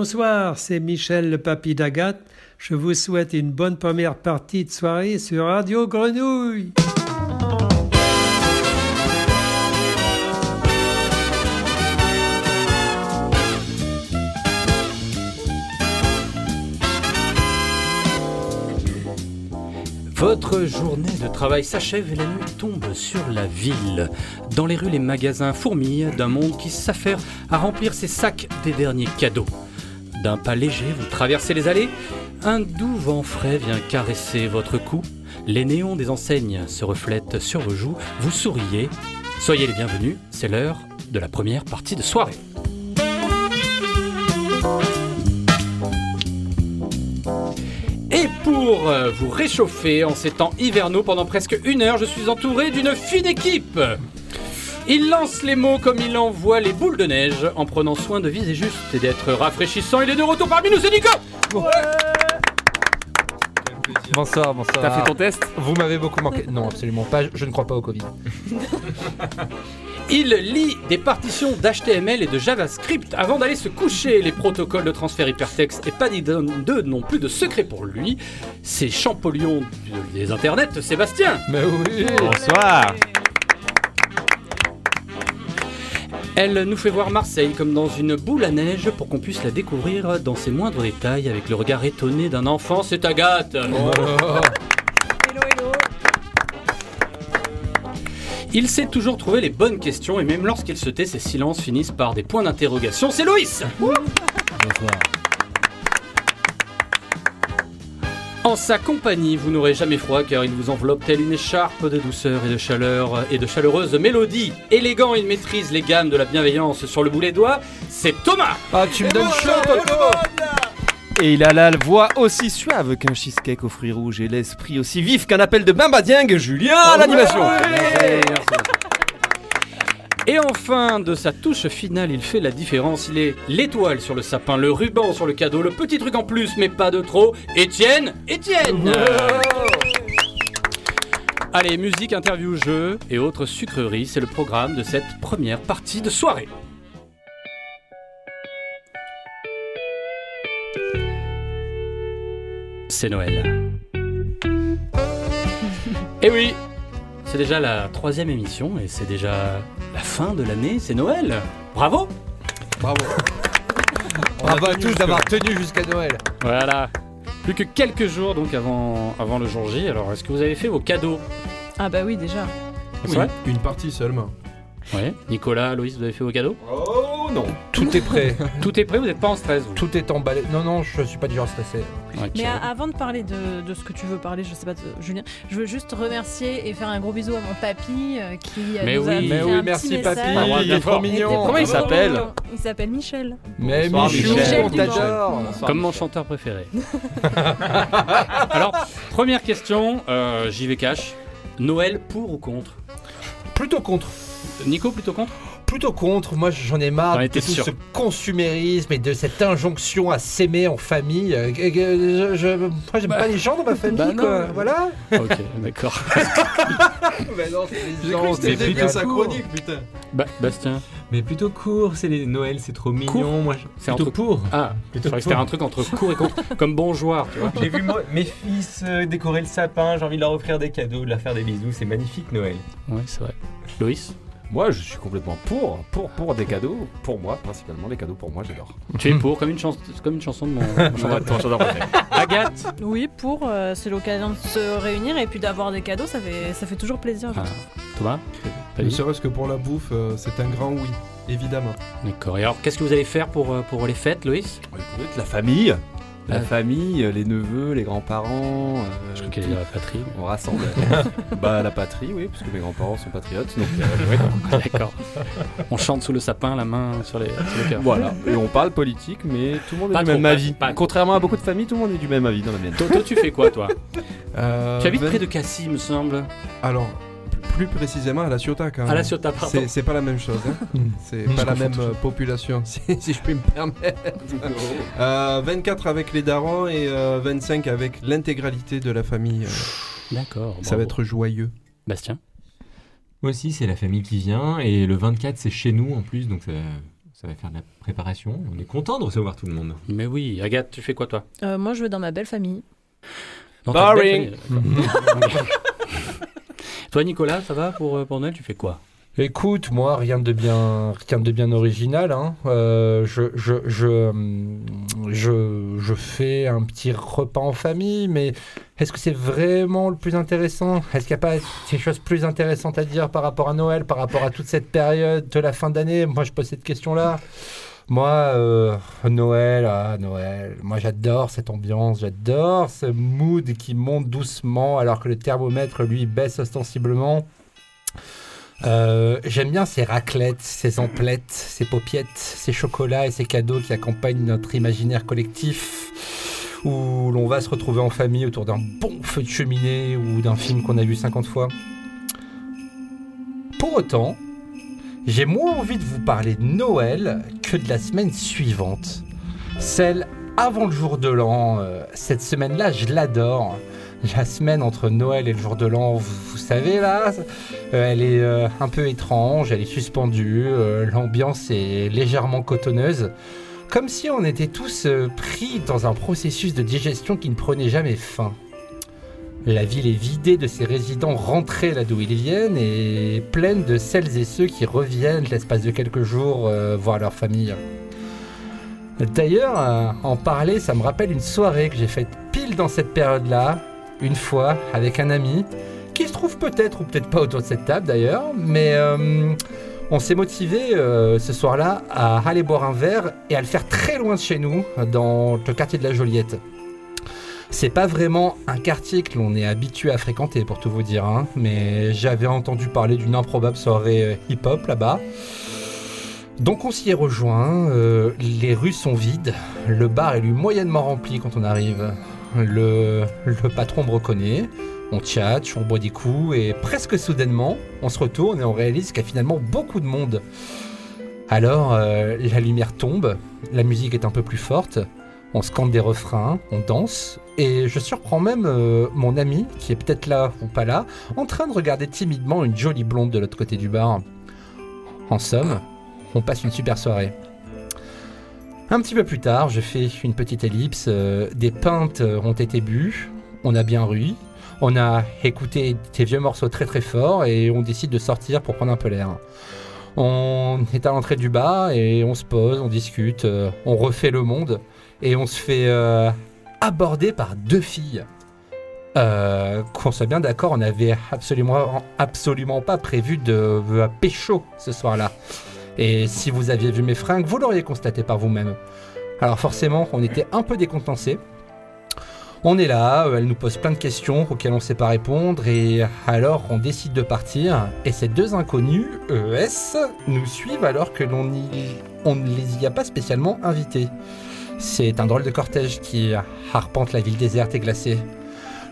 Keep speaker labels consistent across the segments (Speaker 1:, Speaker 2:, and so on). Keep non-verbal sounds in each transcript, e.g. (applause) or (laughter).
Speaker 1: Bonsoir, c'est Michel le Papy d'Agathe. Je vous souhaite une bonne première partie de soirée sur Radio Grenouille.
Speaker 2: Votre journée de travail s'achève et la nuit tombe sur la ville. Dans les rues, les magasins fourmillent d'un monde qui s'affaire à remplir ses sacs des derniers cadeaux. D'un pas léger, vous traversez les allées. Un doux vent frais vient caresser votre cou. Les néons des enseignes se reflètent sur vos joues. Vous souriez. Soyez les bienvenus, c'est l'heure de la première partie de soirée. Et pour euh, vous réchauffer en ces temps hivernaux pendant presque une heure, je suis entouré d'une fine équipe. Il lance les mots comme il envoie les boules de neige en prenant soin de viser juste et d'être rafraîchissant. Il est de retour parmi nous, c'est Nico
Speaker 3: Bonsoir, bonsoir.
Speaker 4: T'as fait ton test
Speaker 3: Vous m'avez beaucoup manqué. Non, absolument pas. Je ne crois pas
Speaker 2: (laughs)
Speaker 3: au Covid.
Speaker 2: Il lit des partitions d'HTML et de JavaScript avant d'aller se coucher. Les protocoles de transfert hypertexte et pas d'eux n'ont plus de secret pour lui. C'est Champollion de- des internets, Sébastien.
Speaker 3: Mais oui.
Speaker 4: Bonsoir
Speaker 2: Elle nous fait voir Marseille comme dans une boule à neige pour qu'on puisse la découvrir dans ses moindres détails avec le regard étonné d'un enfant. C'est Agathe
Speaker 3: Oh.
Speaker 5: Hello, hello.
Speaker 2: Il sait toujours trouver les bonnes questions et même lorsqu'il se tait, ses silences finissent par des points d'interrogation. C'est Loïs En sa compagnie, vous n'aurez jamais froid car il vous enveloppe telle une écharpe de douceur et de chaleur euh, et de chaleureuse mélodie. Élégant, il maîtrise les gammes de la bienveillance sur le bout des doigts. C'est Thomas Eh ben,
Speaker 3: Ah, tu me donnes chaud, Toto.
Speaker 4: Et il a la voix aussi suave qu'un cheesecake aux fruits rouges et l'esprit aussi vif qu'un appel de Bimbadiengue, Julien à l'animation
Speaker 2: Et enfin, de sa touche finale, il fait la différence. Il est l'étoile sur le sapin, le ruban sur le cadeau, le petit truc en plus, mais pas de trop. Étienne Étienne
Speaker 6: (laughs)
Speaker 2: Allez, musique, interview, jeu et autres sucreries, c'est le programme de cette première partie de soirée. C'est Noël. Eh oui, c'est déjà la troisième émission et c'est déjà la fin de l'année, c'est Noël. Bravo (laughs)
Speaker 3: Bravo. Bravo à tous d'avoir tenu jusqu'à Noël.
Speaker 2: Voilà. Plus que quelques jours donc avant, avant le jour J. Alors, est-ce que vous avez fait vos cadeaux
Speaker 5: Ah bah oui déjà.
Speaker 2: C'est vrai
Speaker 7: Une partie seulement.
Speaker 2: Ouais. Nicolas, Loïs, vous avez fait vos
Speaker 8: (laughs)
Speaker 2: cadeaux
Speaker 4: Oh non
Speaker 3: Tout est prêt.
Speaker 2: (laughs) Tout est prêt, vous n'êtes pas en stress, vous
Speaker 3: Tout est emballé. Non, non, je suis pas du genre stressé.
Speaker 2: Ok.
Speaker 5: Mais a- avant de parler de, de ce que tu veux parler, je sais pas, de- Julien, je veux juste remercier et faire un gros bisou à mon papy euh, qui euh,
Speaker 2: Mais
Speaker 5: nous a
Speaker 2: oui.
Speaker 5: fait
Speaker 2: Mais
Speaker 5: un
Speaker 3: oui,
Speaker 5: petit
Speaker 3: merci,
Speaker 5: message.
Speaker 3: papy,
Speaker 2: Ah,
Speaker 7: il est trop
Speaker 2: fort.
Speaker 7: mignon.
Speaker 4: Comment il s'appelle
Speaker 5: Il s'appelle Michel.
Speaker 3: Mais
Speaker 4: Bonsoir,
Speaker 3: Michou,
Speaker 5: Michel.
Speaker 3: on t'adore.
Speaker 2: Comme mon chanteur préféré. Alors, première question, euh, j'y vais cash. Noël pour ou contre
Speaker 3: Plutôt contre.
Speaker 2: Nico plutôt contre
Speaker 3: Plutôt contre, moi j'en ai marre
Speaker 2: J'en
Speaker 3: de
Speaker 2: étais
Speaker 3: tout
Speaker 2: sûr.
Speaker 3: ce consumérisme et de cette injonction à s'aimer en famille. Euh, que- que- Je, je- moi j'aime
Speaker 2: Bah.
Speaker 3: pas les gens
Speaker 2: (laughs)
Speaker 3: dans ma famille,
Speaker 2: Bah non.
Speaker 3: quoi. Voilà.
Speaker 2: Ok, d'accord.
Speaker 3: Mais non, c'est les
Speaker 7: J'ai cru que c'était le
Speaker 3: c'est
Speaker 7: début
Speaker 3: pas
Speaker 7: de sa
Speaker 3: cool.
Speaker 7: chronique, putain.
Speaker 2: Ba- Bastien
Speaker 9: Mais plutôt court, c'est les Noël, c'est trop mignon.
Speaker 2: Court
Speaker 9: Moi, je-
Speaker 2: C'est
Speaker 9: plutôt
Speaker 2: entre-
Speaker 9: pour.
Speaker 2: Ah, je croyais que c'était un truc entre court (laughs) et contre, comme bon joueur, tu vois.
Speaker 9: J'ai vu moi, mes fils euh, décorer le sapin, j'ai envie de leur offrir des cadeaux, de leur faire des bisous, c'est magnifique Noël.
Speaker 2: Ouais, c'est vrai. Loïs
Speaker 8: Moi, je suis complètement pour, pour, pour des cadeaux. Pour moi, principalement, les cadeaux pour moi, j'adore.
Speaker 2: Tu es pour, comme une, chans- comme une chanson de
Speaker 8: (laughs)
Speaker 2: mon, mon chanteur. Agathe
Speaker 5: Oui, pour euh, c'est l'occasion de se réunir et puis d'avoir des cadeaux, ça fait ça fait toujours plaisir. je
Speaker 2: Ah,
Speaker 5: trouve.
Speaker 2: Thomas Pas
Speaker 7: Ne
Speaker 2: dit
Speaker 7: serait-ce que pour la bouffe, euh, c'est un grand oui, évidemment.
Speaker 2: D'accord. Et alors, qu'est-ce que vous allez faire pour, euh, pour les fêtes, Loïs
Speaker 8: La famille, la
Speaker 2: Ouais.
Speaker 8: famille, euh, les neveux, les grands-parents. euh,
Speaker 2: Je crois qu'elle est
Speaker 8: tout.
Speaker 2: dans la patrie. (laughs)
Speaker 8: On rassemble. bah, la patrie, oui, parce que mes grands-parents sont patriotes. Donc, euh,
Speaker 2: Ah, D'accord. On chante sous le sapin, la main sur, les, sur le cœur.
Speaker 8: voilà. Et on parle politique, mais tout le monde est
Speaker 2: Pas
Speaker 8: du
Speaker 2: trop,
Speaker 8: même
Speaker 2: pas-
Speaker 8: avis.
Speaker 2: pas-
Speaker 8: Contrairement à beaucoup de familles, tout le monde est du même avis dans la mienne.
Speaker 2: Toi, toi, tu fais quoi, toi
Speaker 7: Euh,
Speaker 2: Tu habites
Speaker 7: ben-
Speaker 2: près de Cassis, me semble.
Speaker 7: Alors, plus précisément à la Ciotat quand
Speaker 2: À la
Speaker 7: même.
Speaker 2: Ciotat, pardon.
Speaker 7: C'est c'est pas la même chose,
Speaker 2: (laughs)
Speaker 7: hein. c'est
Speaker 3: Je
Speaker 7: pas la
Speaker 3: confonds
Speaker 7: même
Speaker 3: tout.
Speaker 7: euh, population, (laughs) si, si je puis me permettre. Euh, 24 avec les darons et euh, 25 avec l'intégralité de la famille. euh,
Speaker 2: D'accord.
Speaker 7: Ça
Speaker 2: bravo.
Speaker 7: va être joyeux.
Speaker 2: Bastien.
Speaker 9: Moi aussi, c'est la famille qui vient, et le 24, c'est chez nous en plus, donc ça, Ça va faire de la préparation. On est content de recevoir tout le monde.
Speaker 2: Mais oui, Agathe, tu fais quoi toi
Speaker 5: Euh, moi, je vais dans ma belle famille.
Speaker 2: Dans ta
Speaker 4: Boring.
Speaker 2: belle
Speaker 8: (laughs)
Speaker 2: famille. Toi, Nicolas, ça va pour, euh, pour Noël Tu fais quoi
Speaker 3: Écoute, moi, rien de bien, rien de bien original. hein. Euh, je, je, je, hum, je, je fais un petit repas en famille, mais est-ce que c'est vraiment le plus intéressant Est-ce qu'il n'y a pas des choses plus intéressantes à dire par rapport à Noël, par rapport à toute cette période de la fin d'année Moi, je pose cette question-là. Moi, euh, Noël, ah, Noël, moi j'adore cette ambiance, j'adore ce mood qui monte doucement alors que le thermomètre, lui, baisse ostensiblement. Euh, J'aime bien ces raclettes, ces emplettes, ces paupiettes, ces chocolats et ces cadeaux qui accompagnent notre imaginaire collectif, où l'on va se retrouver en famille autour d'un bon feu de cheminée ou d'un film qu'on a vu 50 fois. Pour autant, j'ai moins envie de vous parler de Noël que de la semaine suivante. Celle avant le jour de l'an, euh, cette semaine-là, je l'adore. La semaine entre Noël et le jour de l'an, vous, vous savez là, euh, elle est euh, un peu étrange, elle est suspendue, euh, l'ambiance est légèrement cotonneuse. Comme si on était tous euh, pris dans un processus de digestion qui ne prenait jamais fin. La ville est vidée de ses résidents rentrés là d'où ils viennent et pleine de celles et ceux qui reviennent l'espace de quelques jours euh, voir leur famille. D'ailleurs, euh, en parler, ça me rappelle une soirée que j'ai faite pile dans cette période-là, une fois, avec un ami qui se trouve peut-être ou peut-être pas autour de cette table d'ailleurs, mais euh, on s'est motivé euh, ce soir-là à aller boire un verre et à le faire très loin de chez nous, dans le quartier de la Joliette. C'est pas vraiment un quartier que l'on est habitué à fréquenter pour tout vous dire, hein, mais j'avais entendu parler d'une improbable soirée euh, hip-hop là-bas. Donc on s'y est rejoint, euh, les rues sont vides, le bar est lui moyennement rempli quand on arrive. Le, le patron me reconnaît, on tchatche, on boit des coups et presque soudainement, on se retourne et on réalise qu'il y a finalement beaucoup de monde. Alors, euh, la lumière tombe, la musique est un peu plus forte, on scande des refrains, on danse, et je surprends même euh, mon ami, qui est peut-être là ou pas là, en train de regarder timidement une jolie blonde de l'autre côté du bar. En somme, on passe une super soirée. Un petit peu plus tard, je fais une petite ellipse, euh, des pintes euh, ont été bues, on a bien ri, on a écouté tes vieux morceaux très très forts et on décide de sortir pour prendre un peu l'air. On est à l'entrée du bar et on se pose, on discute, euh, on refait le monde et on se fait euh, aborder par deux filles. Euh, qu'on soit bien d'accord, on avait absolument, absolument pas prévu de euh, pécho ce soir-là. Et si vous aviez vu mes fringues, vous l'auriez constaté par vous-même. Alors forcément, on était un peu décontenancés. On est là, euh, elle nous pose plein de questions auxquelles on ne sait pas répondre, et alors on décide de partir, et ces deux inconnus, ES, nous suivent alors que l'on y- on ne les y a pas spécialement invités. C'est un drôle de cortège qui arpente la ville déserte et glacée.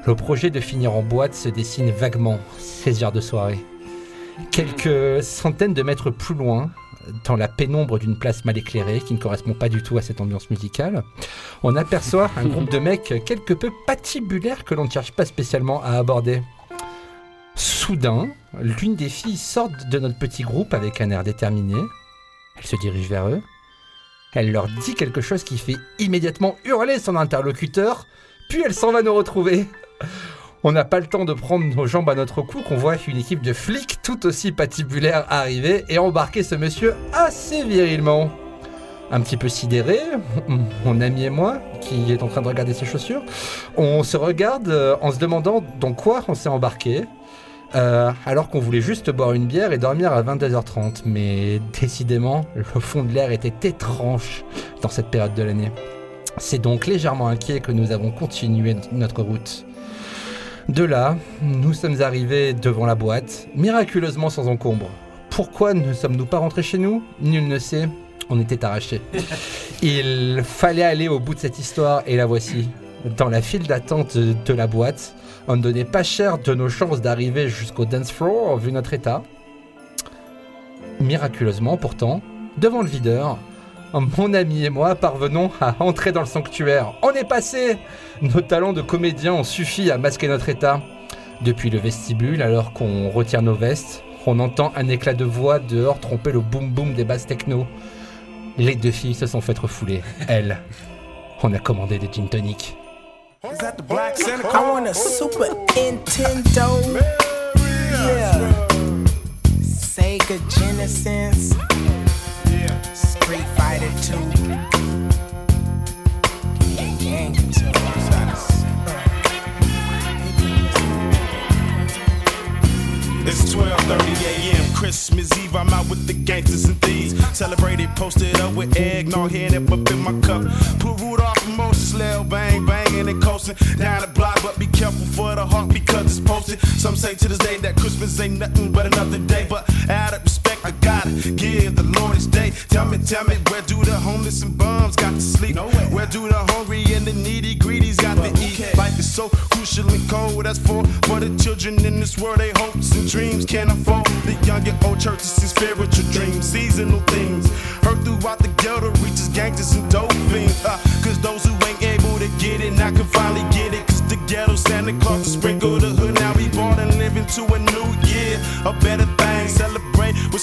Speaker 3: Le projet de finir en boîte se dessine vaguement, ces heures de soirée. Quelques centaines de mètres plus loin, dans la pénombre d'une place mal éclairée qui ne correspond pas du tout à cette ambiance musicale, on aperçoit un groupe de mecs quelque peu patibulaires que l'on ne cherche pas spécialement à aborder. Soudain, l'une des filles sort de notre petit groupe avec un air déterminé. Elle se dirige vers eux. Elle leur dit quelque chose qui fait immédiatement hurler son interlocuteur, puis elle s'en va nous retrouver. On n'a pas le temps de prendre nos jambes à notre cou qu'on voit une équipe de flics tout aussi patibulaires arriver et embarquer ce monsieur assez virilement. Un petit peu sidéré, (laughs) mon ami et moi, qui est en train de regarder ses chaussures, on se regarde euh, en se demandant dans quoi on s'est embarqué, euh, alors qu'on voulait juste boire une bière et dormir à 22h30. Mais décidément, le fond de l'air était étrange dans cette période de l'année. C'est donc légèrement inquiet que nous avons continué notre route. De là, nous sommes arrivés devant la boîte, miraculeusement sans encombre. Pourquoi ne sommes-nous pas rentrés chez nous Nul ne sait. On était arrachés. Il fallait aller au bout de cette histoire et la voici. Dans la file d'attente de la boîte, on ne donnait pas cher de nos chances d'arriver jusqu'au dance floor vu notre état. Miraculeusement pourtant, devant le videur, mon ami et moi parvenons à entrer dans le sanctuaire. On est passé Nos talents de comédien ont suffi à masquer notre état. Depuis le vestibule, alors qu'on retire nos vestes, on entend un éclat de voix dehors tromper le boum boum des basses techno. Les deux filles se sont faites refouler. Elles, on a commandé des gin tonic.
Speaker 10: Is that the black Santa Claus? I want a Super Nintendo. yeah. Sega Genesis. Street Fighter 2. Gang of two.
Speaker 11: It's 12:30 a.m. Christmas Eve. I'm out with the gangsters and thieves. Celebrated, posted up with eggnog, hand it up in my cup. Put Rudolph and Moses, Lil bang bang, and they coasting down the block. But be careful for the heart because it's posted. Some say to this day that Christmas ain't nothing but another day. But out of respect, I gotta give the Lord his day. Tell me, tell me, where do the homeless and bums got to sleep? Where do the hungry and the needy greedies got to eat? Life is so crucial and cold. That's for for the children in this world. They hopes and dreams can't afford the young and old churches see spiritual dreams, seasonal things. Heard throughout the ghetto reaches gangsters and dope fiends. Uh, Cause those who ain't able to get it, now can finally get it. Cause the ghetto Santa Claus to sprinkle the hood. Now we born and living to a new year, a better thing. Celebrate with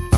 Speaker 10: a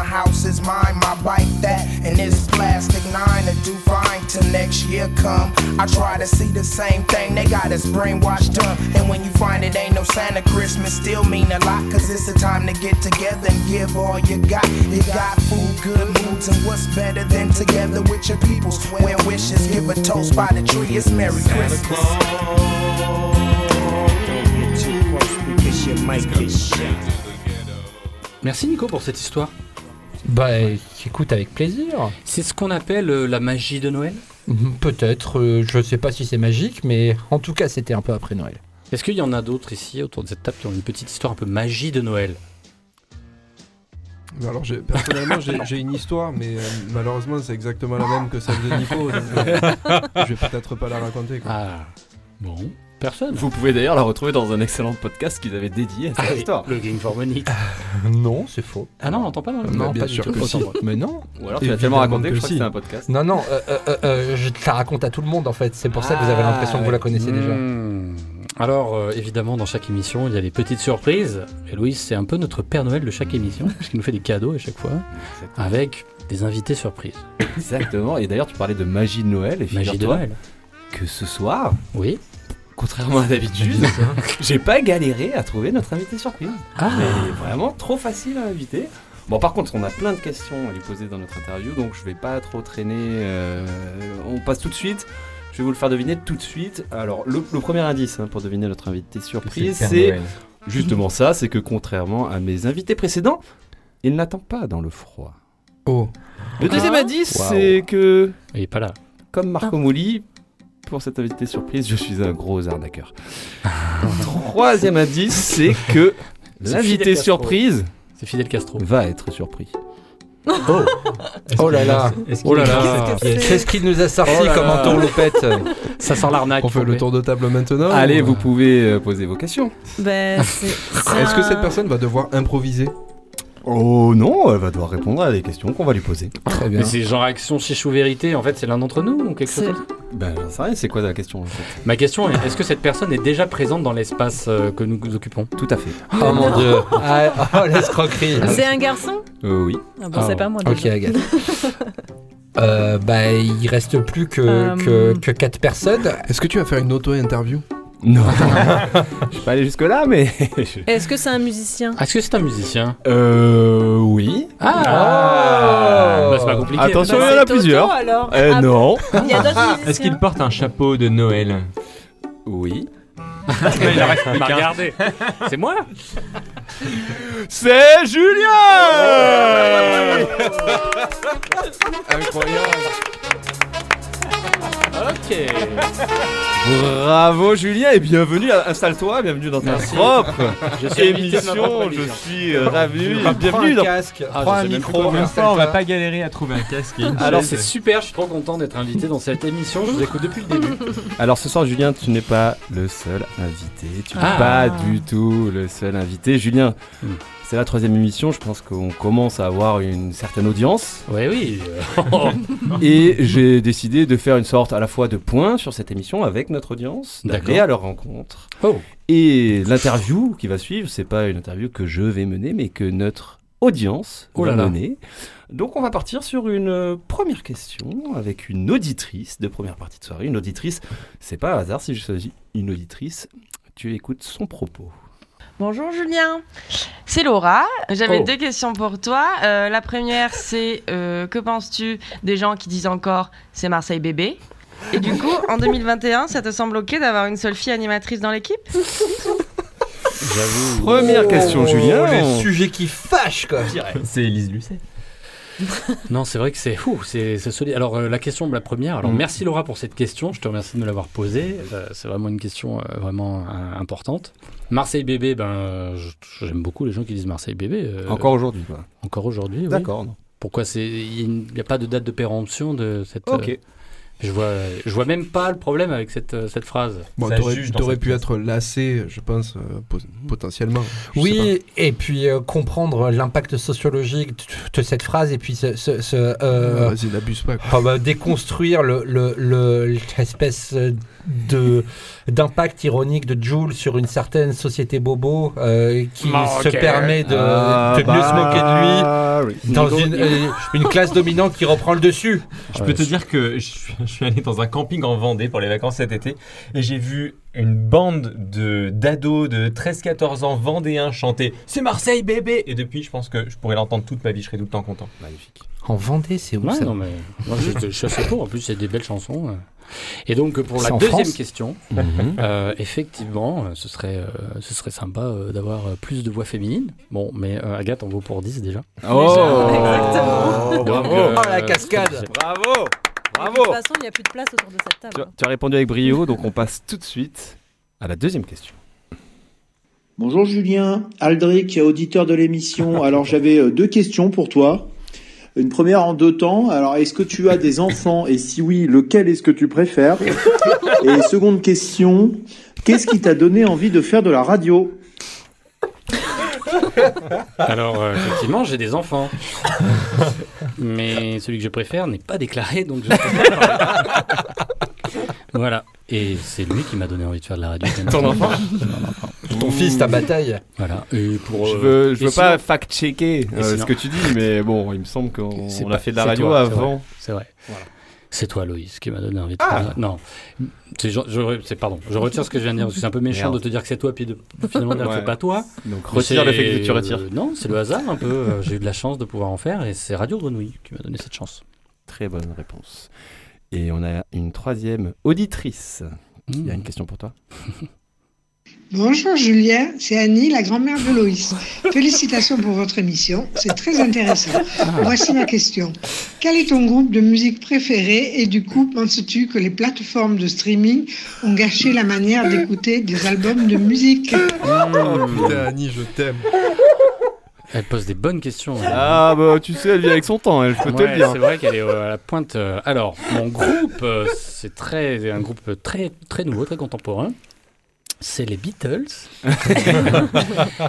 Speaker 10: house is mine. My bike that and this plastic nine to do fine till next year come. I try to see the same thing they got us brainwashed up. And when you find it ain't no sign of Christmas, still mean a lot. Cause it's the time to get together and give all you got. You got food, good moods, and what's better than together with your peoples. Where wishes give a toast by the tree. It's Merry Christmas. Don't get too close because you might get shot.
Speaker 2: Merci Nico pour cette histoire.
Speaker 3: Bah écoute avec plaisir.
Speaker 2: C'est ce qu'on appelle euh, la magie de Noël
Speaker 3: Mhm, Peut-être, euh, je sais pas si c'est magique, mais en tout cas c'était un peu après Noël.
Speaker 2: Est-ce qu'il y en a d'autres ici autour de cette table qui ont une petite histoire un peu magie de Noël
Speaker 7: Mais Alors, j'ai- personnellement, j'ai j'ai une histoire, mais euh, malheureusement, c'est exactement la même que celle de Nico. donc, euh, je vais peut-être pas la raconter. quoi.
Speaker 2: Ah bon, personne.
Speaker 4: Vous pouvez d'ailleurs la retrouver dans un excellent podcast qu'ils avaient dédié à cette
Speaker 2: Ah,
Speaker 4: histoire.
Speaker 2: le Game for Money.
Speaker 3: Euh, Non, c'est faux.
Speaker 2: Ah non, on l'entend pas dans le
Speaker 7: Non, bien
Speaker 3: du
Speaker 7: sûr
Speaker 3: tout.
Speaker 7: que si.
Speaker 3: Autant- Mais non.
Speaker 4: Ou alors tu l'as tellement
Speaker 7: Évidemment
Speaker 4: raconté que
Speaker 7: que
Speaker 4: je crois
Speaker 7: si.
Speaker 4: que c'est un podcast.
Speaker 3: Non, non, euh, euh, euh, euh, je te la raconte à tout le monde en fait. C'est pour ça que vous avez
Speaker 2: Ah,
Speaker 3: l'impression que vous la connaissez déjà.
Speaker 2: Hmm. Alors, euh, évidemment, dans chaque émission, il y a des petites surprises. Et Louis, c'est un peu notre Père Noël de chaque émission, (laughs) puisqu'il nous fait des cadeaux à chaque fois, avec des invités surprises.
Speaker 4: (laughs) Exactement. Et d'ailleurs, tu parlais de magie de Noël. Et
Speaker 2: Magie de
Speaker 4: figure-toi
Speaker 2: Noël.
Speaker 4: que ce soir,
Speaker 2: Oui.
Speaker 4: contrairement à d'habitude, (laughs) j'ai pas galéré à trouver notre invité surprise.
Speaker 2: Ah,
Speaker 4: Mais vraiment trop facile à inviter. Bon, par contre, on a plein de questions à lui poser dans notre interview, donc je vais pas trop traîner. euh, on passe tout de suite. Je vais vous le faire deviner tout de suite. Alors, le, le premier indice hein, pour deviner notre invité surprise, c'est justement ça c'est que contrairement à mes invités précédents, il n'attend pas dans le froid.
Speaker 3: Oh.
Speaker 4: Le deuxième indice,
Speaker 3: Waouh.
Speaker 4: c'est que
Speaker 2: il est pas là.
Speaker 4: comme Marco Mouli, pour cette invité surprise, je suis un gros arnaqueur. (laughs) Troisième indice, c'est que
Speaker 2: C'est
Speaker 4: l'invité
Speaker 2: Fidel Castro.
Speaker 4: surprise
Speaker 2: C'est Fidel Castro.
Speaker 4: va être surpris.
Speaker 3: Oh là là.
Speaker 2: Oh là
Speaker 5: là. Qu'est-ce que c'est
Speaker 3: Qu'est-ce qu'il nous a sorti
Speaker 2: Oh là
Speaker 3: comme
Speaker 2: là.
Speaker 3: entourloupette
Speaker 2: Ça sent l'arnaque.
Speaker 7: On fait le
Speaker 2: Pompé.
Speaker 7: tour de table maintenant.
Speaker 4: Allez,
Speaker 7: ou-
Speaker 4: vous pouvez euh, poser vos questions.
Speaker 7: (laughs)
Speaker 5: Ben, c'est. c'est
Speaker 7: Est-ce que
Speaker 5: un-
Speaker 7: cette personne va devoir improviser
Speaker 4: Oh non, elle va devoir répondre à des questions qu'on va lui poser.
Speaker 3: Très bien.
Speaker 2: Mais c'est genre action chiche ou vérité, en fait, c'est l'un d'entre nous ou quelque chose
Speaker 5: C'est-
Speaker 2: comme ça
Speaker 4: Ben, j'en sais rien, c'est quoi la question en fait
Speaker 2: Ma question est est-ce que cette personne est déjà présente dans l'espace euh, que nous occupons
Speaker 4: Tout à fait.
Speaker 3: Oh mon
Speaker 4: (laughs)
Speaker 3: dieu. Ah, oh l'escroquerie.
Speaker 5: C'est un garçon
Speaker 4: Euh, oui.
Speaker 5: Ah bon,
Speaker 2: Ah
Speaker 5: c'est
Speaker 2: bon.
Speaker 5: pas moi.
Speaker 3: Ok,
Speaker 5: déjà.
Speaker 3: Agathe.
Speaker 5: (laughs)
Speaker 3: Euh, bah, il reste plus que,
Speaker 5: Euh,
Speaker 3: que, que 4 personnes.
Speaker 7: Est-ce que tu vas faire une auto-interview (laughs)
Speaker 4: Non. Je suis pas allé jusque-là,
Speaker 2: (laughs)
Speaker 4: mais.
Speaker 6: Est-ce que c'est un musicien
Speaker 2: Est-ce que c'est un musicien
Speaker 4: Euh. Oui.
Speaker 2: Ah Bah, C'est Ah, pas compliqué.
Speaker 4: Euh, Attention, il y en a plusieurs. Euh, non.
Speaker 2: bah,
Speaker 9: (laughs) Ah. Est-ce qu'il porte un chapeau de Noël
Speaker 4: Oui.
Speaker 9: (laughs) il en reste plus
Speaker 2: Bah,
Speaker 9: qu'un.
Speaker 2: regardez. C'est moi
Speaker 4: C'est
Speaker 7: (laughs)
Speaker 4: Julien
Speaker 2: Ok.
Speaker 4: Bravo Julien et bienvenue, installe-toi, bienvenue dans ta
Speaker 2: Merci.
Speaker 4: propre
Speaker 2: Je suis invité de ma propre
Speaker 4: émission, je
Speaker 2: émission.
Speaker 4: suis euh, ravi,
Speaker 9: Prends un
Speaker 4: bienvenue dans...
Speaker 9: casque,
Speaker 4: Ah, je
Speaker 9: prends un
Speaker 4: sais même plus
Speaker 9: micro.
Speaker 4: comment
Speaker 9: Pour
Speaker 4: on
Speaker 9: l'instant,
Speaker 4: s'appelle.
Speaker 9: on va pas galérer à trouver un casque et une
Speaker 2: Alors c'est
Speaker 9: chaise.
Speaker 2: super, je suis trop content d'être invité dans cette émission. Je vous écoute depuis le début.
Speaker 4: Alors ce soir Julien, tu n'es pas le seul invité, tu n'es
Speaker 2: Ah.
Speaker 4: pas du tout le seul invité. Julien,
Speaker 2: Hmm.
Speaker 4: c'est la troisième émission, je pense qu'on commence à avoir une certaine audience.
Speaker 2: Oui, oui.
Speaker 4: (laughs) Et j'ai décidé de faire une sorte à la fois de point sur cette émission avec notre audience, d'aller
Speaker 2: D'accord.
Speaker 4: à leur rencontre.
Speaker 2: Oh.
Speaker 4: Et l'interview qui va suivre, c'est pas une interview que je vais mener, mais que notre audience
Speaker 2: Oh là
Speaker 4: va
Speaker 2: là.
Speaker 4: mener. Donc on va partir sur une euh, première question avec une auditrice de première partie de soirée. Une auditrice, c'est pas un hasard si je choisis une auditrice. Tu écoutes son propos.
Speaker 5: Bonjour Julien, c'est Laura. J'avais
Speaker 4: Oh.
Speaker 5: deux questions pour toi. Euh, la première, c'est euh, que penses-tu des gens qui disent encore c'est Marseille bébé Et du coup, en 2021, ça te semble ok d'avoir une seule fille animatrice dans l'équipe
Speaker 4: J'avoue. Première
Speaker 3: Oh,
Speaker 4: question, Julien.
Speaker 3: Les
Speaker 4: On-
Speaker 3: sujets qui fâchent, quoi.
Speaker 9: C'est Elise Lucet.
Speaker 2: Non, c'est vrai que c'est fou, c'est c'est solide. Alors euh, la question, la première. Alors
Speaker 9: Mm.
Speaker 2: merci Laura pour cette question. Je te remercie de me l'avoir posée. Euh, c'est vraiment une question euh, vraiment euh, importante. Marseille bébé, ben euh, je- j'aime beaucoup les gens qui disent Marseille bébé. euh,
Speaker 4: Encore aujourd'hui, quoi.
Speaker 2: Encore aujourd'hui. oui.
Speaker 4: D'accord, non.
Speaker 2: Pourquoi c'est il n'y a pas de date de péremption de cette.
Speaker 4: Ok.
Speaker 2: euh, je vois, je vois même pas le problème avec cette, euh, cette phrase.
Speaker 7: Bon, t'aurais t'aurais pu être lassé, je pense, euh, po- potentiellement. Je sais
Speaker 3: Oui, et puis euh, comprendre l'impact sociologique de- de cette phrase, et puis ce. ce- ce, euh,
Speaker 7: Ah, Vas-y, n'abuse pas,
Speaker 3: enfin, bah, déconstruire le, le- le- l'espèce de, d'impact ironique de Jules sur une certaine société bobo euh, qui
Speaker 7: Bon, ok.
Speaker 3: se permet de,
Speaker 7: Ah,
Speaker 3: de mieux
Speaker 7: bah,
Speaker 3: se moquer de
Speaker 7: oui.
Speaker 3: lui dans
Speaker 7: Nico,
Speaker 3: une,
Speaker 7: Nico.
Speaker 3: euh, une classe dominante qui reprend le dessus.
Speaker 9: Je peux te dire que je suis, je suis allé dans un camping en Vendée pour les vacances cet été et j'ai vu une bande de d'ados de 13-14 ans vendéens chanter C'est Marseille bébé Et depuis, je pense que je pourrais l'entendre toute ma vie, je serais tout le temps content.
Speaker 4: Magnifique.
Speaker 3: En Vendée, c'est où
Speaker 2: Ouais,
Speaker 3: ça
Speaker 2: non, mais moi, je, je suis assez pour. En plus, il y a des belles chansons. euh. Et donc, euh, pour
Speaker 3: C'est
Speaker 2: la
Speaker 3: en
Speaker 2: deuxième
Speaker 3: France
Speaker 2: question,
Speaker 3: Mhm.
Speaker 2: euh, effectivement, euh, ce serait, euh, ce serait sympa euh, d'avoir euh, plus de voix féminines. Bon, mais euh, Agathe en vaut pour 10 déjà.
Speaker 4: Oh
Speaker 2: Donc,
Speaker 4: Bravo
Speaker 2: euh,
Speaker 4: Bravo
Speaker 6: Bravo De toute façon, il n'y a plus de place autour de cette table.
Speaker 4: Tu as- tu as répondu avec brio, donc on passe tout de suite à la deuxième question.
Speaker 12: Bonjour Julien, Aldric, auditeur de l'émission. Alors j'avais euh, deux questions pour toi. Une première en deux temps. Alors est-ce que tu as des enfants et si oui, lequel est-ce que tu préfères Et seconde question, qu'est-ce qui t'a donné envie de faire de la radio
Speaker 2: Alors, euh, effectivement, j'ai des enfants. Mais celui que je préfère n'est pas déclaré, donc je ne peux pas parler. Voilà. Et c'est lui qui m'a donné envie de faire de la radio.
Speaker 3: Ton enfant
Speaker 2: Mon enfant.
Speaker 3: Ton fils, ta bataille.
Speaker 2: Voilà. Et pour,
Speaker 4: je
Speaker 2: euh,
Speaker 4: veux, je
Speaker 2: et
Speaker 4: veux pas
Speaker 2: sinon-
Speaker 4: fact-checker
Speaker 2: Et
Speaker 4: euh,
Speaker 2: sinon-
Speaker 4: ce que tu dis, mais bon, il me semble qu'on
Speaker 2: C'est
Speaker 4: on
Speaker 2: pas-
Speaker 4: a fait de la
Speaker 2: c'est
Speaker 4: radio
Speaker 2: toi, c'est
Speaker 4: avant.
Speaker 2: vrai, C'est vrai. C'est toi, Loïs, qui m'a donné envie de
Speaker 4: Ah.
Speaker 2: faire ça. Non. C'est, je, je- c'est- pardon, je retire ce que je viens de dire. parce que C'est un peu méchant
Speaker 4: Merde.
Speaker 2: de te dire que c'est toi, puis de finalement dire que
Speaker 4: Ouais.
Speaker 2: c'est pas toi.
Speaker 4: Donc,
Speaker 2: Mais
Speaker 4: retire le
Speaker 2: c'est-
Speaker 4: fait que tu retires.
Speaker 2: euh, non, c'est le hasard un peu. Euh, J'ai eu de la chance de pouvoir en faire et c'est Radio Grenouille qui m'a donné cette chance.
Speaker 4: Très bonne réponse. Et on a une troisième auditrice. Il
Speaker 2: Hmm.
Speaker 4: y a une question pour toi.
Speaker 13: Bonjour Julien, c'est Annie, la grand-mère de Loïs. Félicitations pour votre émission, c'est très intéressant. Voici ma question. Quel est ton groupe de musique préféré et du coup, penses-tu que les plateformes de streaming ont gâché la manière d'écouter des albums de musique
Speaker 7: Oh putain, Annie, je t'aime.
Speaker 2: Elle pose des bonnes questions. elle.
Speaker 4: Ah bah tu sais, elle vient avec son temps, elle, je peux te
Speaker 2: Ouais,
Speaker 4: le dire.
Speaker 2: C'est vrai qu'elle est euh, à la pointe. euh. Alors, mon groupe, euh, c'est très, un groupe très, très nouveau, très contemporain. C'est les Beatles.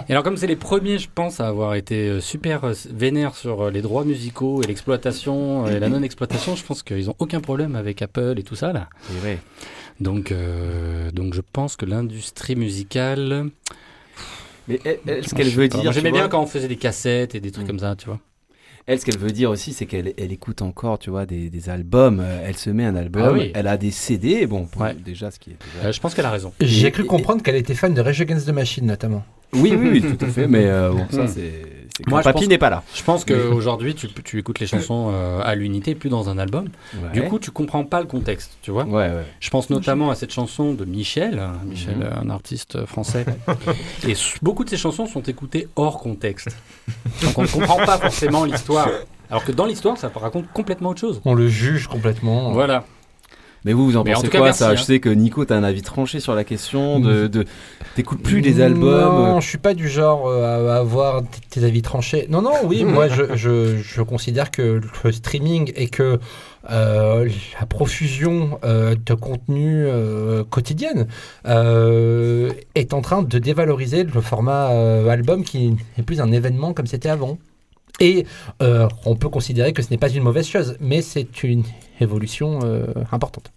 Speaker 2: et alors, comme c'est les premiers, je pense, à avoir été euh, super euh, vénères sur euh, les droits musicaux et l'exploitation euh, et la non-exploitation, je pense qu'ils ont aucun problème avec Apple et tout ça, là.
Speaker 4: C'est vrai.
Speaker 2: Donc, euh, donc je pense que l'industrie musicale.
Speaker 4: Mais est- est-ce
Speaker 2: Non,
Speaker 4: qu'elle
Speaker 2: je
Speaker 4: veut
Speaker 2: sais pas.
Speaker 4: dire,
Speaker 2: Moi,
Speaker 4: tu
Speaker 2: J'aimais bien
Speaker 4: vois- Mm.
Speaker 2: quand on faisait des cassettes et des trucs comme ça, tu vois.
Speaker 4: Elle, ce qu'elle veut dire aussi, c'est qu'elle elle écoute encore, tu vois, des, des albums. Euh, Elle se met un album,
Speaker 3: Ah oui.
Speaker 4: elle a des CD. Bon, déjà, ce qui est. déjà-
Speaker 2: Euh,
Speaker 3: J'ai
Speaker 4: Et-
Speaker 3: cru comprendre qu'elle était fan de Rage Against the Machine notamment.
Speaker 4: Oui, oui, oui, tout à fait, mais euh, bon, ça,
Speaker 3: Hmm.
Speaker 4: c'est. c'est
Speaker 2: Hmm. Moi,
Speaker 4: quand
Speaker 2: je
Speaker 4: Papy
Speaker 2: pense-
Speaker 4: n'est pas là.
Speaker 2: Je pense qu'aujourd'hui, tu, tu écoutes les chansons euh, à l'unité, plus dans un album.
Speaker 4: Ouais.
Speaker 2: Du coup, tu comprends pas le contexte, tu vois. Je pense notamment à cette chanson de Michel, euh, Michel,
Speaker 4: Mhm.
Speaker 2: euh, un artiste
Speaker 4: (laughs)
Speaker 2: français. Et s- beaucoup de ces chansons sont écoutées hors contexte. Donc, on ne comprend pas forcément l'histoire. Alors que dans l'histoire, ça raconte complètement autre chose.
Speaker 3: On le juge complètement.
Speaker 2: Voilà.
Speaker 4: Mais vous, vous en
Speaker 2: Mais en
Speaker 4: pensez
Speaker 2: tout cas,
Speaker 4: quoi
Speaker 2: merci,
Speaker 4: ça
Speaker 2: hein. Mm.
Speaker 4: Je sais que Nico, t'as un avis tranché sur la question. De, de- T'écoutes plus les
Speaker 3: Non,
Speaker 4: albums.
Speaker 3: je suis pas du genre euh, à à avoir t- tes avis tranchés. Non, non, oui, moi je, je, je considère que le streaming et que euh, la profusion euh, de contenu euh, quotidienne euh, est en train de dévaloriser le format euh, album qui n'est plus un événement comme c'était avant. Et euh, on peut considérer que ce n'est pas une mauvaise chose, mais c'est une évolution euh, importante.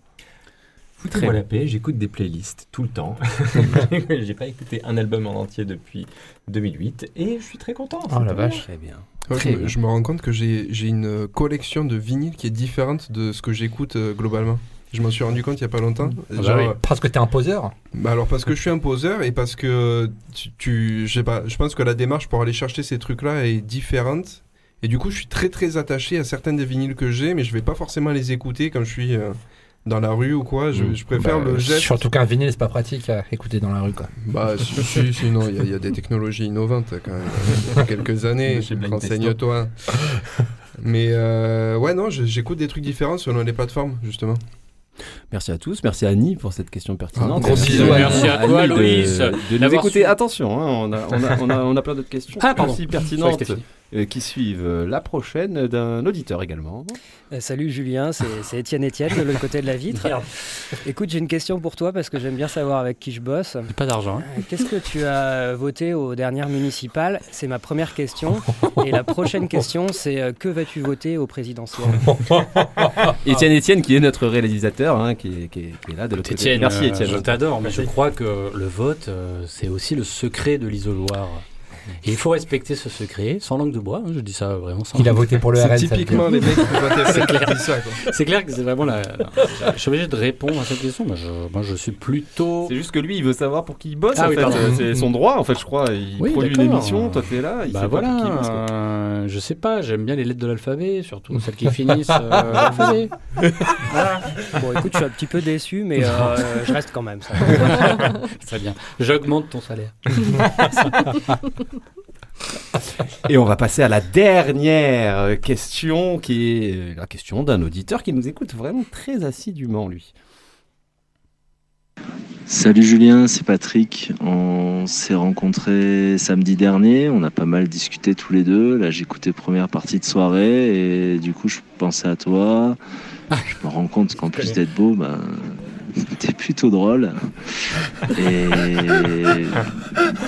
Speaker 9: Foutez-moi la paix, j'écoute des playlists tout le temps. (laughs) J'ai pas écouté un album en entier depuis 2008 et je suis très content. c'est très bien.
Speaker 7: Ouais,
Speaker 9: Oh Très
Speaker 7: je, me, je me rends compte que j'ai j'ai une euh, collection de vinyles qui est différente de ce que j'écoute euh, globalement. Je m'en suis rendu compte il y a pas longtemps. euh,
Speaker 3: Ah bah oui, Parce que t'es un poseur.
Speaker 7: Bah alors parce que je suis un poseur et parce que tu, tu- je sais pas, je pense que la démarche pour aller chercher ces trucs-là est différente. Et du coup, je suis très très attaché à certaines des vinyles que j'ai, mais je vais pas forcément les écouter quand je suis euh, dans la rue ou quoi. Je, je préfère
Speaker 3: Bah,
Speaker 7: le geste.
Speaker 3: Surtout qu'un vinyle, c'est pas pratique à écouter dans la rue, quoi. (laughs)
Speaker 7: Bah, si, si, sinon, il y a- il y, a des technologies innovantes hein, quand même. Il y a quelques
Speaker 4: (laughs)
Speaker 7: années,
Speaker 9: Chez Blind
Speaker 7: renseigne-toi. Mais euh, ouais, non, je- j'écoute des trucs différents selon les plateformes, justement.
Speaker 4: Merci à tous, merci à Annie pour cette question pertinente.
Speaker 7: Ah, gros
Speaker 4: Merci
Speaker 7: bisous,
Speaker 4: à-
Speaker 7: merci à
Speaker 4: à
Speaker 7: toi,
Speaker 4: Annie de-
Speaker 7: Loïs,
Speaker 4: De, nous
Speaker 7: d'avoir
Speaker 4: écouter.
Speaker 7: su-
Speaker 4: Attention, hein, on, a, on, a, on, a, on a plein d'autres questions
Speaker 2: Ah, pardon.
Speaker 4: aussi
Speaker 2: Je croyais
Speaker 4: pertinentes
Speaker 2: que c'était
Speaker 4: euh, qui suivent euh, la prochaine d'un auditeur également.
Speaker 1: Euh, salut Julien, c'est c'est Étienne Étienne de l'autre côté de la vitre. Écoute, j'ai une question pour toi parce que j'aime bien savoir avec qui je bosse.
Speaker 2: Pas d'argent. hein.
Speaker 1: Euh, Qu'est-ce que tu as voté aux dernières municipales C'est ma première question. Et la prochaine question, c'est euh, que vas-tu voter au présidentiel
Speaker 2: Ah.
Speaker 4: Étienne Étienne qui est notre réalisateur, hein, qui, est, qui est- qui est là de l'autre côté.
Speaker 2: Étienne,
Speaker 4: Merci
Speaker 2: euh,
Speaker 4: Étienne.
Speaker 2: Je t'adore, mais je crois que le vote, euh, c'est aussi le secret de l'isoloir. Et il faut respecter ce secret, sans langue de bois, hein, je dis ça vraiment sans
Speaker 3: Il a voté pour le
Speaker 2: C'est
Speaker 3: RN, ça veut
Speaker 7: typiquement les
Speaker 3: dire.
Speaker 7: mecs qui
Speaker 3: (laughs)
Speaker 7: votaient pour
Speaker 2: C'est clair.
Speaker 7: qui ça, quoi.
Speaker 2: C'est clair que c'est vraiment la. Je suis obligé de répondre à cette question. Moi, je, moi, je suis plutôt.
Speaker 4: C'est juste que lui, il veut savoir pour qui il bosse.
Speaker 2: Ah
Speaker 4: en
Speaker 2: oui,
Speaker 4: fait.
Speaker 2: pardon.
Speaker 4: Euh, C'est son droit, en fait, je crois. Il
Speaker 2: Oui,
Speaker 4: produit une
Speaker 2: d'accord.
Speaker 4: émission, toi t'es là. Il
Speaker 2: bah
Speaker 4: sait pas pour
Speaker 2: voilà,
Speaker 4: qui il bosse, quoi.
Speaker 2: euh, je sais pas, j'aime bien les lettres de l'alphabet, surtout celles qui finissent euh,
Speaker 14: (laughs)
Speaker 1: (laughs)
Speaker 2: l'alphabet.
Speaker 1: Bon, écoute, je suis un petit peu déçu, mais
Speaker 2: (laughs)
Speaker 1: euh,
Speaker 14: (laughs)
Speaker 1: je reste quand même. ça.
Speaker 2: Très bien. J'augmente ton
Speaker 1: (laughs)
Speaker 2: salaire.
Speaker 4: (laughs) Et on va passer à la dernière euh, question, qui est euh, la question d'un auditeur qui nous écoute vraiment très assidûment, lui.
Speaker 6: Salut Julien, c'est Patrick. On s'est rencontrés samedi dernier, on a pas mal discuté tous les deux. Là, j'écoutais première partie de soirée et du coup, je pensais à toi. Je me rends compte qu'en plus d'être beau, ben, (laughs) t'es plutôt drôle. Et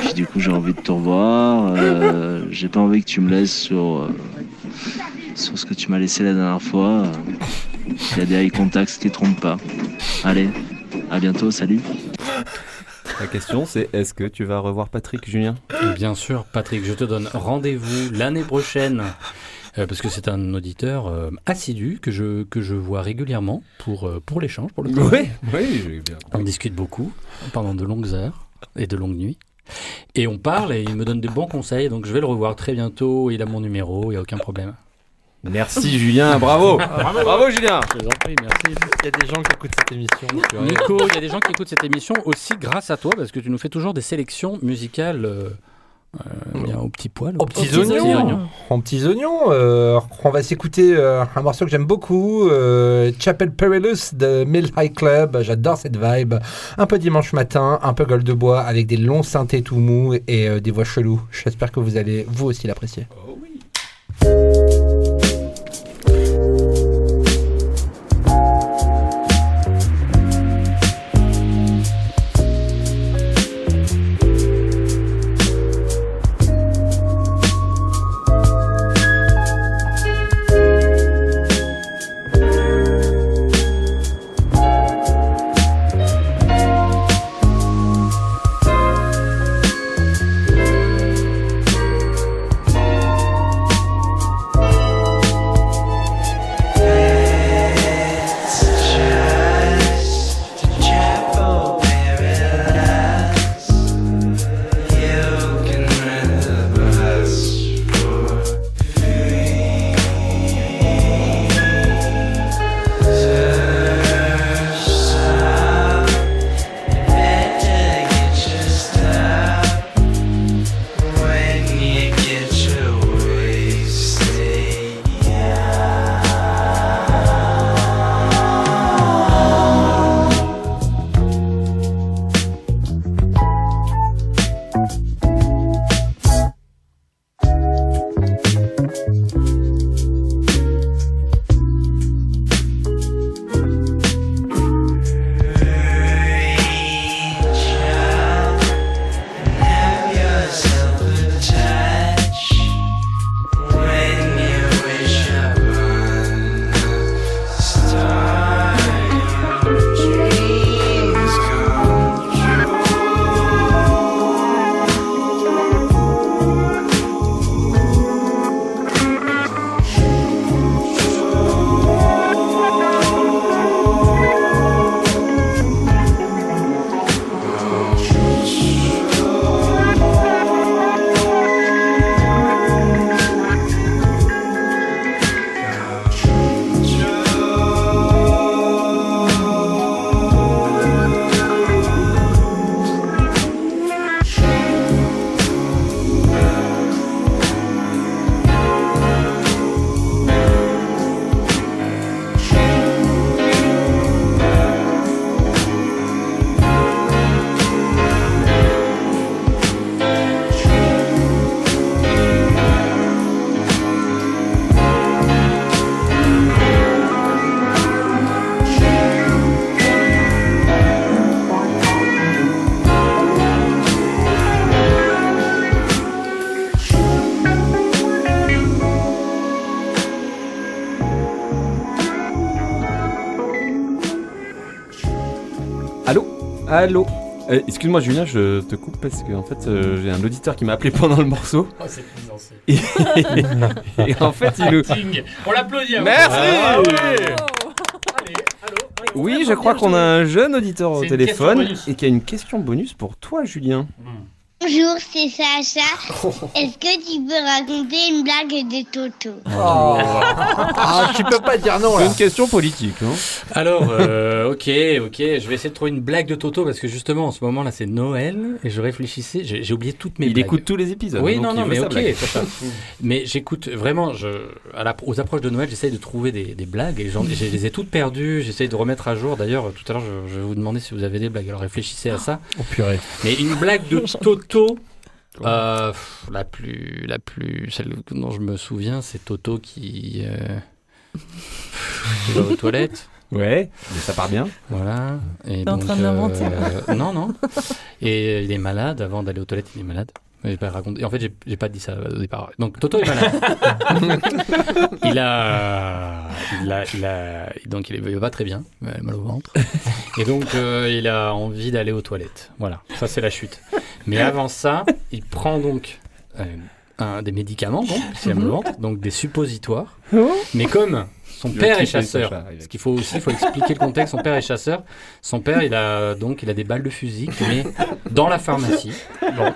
Speaker 6: puis du coup, j'ai envie de te revoir. Euh, j'ai pas envie que tu me laisses sur, euh, sur ce que tu m'as laissé la dernière fois. Il y a des eye contacts qui trompent pas. Allez, à bientôt, salut.
Speaker 4: La question, c'est est-ce que tu vas revoir Patrick, Julien
Speaker 2: Et Bien sûr, Patrick, je te donne rendez-vous l'année prochaine. euh, parce que c'est un auditeur euh, assidu que je, que je vois régulièrement pour, euh, pour l'échange, pour le coup.
Speaker 4: Oui, oui, j'ai bien
Speaker 2: On discute beaucoup pendant de longues heures et de longues nuits. Et on parle et il me donne des bons conseils. Donc je vais le revoir très bientôt. Il a mon numéro, il n'y a aucun problème.
Speaker 4: Merci Julien,
Speaker 15: (laughs)
Speaker 4: bravo
Speaker 15: Ah,
Speaker 4: Bravo, Julien
Speaker 2: Je vous en prie, merci.
Speaker 3: Il y a des gens qui écoutent cette émission.
Speaker 2: (laughs) Nico, il y a des gens qui écoutent cette émission aussi grâce à toi parce que tu nous fais toujours des sélections musicales euh, euh, bien au petit poil.
Speaker 3: Aux petits oignons. En petits oignons. euh, on va s'écouter euh, un morceau que j'aime beaucoup, euh, Chapel Perilous de Mill High Club. J'adore cette vibe. Un peu dimanche matin, un peu gueule de bois avec des longs synthés tout mous et euh, des voix cheloues. J'espère que vous allez vous aussi l'apprécier.
Speaker 16: Thank
Speaker 4: Allô Allô Euh, Excuse-moi Julien, je te coupe parce que en fait euh, j'ai un auditeur qui m'a appelé pendant le morceau.
Speaker 15: Oh, c'est plaisant, c'est-
Speaker 4: et, (laughs) et (laughs) en fait il nous.
Speaker 15: Ting. On l'applaudit. hein.
Speaker 4: Merci.
Speaker 15: Ah ouais.
Speaker 4: Oui, je crois qu'on a un jeune auditeur au
Speaker 15: C'est une
Speaker 4: téléphone
Speaker 15: question bonus. Hmm.
Speaker 4: et qui a une question bonus pour toi Julien.
Speaker 6: Bonjour, c'est Sacha. Est-ce que tu peux raconter une blague de Toto
Speaker 4: Oh,
Speaker 3: Ah, tu peux pas dire non
Speaker 4: C'est
Speaker 3: là.
Speaker 4: une question politique. hein.
Speaker 2: Alors, euh, ok, ok, je vais essayer de trouver une blague de Toto parce que justement en ce moment là c'est Noël et je réfléchissais, j'ai j'ai oublié toutes mes
Speaker 4: Il
Speaker 2: blagues.
Speaker 4: écoute tous les épisodes, hein,
Speaker 2: Oui,
Speaker 4: donc
Speaker 2: non,
Speaker 4: il
Speaker 2: non,
Speaker 4: veut
Speaker 2: mais
Speaker 4: sa
Speaker 2: ok,
Speaker 4: blague. (laughs)
Speaker 2: Sacha. mais j'écoute vraiment, je, à la- aux approches de Noël j'essaye de trouver des, des blagues et j'en- je les ai toutes perdues, j'essaye de remettre à jour. D'ailleurs, tout à l'heure je, je vais vous demander si vous avez des blagues, alors réfléchissez à ça.
Speaker 15: Oh, purée.
Speaker 2: Mais une blague de Toto. euh, pff, la plus, la plus, celle dont je me souviens, c'est Toto qui, euh, (laughs) qui va aux toilettes.
Speaker 4: Ouais, mais ça part bien.
Speaker 2: Voilà. Et
Speaker 4: T'es en
Speaker 2: donc,
Speaker 4: train de l'inventer.
Speaker 2: euh, (laughs) non, non. Et euh, il est malade. Avant d'aller aux toilettes, il est malade. Mais j'ai pas raconté. Et en fait, j'ai- j'ai pas dit ça au départ. Donc, Toto est malade. il, a, il a- il a- Donc, il est- il va pas très bien. Il a mal au ventre. Et donc, euh, il a envie d'aller aux toilettes. Voilà. Ça, c'est la chute. Mais avant ça, il prend donc euh, un, des médicaments, donc, s'il a mal au ventre, donc des suppositoires. Mais comme son
Speaker 4: Il va
Speaker 2: père est
Speaker 4: triper,
Speaker 2: chasseur,
Speaker 4: Sacha, il va-
Speaker 2: ce qu'il faut aussi, il faut expliquer le contexte. Son père est chasseur. Son père, il a donc il a des balles de fusil qu'il met dans la pharmacie. Bon,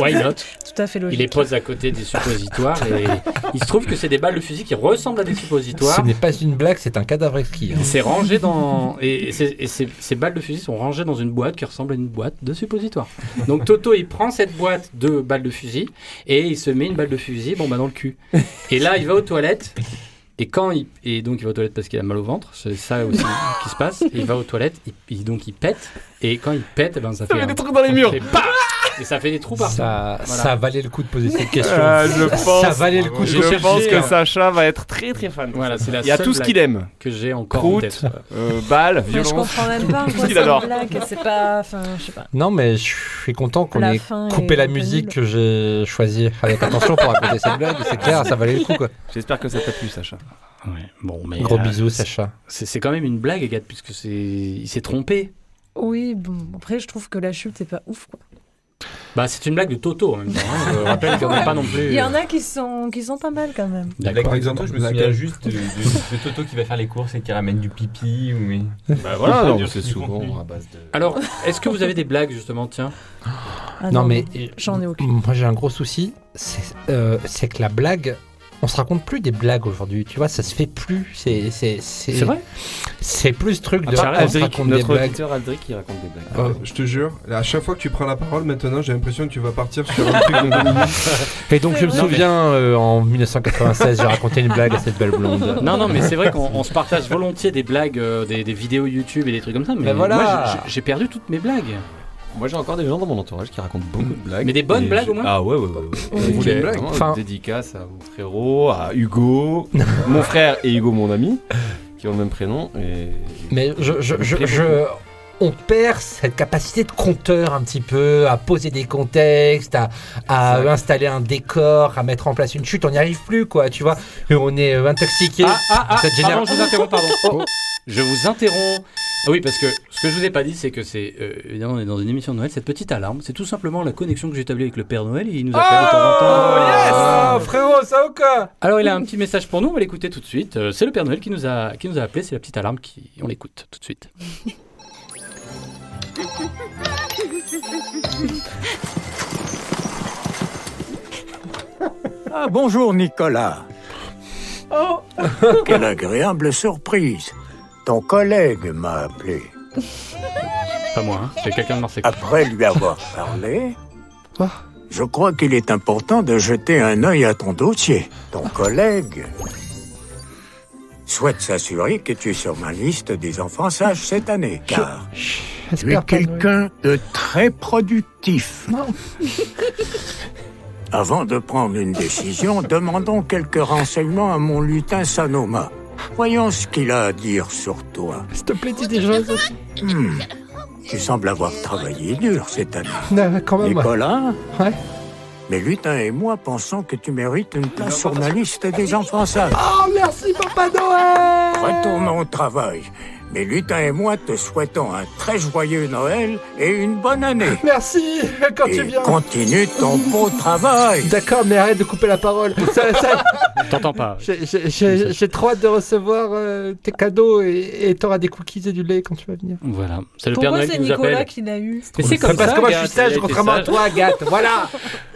Speaker 2: why not
Speaker 5: Tout à fait logique.
Speaker 2: Il les pose à côté des suppositoires et il se trouve que c'est des balles de fusil qui ressemblent à des
Speaker 3: Ce
Speaker 2: suppositoires.
Speaker 3: n'est pas une blague, c'est un cadavre exquis. hein.
Speaker 2: Il s'est rangé dans et, et ces- et ces, ces balles de fusil sont rangées dans une boîte qui ressemble à une boîte de suppositoire. Donc Toto il prend cette boîte de balles de fusil et il se met une balle de fusil bon bah dans le cul. Et là il va aux toilettes et quand il et donc il va aux toilettes parce qu'il a mal au ventre c'est ça aussi qui se passe. Il va aux toilettes il, il- donc il pète et quand il pète eh ben ça,
Speaker 4: Ça
Speaker 2: fait
Speaker 4: fait
Speaker 2: un-
Speaker 4: des trous dans les
Speaker 2: ça
Speaker 4: murs.
Speaker 2: fait paf et ça fait des trous partout.
Speaker 3: Ça,
Speaker 2: Voilà.
Speaker 3: ça valait le coup de poser cette question.
Speaker 4: Ah, je
Speaker 3: Ça-
Speaker 4: pense,
Speaker 3: Ça valait le coup de
Speaker 4: je
Speaker 3: chercher.
Speaker 4: pense que Sacha va être très très fan.
Speaker 2: Voilà, c'est la
Speaker 4: Il y a
Speaker 2: seule
Speaker 4: tout ce qu'il
Speaker 2: blague
Speaker 4: aime.
Speaker 2: que j'ai encore en
Speaker 4: Croûte,
Speaker 2: tête.
Speaker 4: euh, balle,
Speaker 13: Mais
Speaker 4: violence.
Speaker 13: je comprends même pas
Speaker 4: tout
Speaker 13: en
Speaker 4: ce
Speaker 13: quoi
Speaker 4: qu'il
Speaker 13: c'est
Speaker 4: adore.
Speaker 13: une blague. C'est pas. Enfin, je sais pas.
Speaker 3: Non, mais je suis content qu'on
Speaker 13: La
Speaker 3: ait
Speaker 13: fin
Speaker 3: coupé
Speaker 13: est
Speaker 3: la
Speaker 13: pénible.
Speaker 3: musique que j'ai choisie avec attention pour raconter cette blague. C'est clair, ça valait le coup quoi.
Speaker 4: (laughs) J'espère que ça t'a plu, Sacha.
Speaker 2: Bon, mais
Speaker 3: Gros
Speaker 2: euh,
Speaker 3: bisous,
Speaker 2: c'est-
Speaker 3: Sacha.
Speaker 2: C'est c'est quand même une blague, Agathe, puisque c'est il s'est trompé.
Speaker 13: Oui, bon, après, je trouve que la chute, c'est pas ouf, quoi.
Speaker 2: Bah, c'est une blague de Toto en même temps. hein.
Speaker 13: (laughs)
Speaker 2: Je rappelle qu'on n'est pas non plus. euh,
Speaker 13: Il y en a qui sont, qui sont pas mal, quand même.
Speaker 2: D'accord.
Speaker 9: Par exemple, je me
Speaker 2: Laquelle
Speaker 9: souviens juste de, de- de Toto qui va faire les courses et qui ramène du pipi. Ou... mais-
Speaker 4: Bah voilà, (laughs)
Speaker 9: Ça
Speaker 4: non,
Speaker 9: dure
Speaker 4: c'est
Speaker 9: (laughs) du contenu.
Speaker 4: souvent hein, à base de.
Speaker 2: Alors, est-ce que vous avez des blagues justement Tiens.
Speaker 3: non, mais
Speaker 13: Ah j'en ai aucune.
Speaker 3: Moi j'ai un gros souci, c'est euh, c'est que la blague, on se raconte plus des blagues aujourd'hui, tu vois, ça se fait plus. C'est c'est- c'est-
Speaker 4: C'est vrai
Speaker 3: C'est plus ce truc de
Speaker 4: Ah,
Speaker 3: on se
Speaker 4: Aldric,
Speaker 3: raconte des
Speaker 4: notre
Speaker 3: blagues.
Speaker 4: auditeur Aldric, il raconte des blagues.
Speaker 7: Ah, je te jure, à chaque fois que tu prends la parole maintenant, j'ai l'impression que tu vas partir sur un truc de deux (laughs) minutes.
Speaker 3: Et donc je me
Speaker 7: Non, mais-
Speaker 3: souviens euh, en 1996, j'ai raconté une blague à cette belle blonde.
Speaker 2: Non, non, mais c'est vrai qu'on on se partage volontiers des blagues, euh, des, des vidéos YouTube et des trucs comme ça. Mais
Speaker 3: Bah voilà.
Speaker 2: moi, j'ai- j'ai perdu toutes mes blagues.
Speaker 4: Moi j'ai encore des gens dans mon entourage qui racontent beaucoup de blagues.
Speaker 2: Mais des bonnes
Speaker 4: Et
Speaker 2: blagues,
Speaker 4: je-
Speaker 2: au moins
Speaker 4: Ah ouais, ouais, ouais.
Speaker 2: On
Speaker 4: ouais.
Speaker 2: voulait
Speaker 4: J'ai
Speaker 2: une blague.
Speaker 4: vraiment
Speaker 2: Enfin-
Speaker 4: une Dédicace à mon frérot, à Hugo, mon frère et Hugo, mon ami, qui ont le même prénom. Et...
Speaker 3: Mais je, je-
Speaker 4: Ça me
Speaker 3: je-
Speaker 4: plaît
Speaker 3: je-
Speaker 4: beaucoup.
Speaker 3: on perd cette capacité de conteur un petit peu, à poser des contextes, à, à installer un décor, à mettre en place une chute. On n'y arrive plus, quoi, tu vois. Et on est euh, intoxiqué.
Speaker 2: Ah, ah, ah,
Speaker 3: Cette génération-
Speaker 2: pardon, je vous interromps, pardon.
Speaker 3: Oh.
Speaker 2: Je vous interromps. Ah oui, parce que ce que je vous ai pas dit, c'est que c'est. euh, évidemment, on est dans une émission de Noël. Cette petite alarme, c'est tout simplement la connexion que j'ai établie avec le Père Noël. Il nous appelle de temps en temps. Ah.
Speaker 3: Oh, frérot, ça ou quoi
Speaker 2: Alors, il a un petit message pour nous, on va l'écouter tout de suite. Euh, C'est le Père Noël qui nous a, qui nous a appelé, c'est la petite alarme qui. On l'écoute tout de suite.
Speaker 17: Ah bonjour Nicolas. (laughs) Quelle agréable surprise. Ton collègue m'a appelé.
Speaker 2: Pas moi, hein, c'est quelqu'un de Marseille.
Speaker 17: Après lui avoir parlé, je crois qu'il est important de jeter un œil à ton dossier. Ton collègue souhaite s'assurer que tu es sur ma liste des enfants sages cette année, car tu es quelqu'un de très productif. (laughs) Avant de prendre une décision, demandons quelques renseignements à mon lutin Sanoma. Voyons ce qu'il a à dire sur toi.
Speaker 3: S'il te plaît, dis des choses.
Speaker 17: Hmm. Tu sembles avoir travaillé dur cette année.
Speaker 3: Non, Bah, quand même.
Speaker 17: Nicolas
Speaker 3: Ouais.
Speaker 17: Mais lutin et moi pensons que tu mérites une place sur
Speaker 3: Ah
Speaker 17: ma liste des enfants sages.
Speaker 3: Oh, merci, Papa Noël
Speaker 17: Retournons au travail. Mais Lutin et moi te souhaitons un très joyeux Noël et une bonne année.
Speaker 3: Merci, quand
Speaker 17: et
Speaker 3: tu viens.
Speaker 17: Continue ton beau travail.
Speaker 3: D'accord, mais arrête de couper la parole. (laughs) Ça- ça-
Speaker 18: T'entends pas.
Speaker 3: j'ai- j'ai- J'ai j'ai trop hâte de recevoir euh, tes cadeaux et et t'auras des cookies et du lait quand tu vas venir.
Speaker 2: Voilà, c'est le Père
Speaker 13: Pourquoi
Speaker 2: Noël
Speaker 13: c'est
Speaker 2: qui nous
Speaker 13: Nicolas
Speaker 2: appelle.
Speaker 13: qui l'a eu
Speaker 2: Mais c'est comme
Speaker 3: Parce
Speaker 2: ça,
Speaker 3: que moi je
Speaker 2: Agathe,
Speaker 3: suis sage,
Speaker 2: elle a été
Speaker 3: contrairement à
Speaker 2: sage.
Speaker 3: toi, Agathe. Voilà.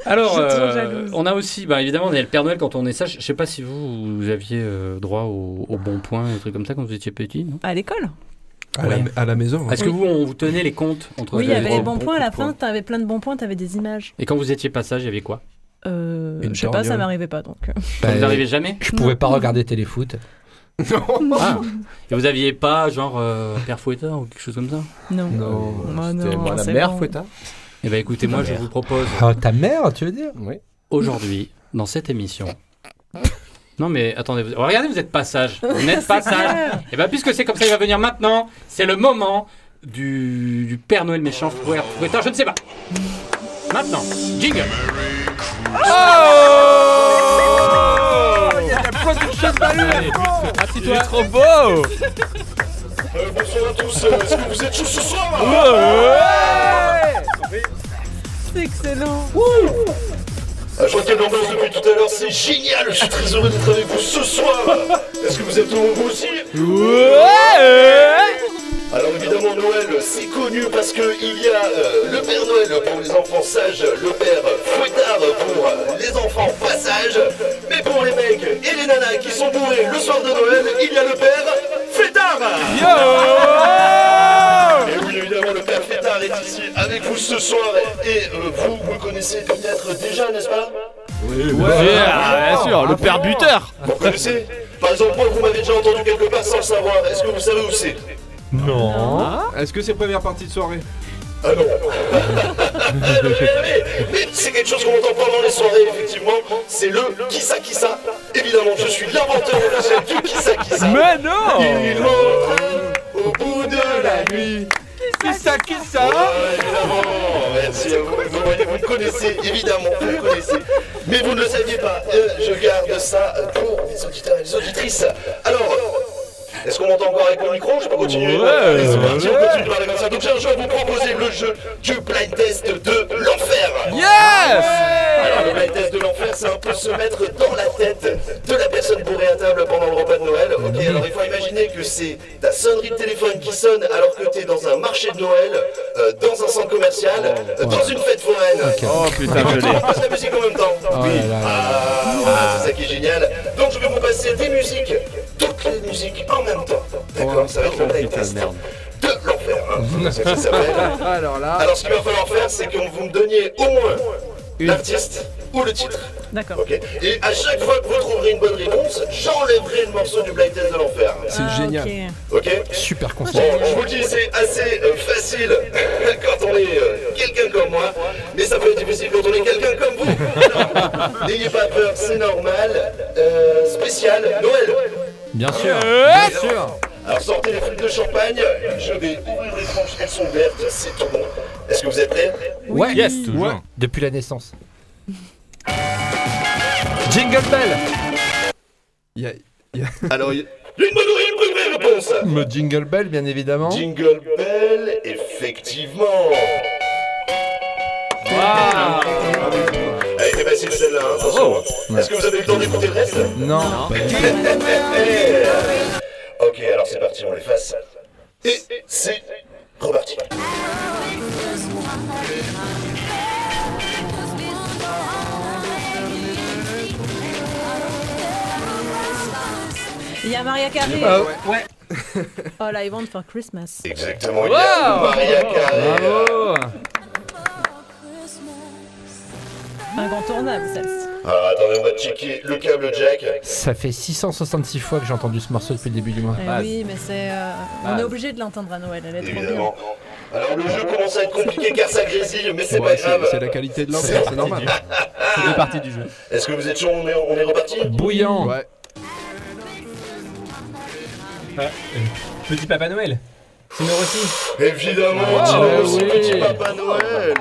Speaker 2: Alors,
Speaker 3: Je suis trop
Speaker 2: euh,
Speaker 3: jalouse.
Speaker 2: on a aussi, bah, évidemment, on est le Père Noël quand on est sage. Je sais pas si vous, vous aviez euh, droit au, au bon point, des trucs comme ça quand vous étiez petit. non
Speaker 5: À l'école
Speaker 7: À, la, à la
Speaker 3: hein.
Speaker 7: maison.
Speaker 2: Est-ce que
Speaker 7: Oui.
Speaker 2: vous, on vous tenait les comptes entre
Speaker 5: Oui, il y avait les
Speaker 2: bons
Speaker 5: bons points à la fin, t'avais plein de bons points, t'avais des images.
Speaker 2: Et quand vous étiez pas sage, il y avait quoi
Speaker 5: Euh,
Speaker 2: Une
Speaker 5: je sais pas, ça
Speaker 2: torgnole.
Speaker 5: m'arrivait pas donc.
Speaker 2: Ça vous arrivait jamais
Speaker 3: Bah, Je pouvais pas regarder téléfoot.
Speaker 2: Ah. Et vous aviez pas, genre, euh, Père Fouettard ou quelque chose comme ça
Speaker 5: Non.
Speaker 3: Non,
Speaker 5: Moi,
Speaker 3: c'était
Speaker 5: non,
Speaker 3: moi, la
Speaker 5: c'est
Speaker 3: mère
Speaker 5: bon.
Speaker 3: Fouettard.
Speaker 2: Eh ben écoutez, moi,
Speaker 3: Ta
Speaker 2: je
Speaker 3: mère.
Speaker 2: vous propose
Speaker 3: Ah, ta mère, tu veux dire
Speaker 2: aujourd'hui, dans cette émission. Non mais attendez, vous- regardez, vous êtes pas sage. Vous n'êtes
Speaker 5: (laughs)
Speaker 2: pas
Speaker 5: C'est
Speaker 2: sage.
Speaker 5: clair.
Speaker 2: Et bien puisque c'est comme ça, il va venir maintenant. C'est le moment du, du Père Noël méchant. Fouet- Fouettard, je ne sais pas. Maintenant, jingle.
Speaker 3: Il y a la pointe d'une chaise ballue.
Speaker 2: Il
Speaker 15: est
Speaker 2: trop
Speaker 15: beau
Speaker 19: Bonsoir à tous, euh, est-ce que vous êtes chaud ce soir
Speaker 5: C'est excellent.
Speaker 19: Ah, Je vois qu'il y a de l'ambiance depuis tout à l'heure, c'est génial, je suis très heureux d'être avec vous ce soir Est-ce que vous êtes heureux vous aussi Alors évidemment Noël, c'est connu parce que il y a euh, le Père Noël pour les enfants sages, le Père Fouettard pour euh, les enfants pas sages, mais pour les mecs et les nanas qui sont bourrés le soir de Noël, il y a le Père Fouettard Et oui évidemment le Père Fouettard est ici avec vous ce soir et euh, vous, vous le connaissez peut-être déjà, n'est-ce pas
Speaker 15: Oui,
Speaker 19: Ah,
Speaker 15: bien sûr, le père buteur
Speaker 19: Vous connaissez Par exemple, moi, vous m'avez déjà entendu quelque part sans le savoir. Est-ce que vous savez où c'est
Speaker 7: Non. Ah, Est-ce que c'est première partie de soirée
Speaker 19: Ah non. Mais, mais c'est quelque chose qu'on entend pendant les soirées, effectivement. C'est le qui ça qui ça. Évidemment, je suis l'inventeur officiel du qui ça qui ça.
Speaker 15: Mais non
Speaker 19: Il rentre au bout de la nuit. Qui ça qui ça Évidemment, merci à vous. Vous, voyez, vous le connaissez, évidemment, vous le connaissez. Mais vous ne le saviez pas. Euh, je garde ça pour les auditeurs et les auditrices. Alors, est-ce qu'on m'entend encore avec mon micro Je peux continuer
Speaker 15: Ouais,
Speaker 19: Allez, c'est parti,
Speaker 15: ouais.
Speaker 19: on continue de parler comme ça. Donc j'ai un jeu à vous proposer, le jeu du blind test de l'enfer
Speaker 15: Yes
Speaker 19: Alors le blind test de l'enfer, c'est un peu se mettre dans la tête de la personne bourrée à table pendant le repas de Noël. Ok, alors il faut imaginer que c'est ta sonnerie de téléphone qui sonne alors que t'es dans un marché de Noël, euh, dans un centre commercial, euh, dans une fête foraine.
Speaker 15: Oh putain, je l'ai.
Speaker 19: On passe la musique en même temps. oui. Ah, voilà, c'est ça qui est génial. Donc je vais vous passer des musiques, toutes les musiques en même temps. D'accord, ça va être le blind test de l'enfer. hein. C'est ce que
Speaker 6: (laughs)
Speaker 19: (laughs) ça s'appelle.
Speaker 3: Alors là.
Speaker 19: Alors ce qu'il va falloir faire, c'est que vous me donniez au moins l'artiste ou le titre.
Speaker 5: D'accord.
Speaker 19: Ok. Et à chaque fois que vous trouverez une bonne réponse, j'enlèverai le morceau du blind test de l'enfer.
Speaker 3: C'est génial.
Speaker 19: Ok
Speaker 3: Super
Speaker 19: Bon,
Speaker 3: euh,
Speaker 19: je vous le dis, c'est assez euh, facile (laughs) quand on est euh, quelqu'un comme moi, mais ça peut être difficile quand on est quelqu'un comme vous. Alors, N'ayez pas peur, c'est normal. Euh, spécial Noël.
Speaker 3: Bien sûr.
Speaker 19: Bien sûr. Alors sortez les flûtes de champagne, je vais ouvrir les tranches, elles sont vertes, c'est tout bon. Est-ce que vous êtes prêts
Speaker 3: Ouais.
Speaker 19: Yes, toujours.
Speaker 3: Ouais. Depuis la naissance. Jingle Bell.
Speaker 19: Alors, il y a une bonne ou une bonne réponse
Speaker 3: Le Jingle Bell, bien évidemment.
Speaker 19: Jingle Bell, effectivement.
Speaker 7: Ah.
Speaker 19: Ah, Elle était facile celle-là, hein, attention.
Speaker 7: Oh.
Speaker 19: Est-ce que vous avez eu le temps d'écouter le reste
Speaker 3: Non.
Speaker 19: Ok, alors c'est parti, on les fasse. Et c'est reparti.
Speaker 5: Il y a Maria Carré. Oh,
Speaker 19: Ah
Speaker 5: ouais. All I Want for Christmas.
Speaker 19: Exactement, il y a Maria Carré.
Speaker 5: Incontournable celle-ci.
Speaker 19: Alors attendez, on va checker le câble jack.
Speaker 3: Ça fait 666 fois que j'ai entendu ce morceau depuis le début du mois.
Speaker 5: Eh oui, mais c'est. euh, on est
Speaker 3: Base.
Speaker 5: obligé de l'entendre à Noël, elle est trop bien.
Speaker 19: Évidemment. Alors le jeu commence à être compliqué car ça grésille, mais c'est pas grave.
Speaker 7: C'est la qualité de l'enfer, c'est normal.
Speaker 19: C'est une
Speaker 7: partie du jeu.
Speaker 19: Est-ce que vous êtes chaud on est, on est reparti
Speaker 3: Bouillant.
Speaker 7: Ouais.
Speaker 9: Ah, euh, Petit Papa Noël. C'est nous aussi.
Speaker 19: Évidemment,
Speaker 9: Wow.
Speaker 19: Tino Rossi,
Speaker 9: Ouais.
Speaker 19: petit Papa Noël.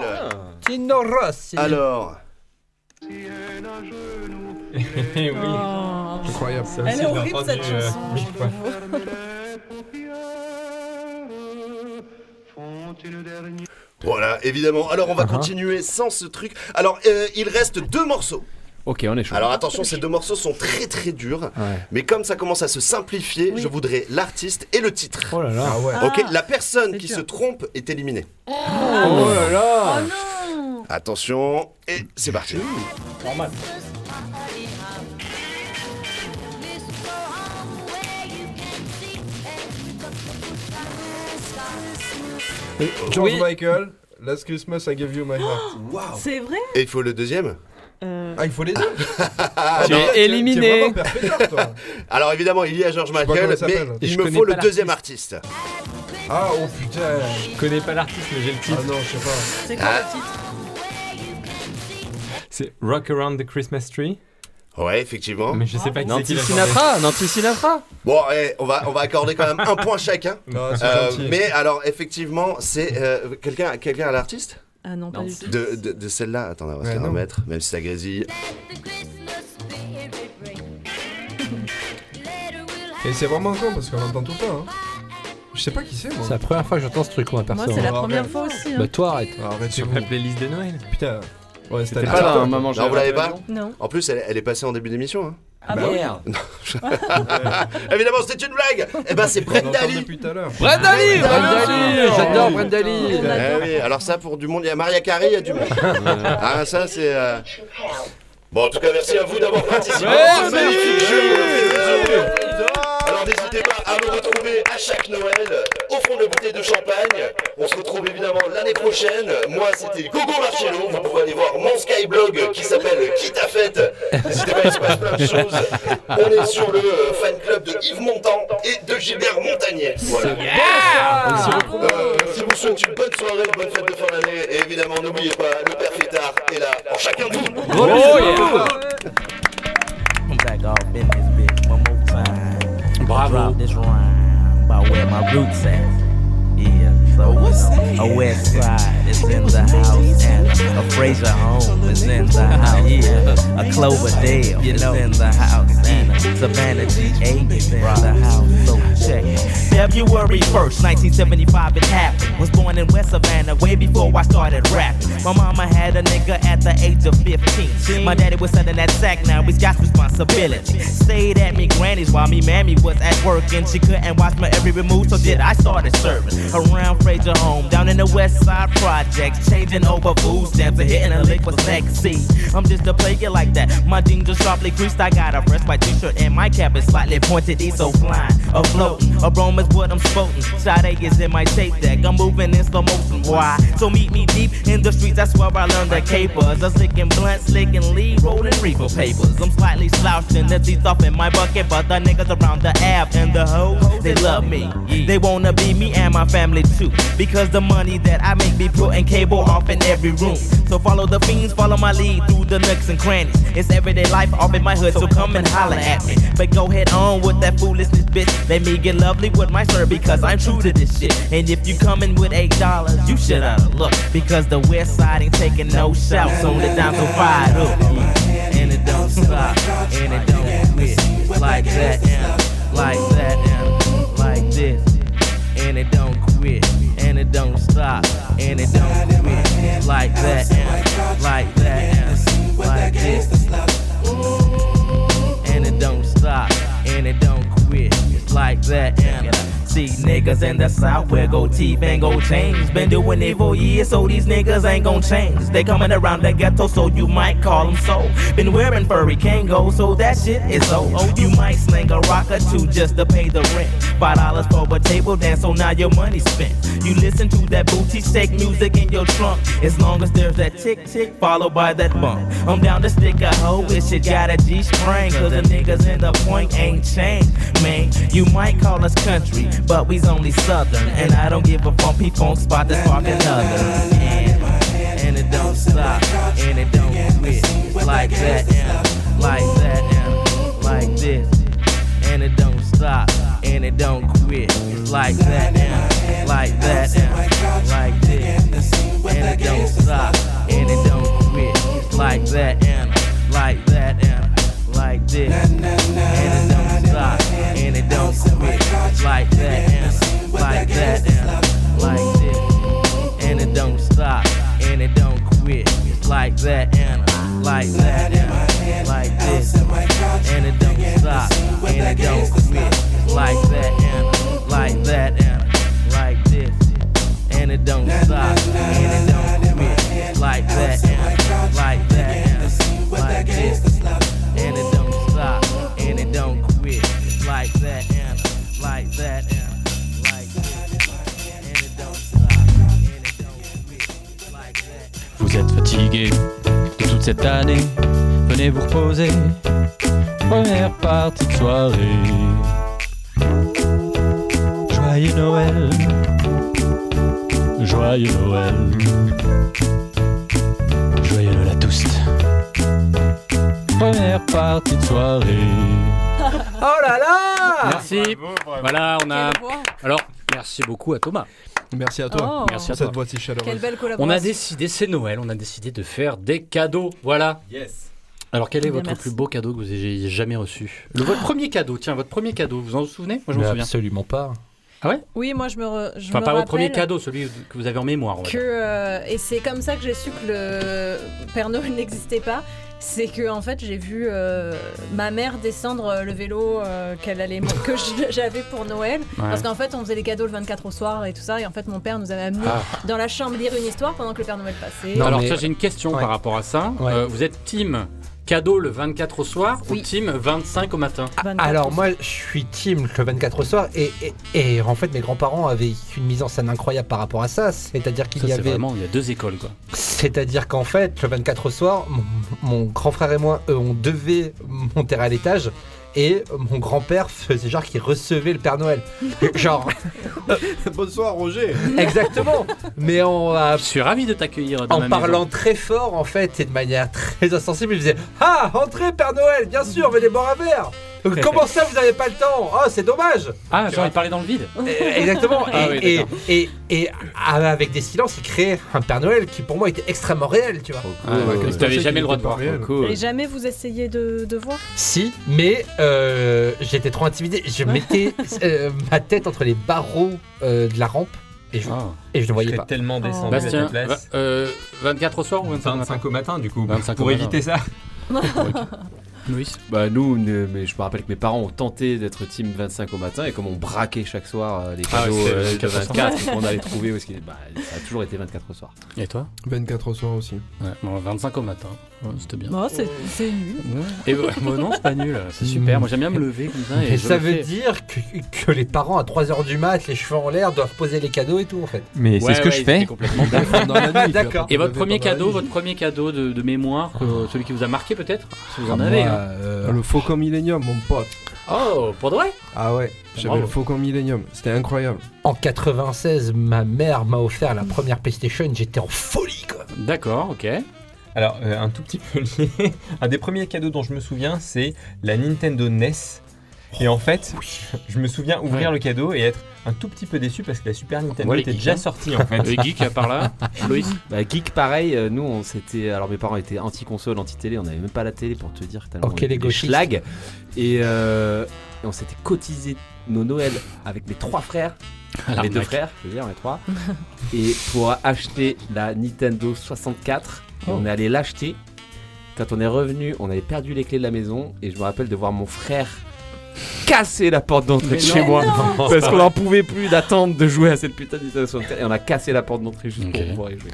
Speaker 3: Tino Rossi.
Speaker 19: Alors.
Speaker 9: Eh oui.
Speaker 5: Oh.
Speaker 7: Incroyable.
Speaker 5: Elle est horrible cette chanson.
Speaker 19: Voilà, évidemment. Alors,
Speaker 7: Uh-huh.
Speaker 19: on va continuer sans ce truc. Alors, euh, il reste deux morceaux.
Speaker 4: Ok, on est chaud.
Speaker 19: Alors, attention, ces deux morceaux sont très très durs. Mais comme ça commence à se simplifier, je voudrais l'artiste et le titre. Oh là là.
Speaker 7: Ah
Speaker 19: Ok, la personne qui se trompe est éliminée.
Speaker 6: Oh là là
Speaker 19: Attention, et c'est parti.
Speaker 6: Normal.
Speaker 7: Et George
Speaker 19: Oui.
Speaker 7: Michael, Last Christmas I Gave You My Heart.
Speaker 5: C'est vrai
Speaker 19: Et il faut le deuxième
Speaker 7: Ah, il faut les
Speaker 19: (laughs)
Speaker 7: deux
Speaker 19: non.
Speaker 7: Tu es éliminé. vraiment perfecteur, toi.
Speaker 19: Alors évidemment, il y a George
Speaker 7: sais pas comment
Speaker 19: Michael,
Speaker 7: il
Speaker 19: mais
Speaker 7: s'appelle. Et
Speaker 19: il
Speaker 7: je
Speaker 19: me
Speaker 7: connais
Speaker 19: faut
Speaker 7: pas
Speaker 19: le
Speaker 7: l'artiste.
Speaker 19: deuxième artiste.
Speaker 7: Ah, oh putain
Speaker 9: Je connais pas l'artiste, mais j'ai le titre.
Speaker 7: Ah non, je sais pas.
Speaker 5: C'est quoi le
Speaker 19: Ah.
Speaker 5: titre
Speaker 9: C'est Rock Around the Christmas Tree
Speaker 19: Ouais, effectivement.
Speaker 9: Mais je sais pas qui c'est qui
Speaker 19: Ah, Nancy
Speaker 9: l'a
Speaker 19: Sinatra,
Speaker 9: chanté.
Speaker 19: Nancy Oh. Bon, eh, on, va, on va accorder quand même un
Speaker 9: (laughs)
Speaker 19: point chacun. Euh,
Speaker 7: Non, c'est gentil.
Speaker 19: mais alors, effectivement, c'est euh, quelqu'un quelqu'un à l'artiste
Speaker 5: Ah non, pas du tout.
Speaker 19: de, de, de celle-là. Attendez, on va se
Speaker 7: Ouais,
Speaker 19: la
Speaker 7: non.
Speaker 19: remettre, même si ça grésille.
Speaker 9: Ah,
Speaker 7: Et c'est vraiment con parce qu'on l'entend tout le temps. hein. Je sais pas qui c'est, moi.
Speaker 3: C'est la première fois que j'entends ce truc, moi, perso.
Speaker 7: c'est la première fois aussi, hein. Bah,
Speaker 3: toi, arrête.
Speaker 7: Arrête,
Speaker 3: Sur
Speaker 7: ma
Speaker 9: playlist de Noël.
Speaker 7: Putain. Ouais, c'était
Speaker 19: C'était
Speaker 7: la-
Speaker 19: pas
Speaker 7: Attends,
Speaker 19: là, maman, Non, vous l'avez pas
Speaker 7: Non.
Speaker 19: En plus, elle, elle est passée en début d'émission. Hein.
Speaker 9: Bah
Speaker 7: Ah bon Merde.
Speaker 19: Non, je- (laughs) Évidemment, c'était une blague Eh ben, c'est Brenda Lee
Speaker 7: Depuis tout à l'heure.
Speaker 19: Brenda Lee
Speaker 7: Brenda Lee, j'adore
Speaker 19: Brenda Lee
Speaker 7: On adore.
Speaker 19: Eh Alors ça, pour du monde, il y a Maria Carey, il y a du monde. ah, ça, c'est... euh, Bon, en tout cas, merci à vous d'avoir participé.
Speaker 6: Merci.
Speaker 19: C'est magnifique, je vous fais des bisous. Alors n'hésitez pas à me retrouver à chaque Noël au fond de la bouteille de champagne. On se retrouve évidemment l'année prochaine. Moi, c'était Gogo Marcello. Vous pouvez aller voir mon skyblog qui s'appelle Quitte à fête. N'hésitez pas, il se passe plein de choses. On est sur le euh, fan club de Yves Montand et de Gilbert Montagnier. Voilà. Euh, je vous souhaite une bonne soirée, une bonne fête de fin d'année. Et évidemment, n'oubliez pas, le père Fétard est là pour chacun de vous.
Speaker 6: Gros bisous.
Speaker 20: I'm back off in this bitch one more time.
Speaker 6: Bravo.
Speaker 20: Drop this rhyme by where my roots at. Yeah, so you know, a west side is in the house and a Fraser home is in the house. Yeah, a Cloverdale is in the house and a Savannah G8 is in the house. So check.
Speaker 21: February 1st, 1975, it happened. Was born in West Savannah way before I started rapping. My mama had a nigga at the age of 15. My daddy was sending that sack, now he's got responsibility. Stayed at me granny's while me mammy was at work, and she couldn't watch my every move, so did I started serving. Around Fraser home, down in the West Side Projects, changing over food stamps and hitting a lick was sexy. I'm just a player like that. My jeans are sharply creased, I got a fresh white t-shirt, and my cap is slightly pointed, east so flying, afloat. Aromas what I'm spoken. Side A is in my tape deck. I'm moving in slow motion. Why? So meet me deep in the streets. That's where I learned the capers. I'm slicking blunt, slicking lead, rolling reefer papers. I'm slightly slouched and the teeth off in my bucket, but the niggas around the app and the hoes they love me. They wanna be me and my family too, because the money that I make be putting cable off in every room. So follow the fiends, follow my lead through the nooks and crannies. It's everyday life off in my hood, so come and holler at me. But go head on with that foolishness, bitch. Let me get lovely with my sir because I'm true to this shit. And if you coming with eight dollars, you should have look because the West Side ain't taking no shouts on the dime so fired up. And it don't stop, and it don't quit like that, and like that, and like this, and it don't quit, and it don't stop, and it don't quit like that, and like that, and like this, and it don't stop, and it don't quit like that, and see niggas in the south where go teeth and go chains been doing it for years, so these niggas ain't gon' change. They coming around the ghetto, so you might call them so. Been wearing furry kango, so that shit is so. Oh, you might sling a rock or two just to pay the rent. Five dollars for a table dance, so now your money's spent. You listen to that boutique shake music in your trunk. As long as there's that tick tick followed by that bump. I'm down to stick a hoe if shit got a G string. Cause the niggas in the point ain't changed, man. You might call us country, but we's only southern. And I don't give a bumpy funk spot to spark another. And, and it don't (laughs) stop, and it don't quit. Like that, and like that, and like this. And it don't stop, and it don't quit. Like that, and like that, and like this. And it don't stop, and it don't quit. Like that, and like that, and like this. And it don't stop, and it don't quit. Like that, and like that, and like this. like that, and I like that, and I like this, and it don't stop, and it don't quit, like that, and I like that, and I like this, and it don't stop, and it don't quit, like that, and I like that, and I like this, and it don't stop, and it don't quit, like that, and I like that, and I like this, and it don't stop, and it don't quit, like that.
Speaker 1: Vous êtes fatigué de toute cette année, venez vous reposer. Première partie de soirée. Joyeux Noël, joyeux Noël, joyeux Noël à tous. Première partie de soirée.
Speaker 3: Oh là là
Speaker 2: Merci. Voilà, on a.
Speaker 3: Quelle voix.
Speaker 2: Alors, merci beaucoup à Thomas.
Speaker 7: Merci à
Speaker 2: toi.
Speaker 7: toi.
Speaker 2: Merci à
Speaker 7: Cette
Speaker 2: toi.
Speaker 7: voix si chaleureuse.
Speaker 5: Oh. Quelle belle
Speaker 2: On a
Speaker 5: collaboration.
Speaker 2: décidé, c'est Noël, on a décidé de faire des cadeaux. Voilà.
Speaker 5: Yes.
Speaker 2: Alors, quel est
Speaker 5: Eh bien,
Speaker 2: votre
Speaker 5: merci.
Speaker 2: plus beau cadeau que vous ayez jamais reçu Le- Votre premier cadeau, tiens, votre premier cadeau, vous en souvenez Moi, je
Speaker 3: Mais
Speaker 2: m'en souviens.
Speaker 3: Absolument pas.
Speaker 2: Ah ouais
Speaker 5: Oui, moi je me, re- je
Speaker 2: Enfin,
Speaker 5: me
Speaker 2: pas votre
Speaker 5: rappelle
Speaker 2: premier cadeau, celui que vous avez en mémoire. on va
Speaker 5: que
Speaker 2: dire.
Speaker 5: euh, et c'est comme ça que j'ai su que le Père Noël (laughs) n'existait pas. C'est que en fait j'ai vu euh, ma mère descendre euh, le vélo euh, qu'elle allait que je- (laughs) j'avais pour Noël parce qu'en fait on faisait les cadeaux le 24 au soir et tout ça et en fait mon père nous avait amené
Speaker 2: Ah.
Speaker 5: dans la chambre lire une histoire pendant que le Père Noël passait.
Speaker 2: Alors, tiens, j'ai une question par rapport à ça. Euh, vous êtes team cadeau le 24 au soir ou team 25 au matin
Speaker 5: Ah,
Speaker 3: Alors moi, je suis team le 24 au soir et, et- et en fait mes grands-parents avaient une mise en scène incroyable par rapport à ça, c'est-à-dire qu'il
Speaker 2: Ça,
Speaker 3: y
Speaker 2: c'est
Speaker 3: avait
Speaker 2: vraiment, il y a deux écoles, quoi.
Speaker 3: C'est-à-dire qu'en fait, le 24 au soir, mon, mon grand frère et moi, euh, on devait monter à l'étage. Et mon grand-père faisait genre qu'il recevait le Père Noël. Genre.
Speaker 7: (laughs) Bonsoir Roger
Speaker 3: Exactement Mais en.
Speaker 2: Je suis ravi de t'accueillir dans
Speaker 3: En
Speaker 2: ma
Speaker 3: parlant
Speaker 2: maison.
Speaker 3: très fort en fait et de manière très insensible, il faisait Ah, entrez Père Noël, bien sûr, venez boire un verre
Speaker 2: (laughs)
Speaker 3: Comment ça vous n'avez pas le temps Oh, c'est dommage
Speaker 2: Ah, genre, il parlait dans le vide
Speaker 3: euh, Exactement.
Speaker 2: (laughs) Ah
Speaker 3: et,
Speaker 2: oui,
Speaker 3: et-
Speaker 2: d'accord.
Speaker 3: et, et, ah, avec des silences, il créait un Père Noël qui pour moi était extrêmement réel, tu vois.
Speaker 2: Ah, ouais, ouais, t'avais jamais le droit de voir.
Speaker 5: Et jamais vous essayez de, de voir
Speaker 3: Si, mais euh, j'étais trop intimidé. Je mettais euh, ma tête entre les barreaux euh, de la rampe et je,
Speaker 2: Ah.
Speaker 3: et je ne voyais pas.
Speaker 5: Oh.
Speaker 2: Oh. Bastien, va- euh, 24 au soir ou 25,
Speaker 9: 25 au matin, du coup,
Speaker 2: 25
Speaker 9: pour
Speaker 2: au matin.
Speaker 9: éviter ça. (laughs)
Speaker 4: (laughs) Bah nous, ne- mais je me rappelle que mes parents ont tenté d'être team 25 au matin et comme on braquait chaque soir euh, les
Speaker 2: Ah ouais,
Speaker 4: cadeaux
Speaker 2: c'était
Speaker 4: euh,
Speaker 2: le
Speaker 4: de 24
Speaker 2: 24.
Speaker 4: qu'on allait trouver, où est-ce qu'il- bah, ça a toujours été 24 au soir.
Speaker 2: Et toi
Speaker 7: 24 au soir aussi.
Speaker 2: Ouais, bon, 25 au matin, Ouais, c'était bien.
Speaker 5: Oh, c'est- c'est nul.
Speaker 2: Et ouais, bon, non, c'est pas nul, c'est super. Moi j'aime bien me lever comme ça. Et
Speaker 3: Mais
Speaker 2: je
Speaker 3: ça
Speaker 2: le
Speaker 3: veut
Speaker 2: fais.
Speaker 3: dire que, que les parents à 3h du mat, les cheveux en l'air, doivent poser les cadeaux et tout en fait.
Speaker 9: Mais c'est
Speaker 2: Ouais,
Speaker 9: ce que
Speaker 2: ouais,
Speaker 9: je
Speaker 2: c'était
Speaker 9: fais.
Speaker 2: complètement
Speaker 3: (laughs) Dans la nuit, tu vois,
Speaker 2: D'accord.
Speaker 3: pas
Speaker 2: Et
Speaker 3: te
Speaker 2: votre
Speaker 3: lever
Speaker 2: premier
Speaker 3: pendant la
Speaker 2: cadeau,
Speaker 3: nuit. Ah.
Speaker 2: votre premier cadeau de, de mémoire, que- celui qui vous a marqué peut-être, si vous en
Speaker 7: Ah,
Speaker 2: avez.
Speaker 7: moi,
Speaker 2: hein.
Speaker 7: euh, Le Faucon Millenium, mon pote.
Speaker 2: Oh, pour de vrai
Speaker 7: Ah ouais, j'avais
Speaker 2: Bravo.
Speaker 7: le Faucon Millenium. C'était incroyable.
Speaker 3: En 96, ma mère m'a offert la première PlayStation, j'étais en folie quoi.
Speaker 2: D'accord, ok.
Speaker 9: Alors, euh, un tout petit peu lié. Un des premiers cadeaux dont je me souviens, c'est la Nintendo NES. Et en fait, je me souviens ouvrir le cadeau et être un tout petit peu déçu parce que la Super Nintendo
Speaker 4: Ouais, les
Speaker 9: était
Speaker 4: geeks,
Speaker 9: déjà
Speaker 4: hein. (laughs)
Speaker 9: sortie en fait. (laughs)
Speaker 4: Bah, geek pareil, euh, nous on s'était. Alors mes parents étaient anti-console, anti-télé, on n'avait même pas la télé pour te dire
Speaker 9: Oh,
Speaker 4: tellement
Speaker 3: Ok,
Speaker 4: on
Speaker 3: les
Speaker 4: était des
Speaker 3: gauchistes.
Speaker 4: schlags. Et euh, et on s'était cotisé nos Noël avec mes trois frères.
Speaker 2: L'arnaque.
Speaker 4: Les deux frères, je veux dire, les (laughs) trois. et pour acheter la Nintendo 64,
Speaker 9: Oh.
Speaker 4: on est allé l'acheter. Quand on est revenu, on avait perdu les clés de la maison. Et je me rappelle de voir mon frère casser la porte d'entrée
Speaker 9: Mais
Speaker 4: de chez
Speaker 9: non.
Speaker 4: moi.
Speaker 9: Non.
Speaker 4: (laughs) parce qu'on n'en pouvait plus d'attendre de jouer à cette putain de Nintendo 64. Et on a cassé la porte d'entrée juste pour pouvoir y jouer.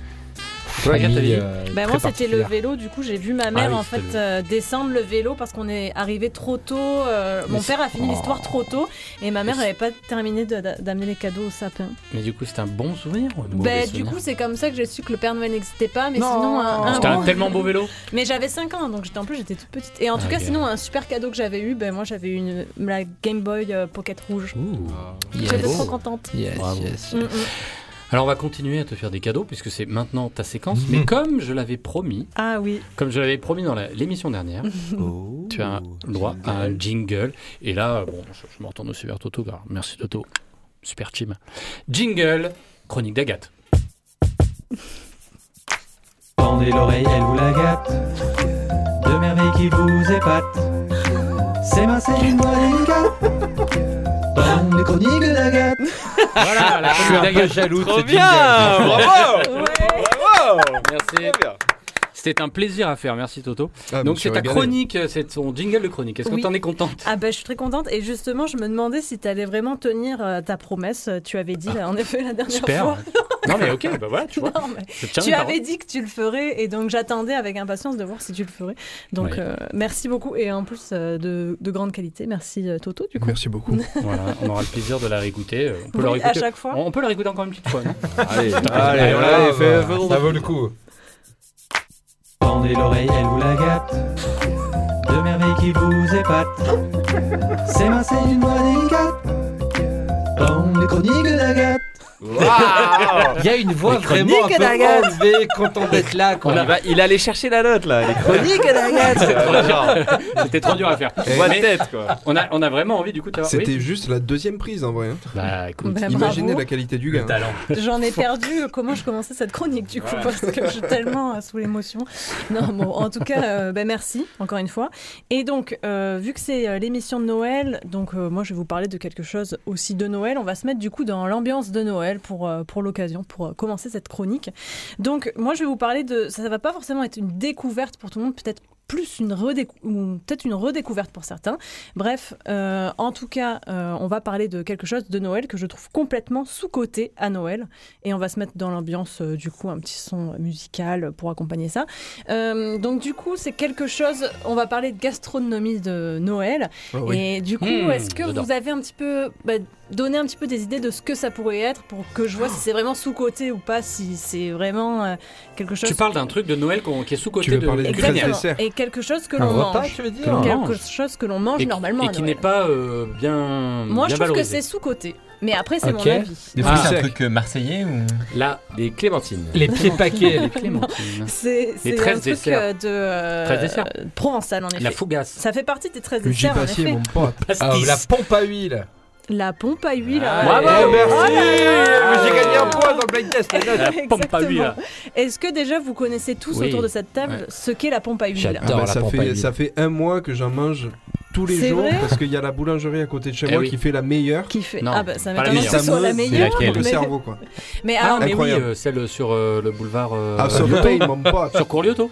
Speaker 4: Toi, Agathe, t'avais dit
Speaker 2: Euh,
Speaker 5: Bah moi c'était le vélo du coup j'ai vu ma
Speaker 2: Ah
Speaker 5: mère
Speaker 4: oui,
Speaker 5: en
Speaker 4: c'était
Speaker 5: fait
Speaker 4: le
Speaker 5: euh, descendre le vélo parce qu'on est arrivé trop tôt euh,
Speaker 2: Mais
Speaker 5: mon
Speaker 2: c'est-
Speaker 5: père a fini
Speaker 2: Oh.
Speaker 5: l'histoire trop tôt et ma mère n'avait pas terminé de- d'a- d'amener les cadeaux au sapin.
Speaker 2: Mais du coup, c'est un bon souvenir ou un mauvais
Speaker 5: Bah du
Speaker 2: souvenir
Speaker 5: coup c'est comme ça que j'ai su que le Père Noël n'existait pas mais sinon un,
Speaker 2: C'était un
Speaker 5: bon-
Speaker 2: tellement beau vélo.
Speaker 5: Mais j'avais 5 ans donc j'étais en plus j'étais toute petite et en tout
Speaker 2: Oh. Ah,
Speaker 5: cas
Speaker 2: ok.
Speaker 5: sinon un super cadeau que j'avais eu ben moi j'avais eu une la Game Boy euh, Pocket rouge. J'étais
Speaker 2: Yes.
Speaker 5: trop contente.
Speaker 2: Bravo.
Speaker 5: Mm, mm.
Speaker 2: Alors on va continuer à te faire des cadeaux puisque c'est maintenant ta séquence. Mais comme je l'avais promis,
Speaker 5: Ah oui.
Speaker 2: comme je l'avais promis dans la-
Speaker 5: (laughs)
Speaker 2: l'émission dernière, tu as le droit à un jingle. Et là, bon, je, je me retourne aussi vers Toto. car merci Toto, super team. Jingle, chronique d'Agathe.
Speaker 1: Pendez l'oreille, elle vous la gâte. De merveilles qui vous épatent. C'est ma c'est une délicate. Dans les chroniques d'Agathe.
Speaker 4: (laughs)
Speaker 2: Voilà,
Speaker 4: Ah,
Speaker 2: la
Speaker 1: Je suis
Speaker 2: chronique
Speaker 1: un peu
Speaker 2: d'Agathe.
Speaker 1: jaloux de Trop ce bien, jingle. bravo.
Speaker 2: Bravo Merci. C'était un plaisir à faire. Merci Toto.
Speaker 7: mais
Speaker 2: Donc
Speaker 7: je
Speaker 2: c'est
Speaker 7: suis
Speaker 2: ta
Speaker 7: régalé.
Speaker 2: chronique, c'est ton jingle de chronique. Est-ce
Speaker 5: Oui.
Speaker 2: que t'en es contente
Speaker 5: (laughs) Ah bah je suis très contente et justement je me demandais si t'allais vraiment tenir euh, ta promesse. Tu avais dit
Speaker 2: Ah.
Speaker 5: là, en effet la dernière fois.
Speaker 2: non mais ok, bah voilà, tu vois.
Speaker 5: Non, mais
Speaker 2: Je tiens
Speaker 5: tu
Speaker 2: mes paroles.
Speaker 5: avais dit que tu le ferais et donc j'attendais avec impatience de voir si tu le ferais. Donc
Speaker 2: Ouais.
Speaker 5: euh, merci beaucoup et en plus euh, de, de grande qualité. Merci euh, Toto du coup. (laughs)
Speaker 7: Merci beaucoup.
Speaker 2: voilà, on aura le plaisir de la réécouter. euh, On peut la
Speaker 5: Oui, à
Speaker 2: réécouter.
Speaker 5: chaque fois.
Speaker 2: On peut la réécouter encore une petite fois. non
Speaker 7: Allez,
Speaker 2: allez,
Speaker 7: allez,
Speaker 2: voilà,
Speaker 7: fais-
Speaker 2: bah,
Speaker 7: ça vaut le coup.
Speaker 1: Pendez l'oreille, elle vous la gâte. De merveilles qui vous épatent. C'est mincé d'une voix délicate. Dans les chroniques d'Agathe.
Speaker 3: Il y a une voix
Speaker 1: Les
Speaker 3: vraiment un
Speaker 1: chroniques
Speaker 3: peu
Speaker 1: d'Agathe.
Speaker 3: enlevée, content d'être là. Quoi.
Speaker 1: On a- bah,
Speaker 3: il allait chercher la note là.
Speaker 1: chroniques d'Agathe.
Speaker 2: C'était trop
Speaker 3: Ah,
Speaker 2: dur. C'était trop dur à faire.
Speaker 7: Voix de
Speaker 2: Mais
Speaker 7: tête, quoi.
Speaker 2: On a, on a vraiment envie du coup de savoir.
Speaker 7: Eh, C'était
Speaker 2: oui.
Speaker 7: juste la deuxième prise en vrai. hein.
Speaker 2: Bah, écoute.
Speaker 5: Bah,
Speaker 7: Imaginez
Speaker 5: bravo.
Speaker 7: la qualité du gars. hein.
Speaker 5: (laughs) J'en ai perdu euh, comment je commençais cette chronique du coup
Speaker 7: Ouais.
Speaker 5: parce que je suis tellement euh, sous l'émotion. Non, bon, en tout cas, euh, ben, merci encore une fois. Et donc, euh, vu que c'est euh, l'émission de Noël, donc euh, moi je vais vous parler de quelque chose aussi de Noël. On va se mettre du coup dans l'ambiance de Noël pour, euh, pour l'occasion, pour euh, commencer cette chronique. Donc, moi je vais vous parler de. Ça, ça va pas forcément être une découverte pour tout le monde, peut-être plus une, redécou- ou peut-être une redécouverte pour certains. Bref, euh, en tout cas, euh, on va parler de quelque chose de Noël que je trouve complètement sous-coté à Noël. Et on va se mettre dans l'ambiance, euh, du coup, un petit son musical pour accompagner ça. Euh, donc, du coup, c'est quelque chose. On va parler de gastronomie de Noël.
Speaker 13: Ah oui.
Speaker 5: Et du coup,
Speaker 13: Mmh,
Speaker 5: est-ce que
Speaker 13: j'adore.
Speaker 5: vous avez un petit peu bah, donné un petit peu des idées de ce que ça pourrait être pour que je vois si c'est vraiment sous-coté ou pas, si c'est vraiment euh, quelque chose.
Speaker 2: Tu parles d'un truc de Noël qu'on- qui est sous côté
Speaker 7: Tu veux
Speaker 2: de.
Speaker 7: parler du
Speaker 2: culinaire.
Speaker 5: Exactement. Et quelque chose que
Speaker 2: Un
Speaker 5: l'on
Speaker 2: repas,
Speaker 5: mange.
Speaker 2: tu veux dire
Speaker 5: Quelque
Speaker 2: Que l'on mange.
Speaker 5: chose que l'on mange
Speaker 2: Et-
Speaker 5: normalement.
Speaker 2: Et
Speaker 5: à
Speaker 2: qui
Speaker 5: Noël.
Speaker 2: n'est pas euh, bien.
Speaker 5: Moi, je
Speaker 2: bien
Speaker 5: trouve
Speaker 2: valorisé.
Speaker 5: que c'est sous-coté. Mais après, c'est
Speaker 9: Ok.
Speaker 5: mon avis.
Speaker 9: Des
Speaker 2: Ah.
Speaker 9: fois, c'est
Speaker 2: Sec.
Speaker 9: un truc euh, marseillais ou
Speaker 2: Là, des clémentines.
Speaker 9: Les pieds paquets.
Speaker 5: (laughs)
Speaker 2: les clémentines.
Speaker 5: C'est
Speaker 2: Les
Speaker 5: c'est un
Speaker 2: 13
Speaker 5: truc
Speaker 2: desserts.
Speaker 5: euh, de euh,
Speaker 2: 13 desserts.
Speaker 5: provençal, en effet.
Speaker 2: La fougasse.
Speaker 5: Ça fait partie des 13
Speaker 3: Le
Speaker 5: desserts, en
Speaker 3: gypassier,
Speaker 5: effet.
Speaker 3: mon pote. Ah, la pompe à huile.
Speaker 5: La pompe à huile.
Speaker 3: Ah,
Speaker 5: euh,
Speaker 3: eh, merci.
Speaker 5: oh là là
Speaker 3: J'ai gagné un point dans le blind
Speaker 5: (laughs)
Speaker 3: test. les notes.
Speaker 5: Exactement. Est-ce que déjà vous connaissez tous
Speaker 7: Oui.
Speaker 5: autour de cette table
Speaker 7: Ouais.
Speaker 5: ce qu'est la pompe à huile
Speaker 7: Ah bah, ça, fait, ça fait un mois que j'en mange tous les
Speaker 5: C'est
Speaker 7: jours
Speaker 5: vrai
Speaker 7: parce qu'il y a la boulangerie à côté de chez
Speaker 5: Eh
Speaker 7: moi
Speaker 5: oui.
Speaker 7: qui fait la meilleure.
Speaker 5: Qui fait Ah bah ça m'étonne que ce soit la
Speaker 7: C'est
Speaker 5: meilleure.
Speaker 7: laquelle Le
Speaker 5: (laughs) mais-
Speaker 7: cerveau quoi.
Speaker 5: Mais
Speaker 2: Ah,
Speaker 5: alors,
Speaker 2: mais oui,
Speaker 7: Incroyable.
Speaker 2: euh, celle sur euh, le boulevard. euh,
Speaker 7: Ah, sur le
Speaker 2: Lyoto.
Speaker 7: pays, mon pote.
Speaker 2: Sur Cour Lyoto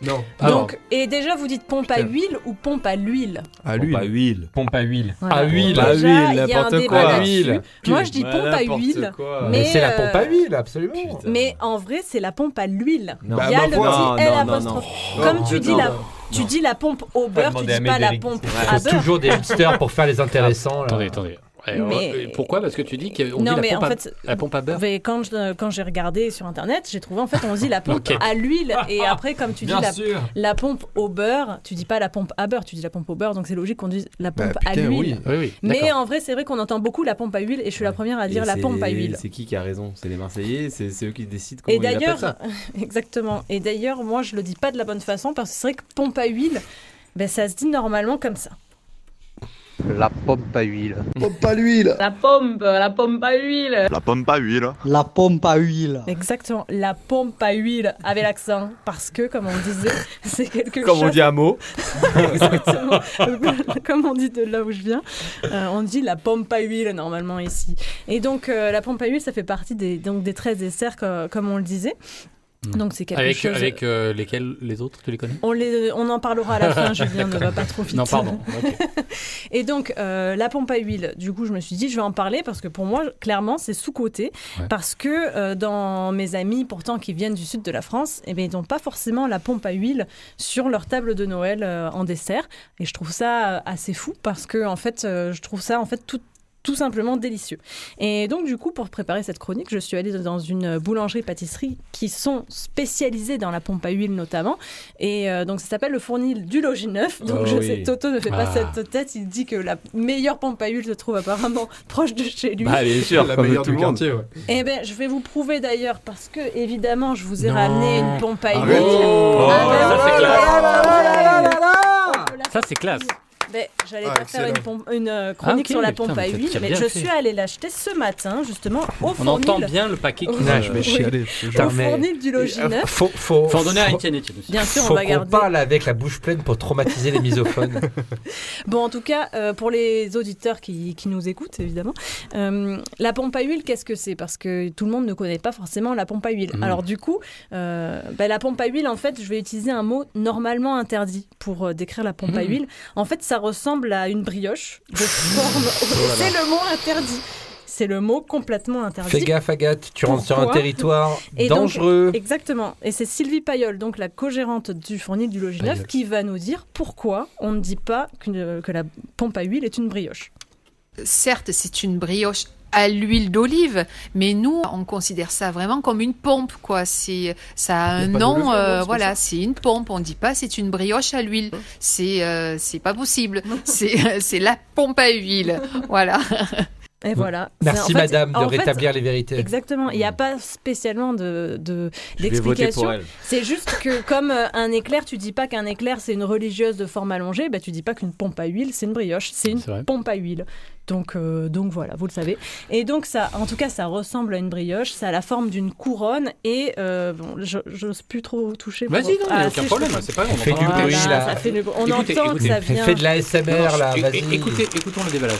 Speaker 7: Non.
Speaker 2: Donc,
Speaker 5: et déjà vous dites pompe à
Speaker 2: Putain.
Speaker 5: huile ou pompe à l'huile
Speaker 7: À l'huile.
Speaker 9: à
Speaker 2: huile.
Speaker 9: Pompe à huile.
Speaker 5: Voilà.
Speaker 9: À huile.
Speaker 5: Déjà, il y a un débat
Speaker 9: À
Speaker 5: là-dessus.
Speaker 9: huile.
Speaker 5: Moi, je dis pompe à
Speaker 3: n'importe
Speaker 5: huile,
Speaker 3: quoi.
Speaker 5: mais,
Speaker 3: Mais c'est la
Speaker 5: euh,
Speaker 3: pompe à huile, absolument.
Speaker 5: Mais en vrai, c'est la pompe à l'huile. Il y
Speaker 3: Non.
Speaker 5: a
Speaker 3: Bah, ma
Speaker 5: le
Speaker 3: foi.
Speaker 5: petit L
Speaker 3: Non, non,
Speaker 5: apostrophe.
Speaker 3: non, non.
Speaker 5: Comme
Speaker 3: Non,
Speaker 5: tu
Speaker 3: non,
Speaker 5: dis
Speaker 3: non,
Speaker 5: la
Speaker 3: non.
Speaker 5: tu dis la pompe au beurre, tu
Speaker 3: demander
Speaker 5: dis
Speaker 3: à
Speaker 5: pas la
Speaker 3: Médéric.
Speaker 5: pompe à
Speaker 3: Faut
Speaker 5: beurre.
Speaker 3: toujours
Speaker 5: (laughs)
Speaker 3: des hipsters pour faire les intéressants.
Speaker 2: (laughs)
Speaker 3: là.
Speaker 2: Attendez, attendez. Ouais,
Speaker 5: Mais-
Speaker 2: euh, Pourquoi Parce que tu dis qu'on dit
Speaker 5: Non,
Speaker 2: la
Speaker 5: mais
Speaker 2: pompe,
Speaker 5: en
Speaker 2: à-
Speaker 5: fait,
Speaker 2: la pompe à beurre.
Speaker 5: Mais quand je- quand j'ai regardé sur internet, j'ai trouvé en fait on dit la pompe
Speaker 2: Ok.
Speaker 5: à l'huile et après comme tu dis
Speaker 2: Bien
Speaker 5: la,
Speaker 2: sûr.
Speaker 5: la pompe au beurre, tu dis pas la pompe à beurre, tu dis la pompe au beurre donc c'est logique qu'on dise la
Speaker 3: Bah,
Speaker 4: Ah,
Speaker 5: pompe à l'huile.
Speaker 2: Oui, oui.
Speaker 5: Mais
Speaker 4: d'accord.
Speaker 5: en vrai, c'est vrai qu'on entend beaucoup la pompe à huile et je suis la première à dire
Speaker 4: Et
Speaker 5: la
Speaker 4: c'est-
Speaker 5: pompe à huile.
Speaker 4: C'est qui qui a raison C'est les Marseillais, c'est c'est eux qui décident comment
Speaker 5: Et
Speaker 4: ils appellent
Speaker 5: d'ailleurs,
Speaker 4: ça.
Speaker 5: (laughs) exactement. Et d'ailleurs, moi, je le dis pas de la bonne façon parce que c'est vrai que pompe à huile, ben, ça se dit normalement comme ça.
Speaker 10: La pompe à huile.
Speaker 22: Pompe à l'huile.
Speaker 5: La pompe, la pompe à huile.
Speaker 22: La pompe à huile. La pompe à huile.
Speaker 5: Exactement, la pompe à huile avec l'accent parce que, comme on disait, (laughs) c'est quelque
Speaker 22: Comme
Speaker 5: chose.
Speaker 22: on dit à mot.
Speaker 5: Exactement. (laughs) comme on dit de là où je viens, euh, on dit la pompe à huile normalement ici. Et donc euh, la pompe à huile, ça fait partie des donc des 13 desserts co- comme on le disait. Donc c'est quelque
Speaker 2: Avec,
Speaker 5: chose.
Speaker 2: avec euh, lesquels les autres, tu les connais
Speaker 5: On, les- on en parlera à la
Speaker 2: (laughs)
Speaker 5: fin, Julien, ne va pas trop vite.
Speaker 2: Non,
Speaker 5: (laughs)
Speaker 2: pardon.
Speaker 5: Et donc, euh, la pompe à huile, du coup, je me suis dit, je vais en parler parce que pour moi, clairement, c'est sous-côté.
Speaker 2: Ouais.
Speaker 5: Parce que euh, dans mes amis, pourtant, qui viennent du sud de la France, eh bien, ils n'ont pas forcément la pompe à huile sur leur table de Noël euh, en dessert. Et je trouve ça euh, assez fou parce que, en fait, euh, je trouve ça, en fait, tout tout simplement délicieux. Et donc du coup, pour préparer cette chronique, je suis allée dans une boulangerie-pâtisserie qui sont spécialisées dans la pompe à huile notamment. Et euh, donc ça s'appelle le fournil du Logis Neuf. Donc
Speaker 13: Oh
Speaker 5: je
Speaker 13: oui.
Speaker 5: sais, Toto ne fait pas
Speaker 13: Ah.
Speaker 5: cette de tête, il dit que la meilleure pompe à huile se trouve apparemment (laughs) proche de chez lui.
Speaker 7: Bah, bien sûr, La comme meilleure tout du le monde.
Speaker 3: quartier, ouais.
Speaker 5: Eh bien, je vais vous prouver d'ailleurs, parce que évidemment, je vous ai
Speaker 2: Non.
Speaker 5: ramené une pompe à huile.
Speaker 2: Arrête. Oh,
Speaker 5: Ah, ben
Speaker 2: ça, c'est
Speaker 5: voilà,
Speaker 2: classe.
Speaker 5: voilà, voilà, voilà, voilà.
Speaker 2: Ça, c'est classe.
Speaker 5: Ben, J'allais
Speaker 2: Ah,
Speaker 5: pas faire une,
Speaker 2: excellent. Ah,
Speaker 5: pompe- une, euh, chronique
Speaker 2: ok,
Speaker 5: sur la
Speaker 2: putain,
Speaker 5: pompe à
Speaker 2: mais
Speaker 5: huile,
Speaker 2: t'as
Speaker 5: mais
Speaker 2: bien
Speaker 5: je
Speaker 2: fait.
Speaker 5: suis allée l'acheter ce matin, justement, au
Speaker 2: On
Speaker 5: fournil.
Speaker 2: entend bien le paquet qui
Speaker 5: Ah,
Speaker 2: nage
Speaker 5: je vais chialer, je jure. Au fournil du logis neuf.
Speaker 3: Faut, faut,
Speaker 2: euh, Faut en donner à
Speaker 3: faut-
Speaker 2: Étienne, Étienne aussi.
Speaker 5: Bien sûr, on
Speaker 3: faut
Speaker 5: va
Speaker 3: qu'on
Speaker 5: garder.
Speaker 3: parle avec la bouche pleine pour traumatiser
Speaker 5: (laughs)
Speaker 3: les misophones.
Speaker 5: Bon, en tout cas, euh, pour les auditeurs qui, qui nous écoutent, évidemment, euh, la pompe à huile, qu'est-ce que c'est Parce que tout le monde ne connaît pas forcément la pompe à huile.
Speaker 12: Mhm.
Speaker 5: Alors du coup, euh, bah, la pompe à huile, en fait, je vais utiliser un mot normalement interdit pour euh, décrire la pompe à
Speaker 12: Mhm.
Speaker 5: huile. En fait, ça ressemble à une brioche de
Speaker 3: (laughs)
Speaker 5: forme...
Speaker 3: Oh là là.
Speaker 5: c'est le mot interdit c'est le mot complètement interdit.
Speaker 3: Fais gaffe, Agathe, tu rentres sur
Speaker 5: Ah,
Speaker 3: un
Speaker 5: Pourquoi
Speaker 3: territoire
Speaker 5: Et donc-
Speaker 3: dangereux.
Speaker 5: exactement. Et c'est Sylvie Payol, donc la co-gérante du fournil du Logis
Speaker 3: Payol.
Speaker 5: Neuf, qui va nous dire pourquoi on ne dit pas qu'une- que la pompe à huile est une brioche.
Speaker 23: certes, c'est une brioche à l'huile d'olive, mais nous, on considère ça vraiment comme une pompe, quoi. C'est, ça a
Speaker 12: Il y a pas
Speaker 23: un
Speaker 12: de levier,
Speaker 23: nom,
Speaker 12: non,
Speaker 23: euh,
Speaker 12: c'est
Speaker 23: voilà,
Speaker 12: pour
Speaker 23: c'est une pompe. On dit pas c'est une brioche à l'huile. C'est, euh, c'est
Speaker 12: (laughs)
Speaker 23: pas possible. c'est, euh, c'est la pompe à huile. Voilà.
Speaker 5: Et voilà.
Speaker 3: Merci,
Speaker 5: C'est- en fait-
Speaker 3: madame, de
Speaker 5: en fait,
Speaker 3: rétablir les vérités.
Speaker 5: Exactement. Il n'y a
Speaker 2: Mm.
Speaker 5: pas spécialement de, de-
Speaker 3: Je vais voter pour
Speaker 5: d'explication.
Speaker 3: elle.
Speaker 5: C'est juste que comme euh, un éclair, tu dis pas qu'un éclair c'est une religieuse de forme allongée, bah, tu dis pas qu'une pompe à huile c'est une brioche, c'est une
Speaker 12: C'est vrai.
Speaker 5: pompe à huile. Donc, euh, donc voilà, vous le savez. Et donc ça, en tout cas, ça ressemble à une brioche, ça a la forme d'une couronne et euh, bon, je- j'ose plus trop toucher.
Speaker 2: Vas-y, non,
Speaker 5: Ah,
Speaker 2: mais
Speaker 5: si,
Speaker 2: aucun
Speaker 5: je
Speaker 2: problème,
Speaker 5: peux- Ah,
Speaker 2: c'est pas grave. on
Speaker 3: Fais du
Speaker 2: entend rien.
Speaker 3: bruit, là.
Speaker 5: ça fait le- on
Speaker 2: Écoutez,
Speaker 5: entend que
Speaker 2: écoutez.
Speaker 5: ça vient.
Speaker 3: Fais de la SMR, là,
Speaker 2: É-
Speaker 3: vas-y.
Speaker 2: Écoutez, écoutons le déballage.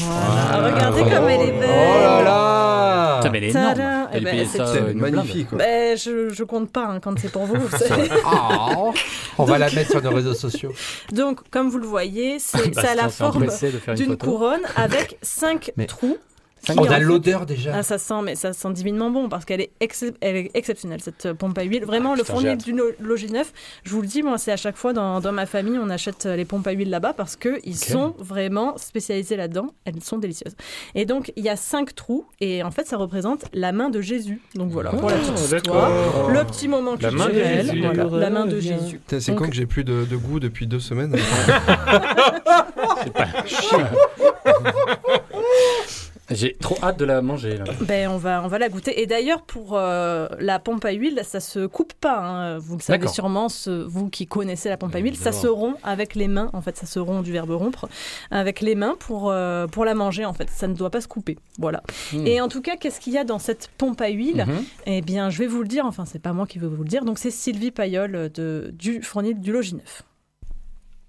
Speaker 5: Ah, regardez comme elle est belle.
Speaker 3: Oh là là
Speaker 2: Putain, mais elle est énorme.
Speaker 5: Tadam. Eh
Speaker 2: Elle
Speaker 5: ben,
Speaker 2: payait
Speaker 5: c'est-
Speaker 2: ça, euh, une
Speaker 3: magnifique,
Speaker 2: blinde.
Speaker 5: Ben, je, je compte pas hein, quand c'est pour vous. vous
Speaker 2: (laughs)
Speaker 5: savez.
Speaker 2: Ah.
Speaker 3: Oh. On va la mettre sur nos
Speaker 5: (laughs)
Speaker 3: réseaux sociaux.
Speaker 5: Donc, comme vous le voyez,
Speaker 2: (laughs)
Speaker 5: c'est-
Speaker 3: Bah,
Speaker 5: ça a la
Speaker 3: sinon, c'est un peu
Speaker 5: forme
Speaker 3: essayer de faire une
Speaker 5: d'une
Speaker 3: photo.
Speaker 5: couronne avec cinq
Speaker 3: Mais-
Speaker 5: trous.
Speaker 3: Cinq
Speaker 5: qui,
Speaker 3: On
Speaker 5: en
Speaker 3: a
Speaker 5: fait-
Speaker 3: l'odeur, déjà.
Speaker 5: Ah, ça sent, mais ça sent divinement bon parce qu'elle est, excep- elle est exceptionnelle cette euh, pompe à huile. Vraiment, le
Speaker 12: Ah, putain,
Speaker 5: fournil
Speaker 12: j'ai hâte.
Speaker 5: du lo- logis neuf, je vous le dis, moi, c'est à chaque fois dans, dans ma famille, on achète euh, les pompes à huile là-bas parce qu'ils ils
Speaker 12: Ok.
Speaker 5: sont vraiment spécialisés là-dedans. Elles sont délicieuses. Et donc, il y a cinq trous et en fait, ça représente la main de Jésus. Donc voilà, pour la
Speaker 12: Ah,
Speaker 5: petite
Speaker 12: d'accord.
Speaker 7: Oh.
Speaker 5: histoire. Le petit moment
Speaker 12: La main de
Speaker 5: culturel,
Speaker 12: Jésus.
Speaker 5: voilà, la main de
Speaker 12: Revient.
Speaker 5: Jésus.
Speaker 7: Putain, C'est
Speaker 5: Donc,
Speaker 7: con que j'ai plus de, de goût depuis
Speaker 5: (laughs)
Speaker 7: deux semaines.
Speaker 2: J'ai trop hâte de la manger. Là.
Speaker 5: Ben, on va, on va la goûter. Et d'ailleurs, pour euh, la pompe à huile, ça se coupe pas. hein. Vous le savez
Speaker 2: D'accord.
Speaker 5: sûrement, ce- vous qui connaissez la pompe à huile, ça
Speaker 12: Évidemment.
Speaker 5: se rompt avec les mains. En fait, ça se rompt du verbe rompre avec les mains pour, euh, pour la manger. En fait, ça ne doit pas se couper. Voilà.
Speaker 12: Hmm.
Speaker 5: Et en tout cas, qu'est-ce qu'il y a dans cette pompe à huile
Speaker 12: Mhm.
Speaker 5: Eh bien, je vais vous le dire. Enfin, c'est pas moi qui vais vous le dire. Donc, c'est Sylvie Payol euh, de, du fournil du Logis Neuf.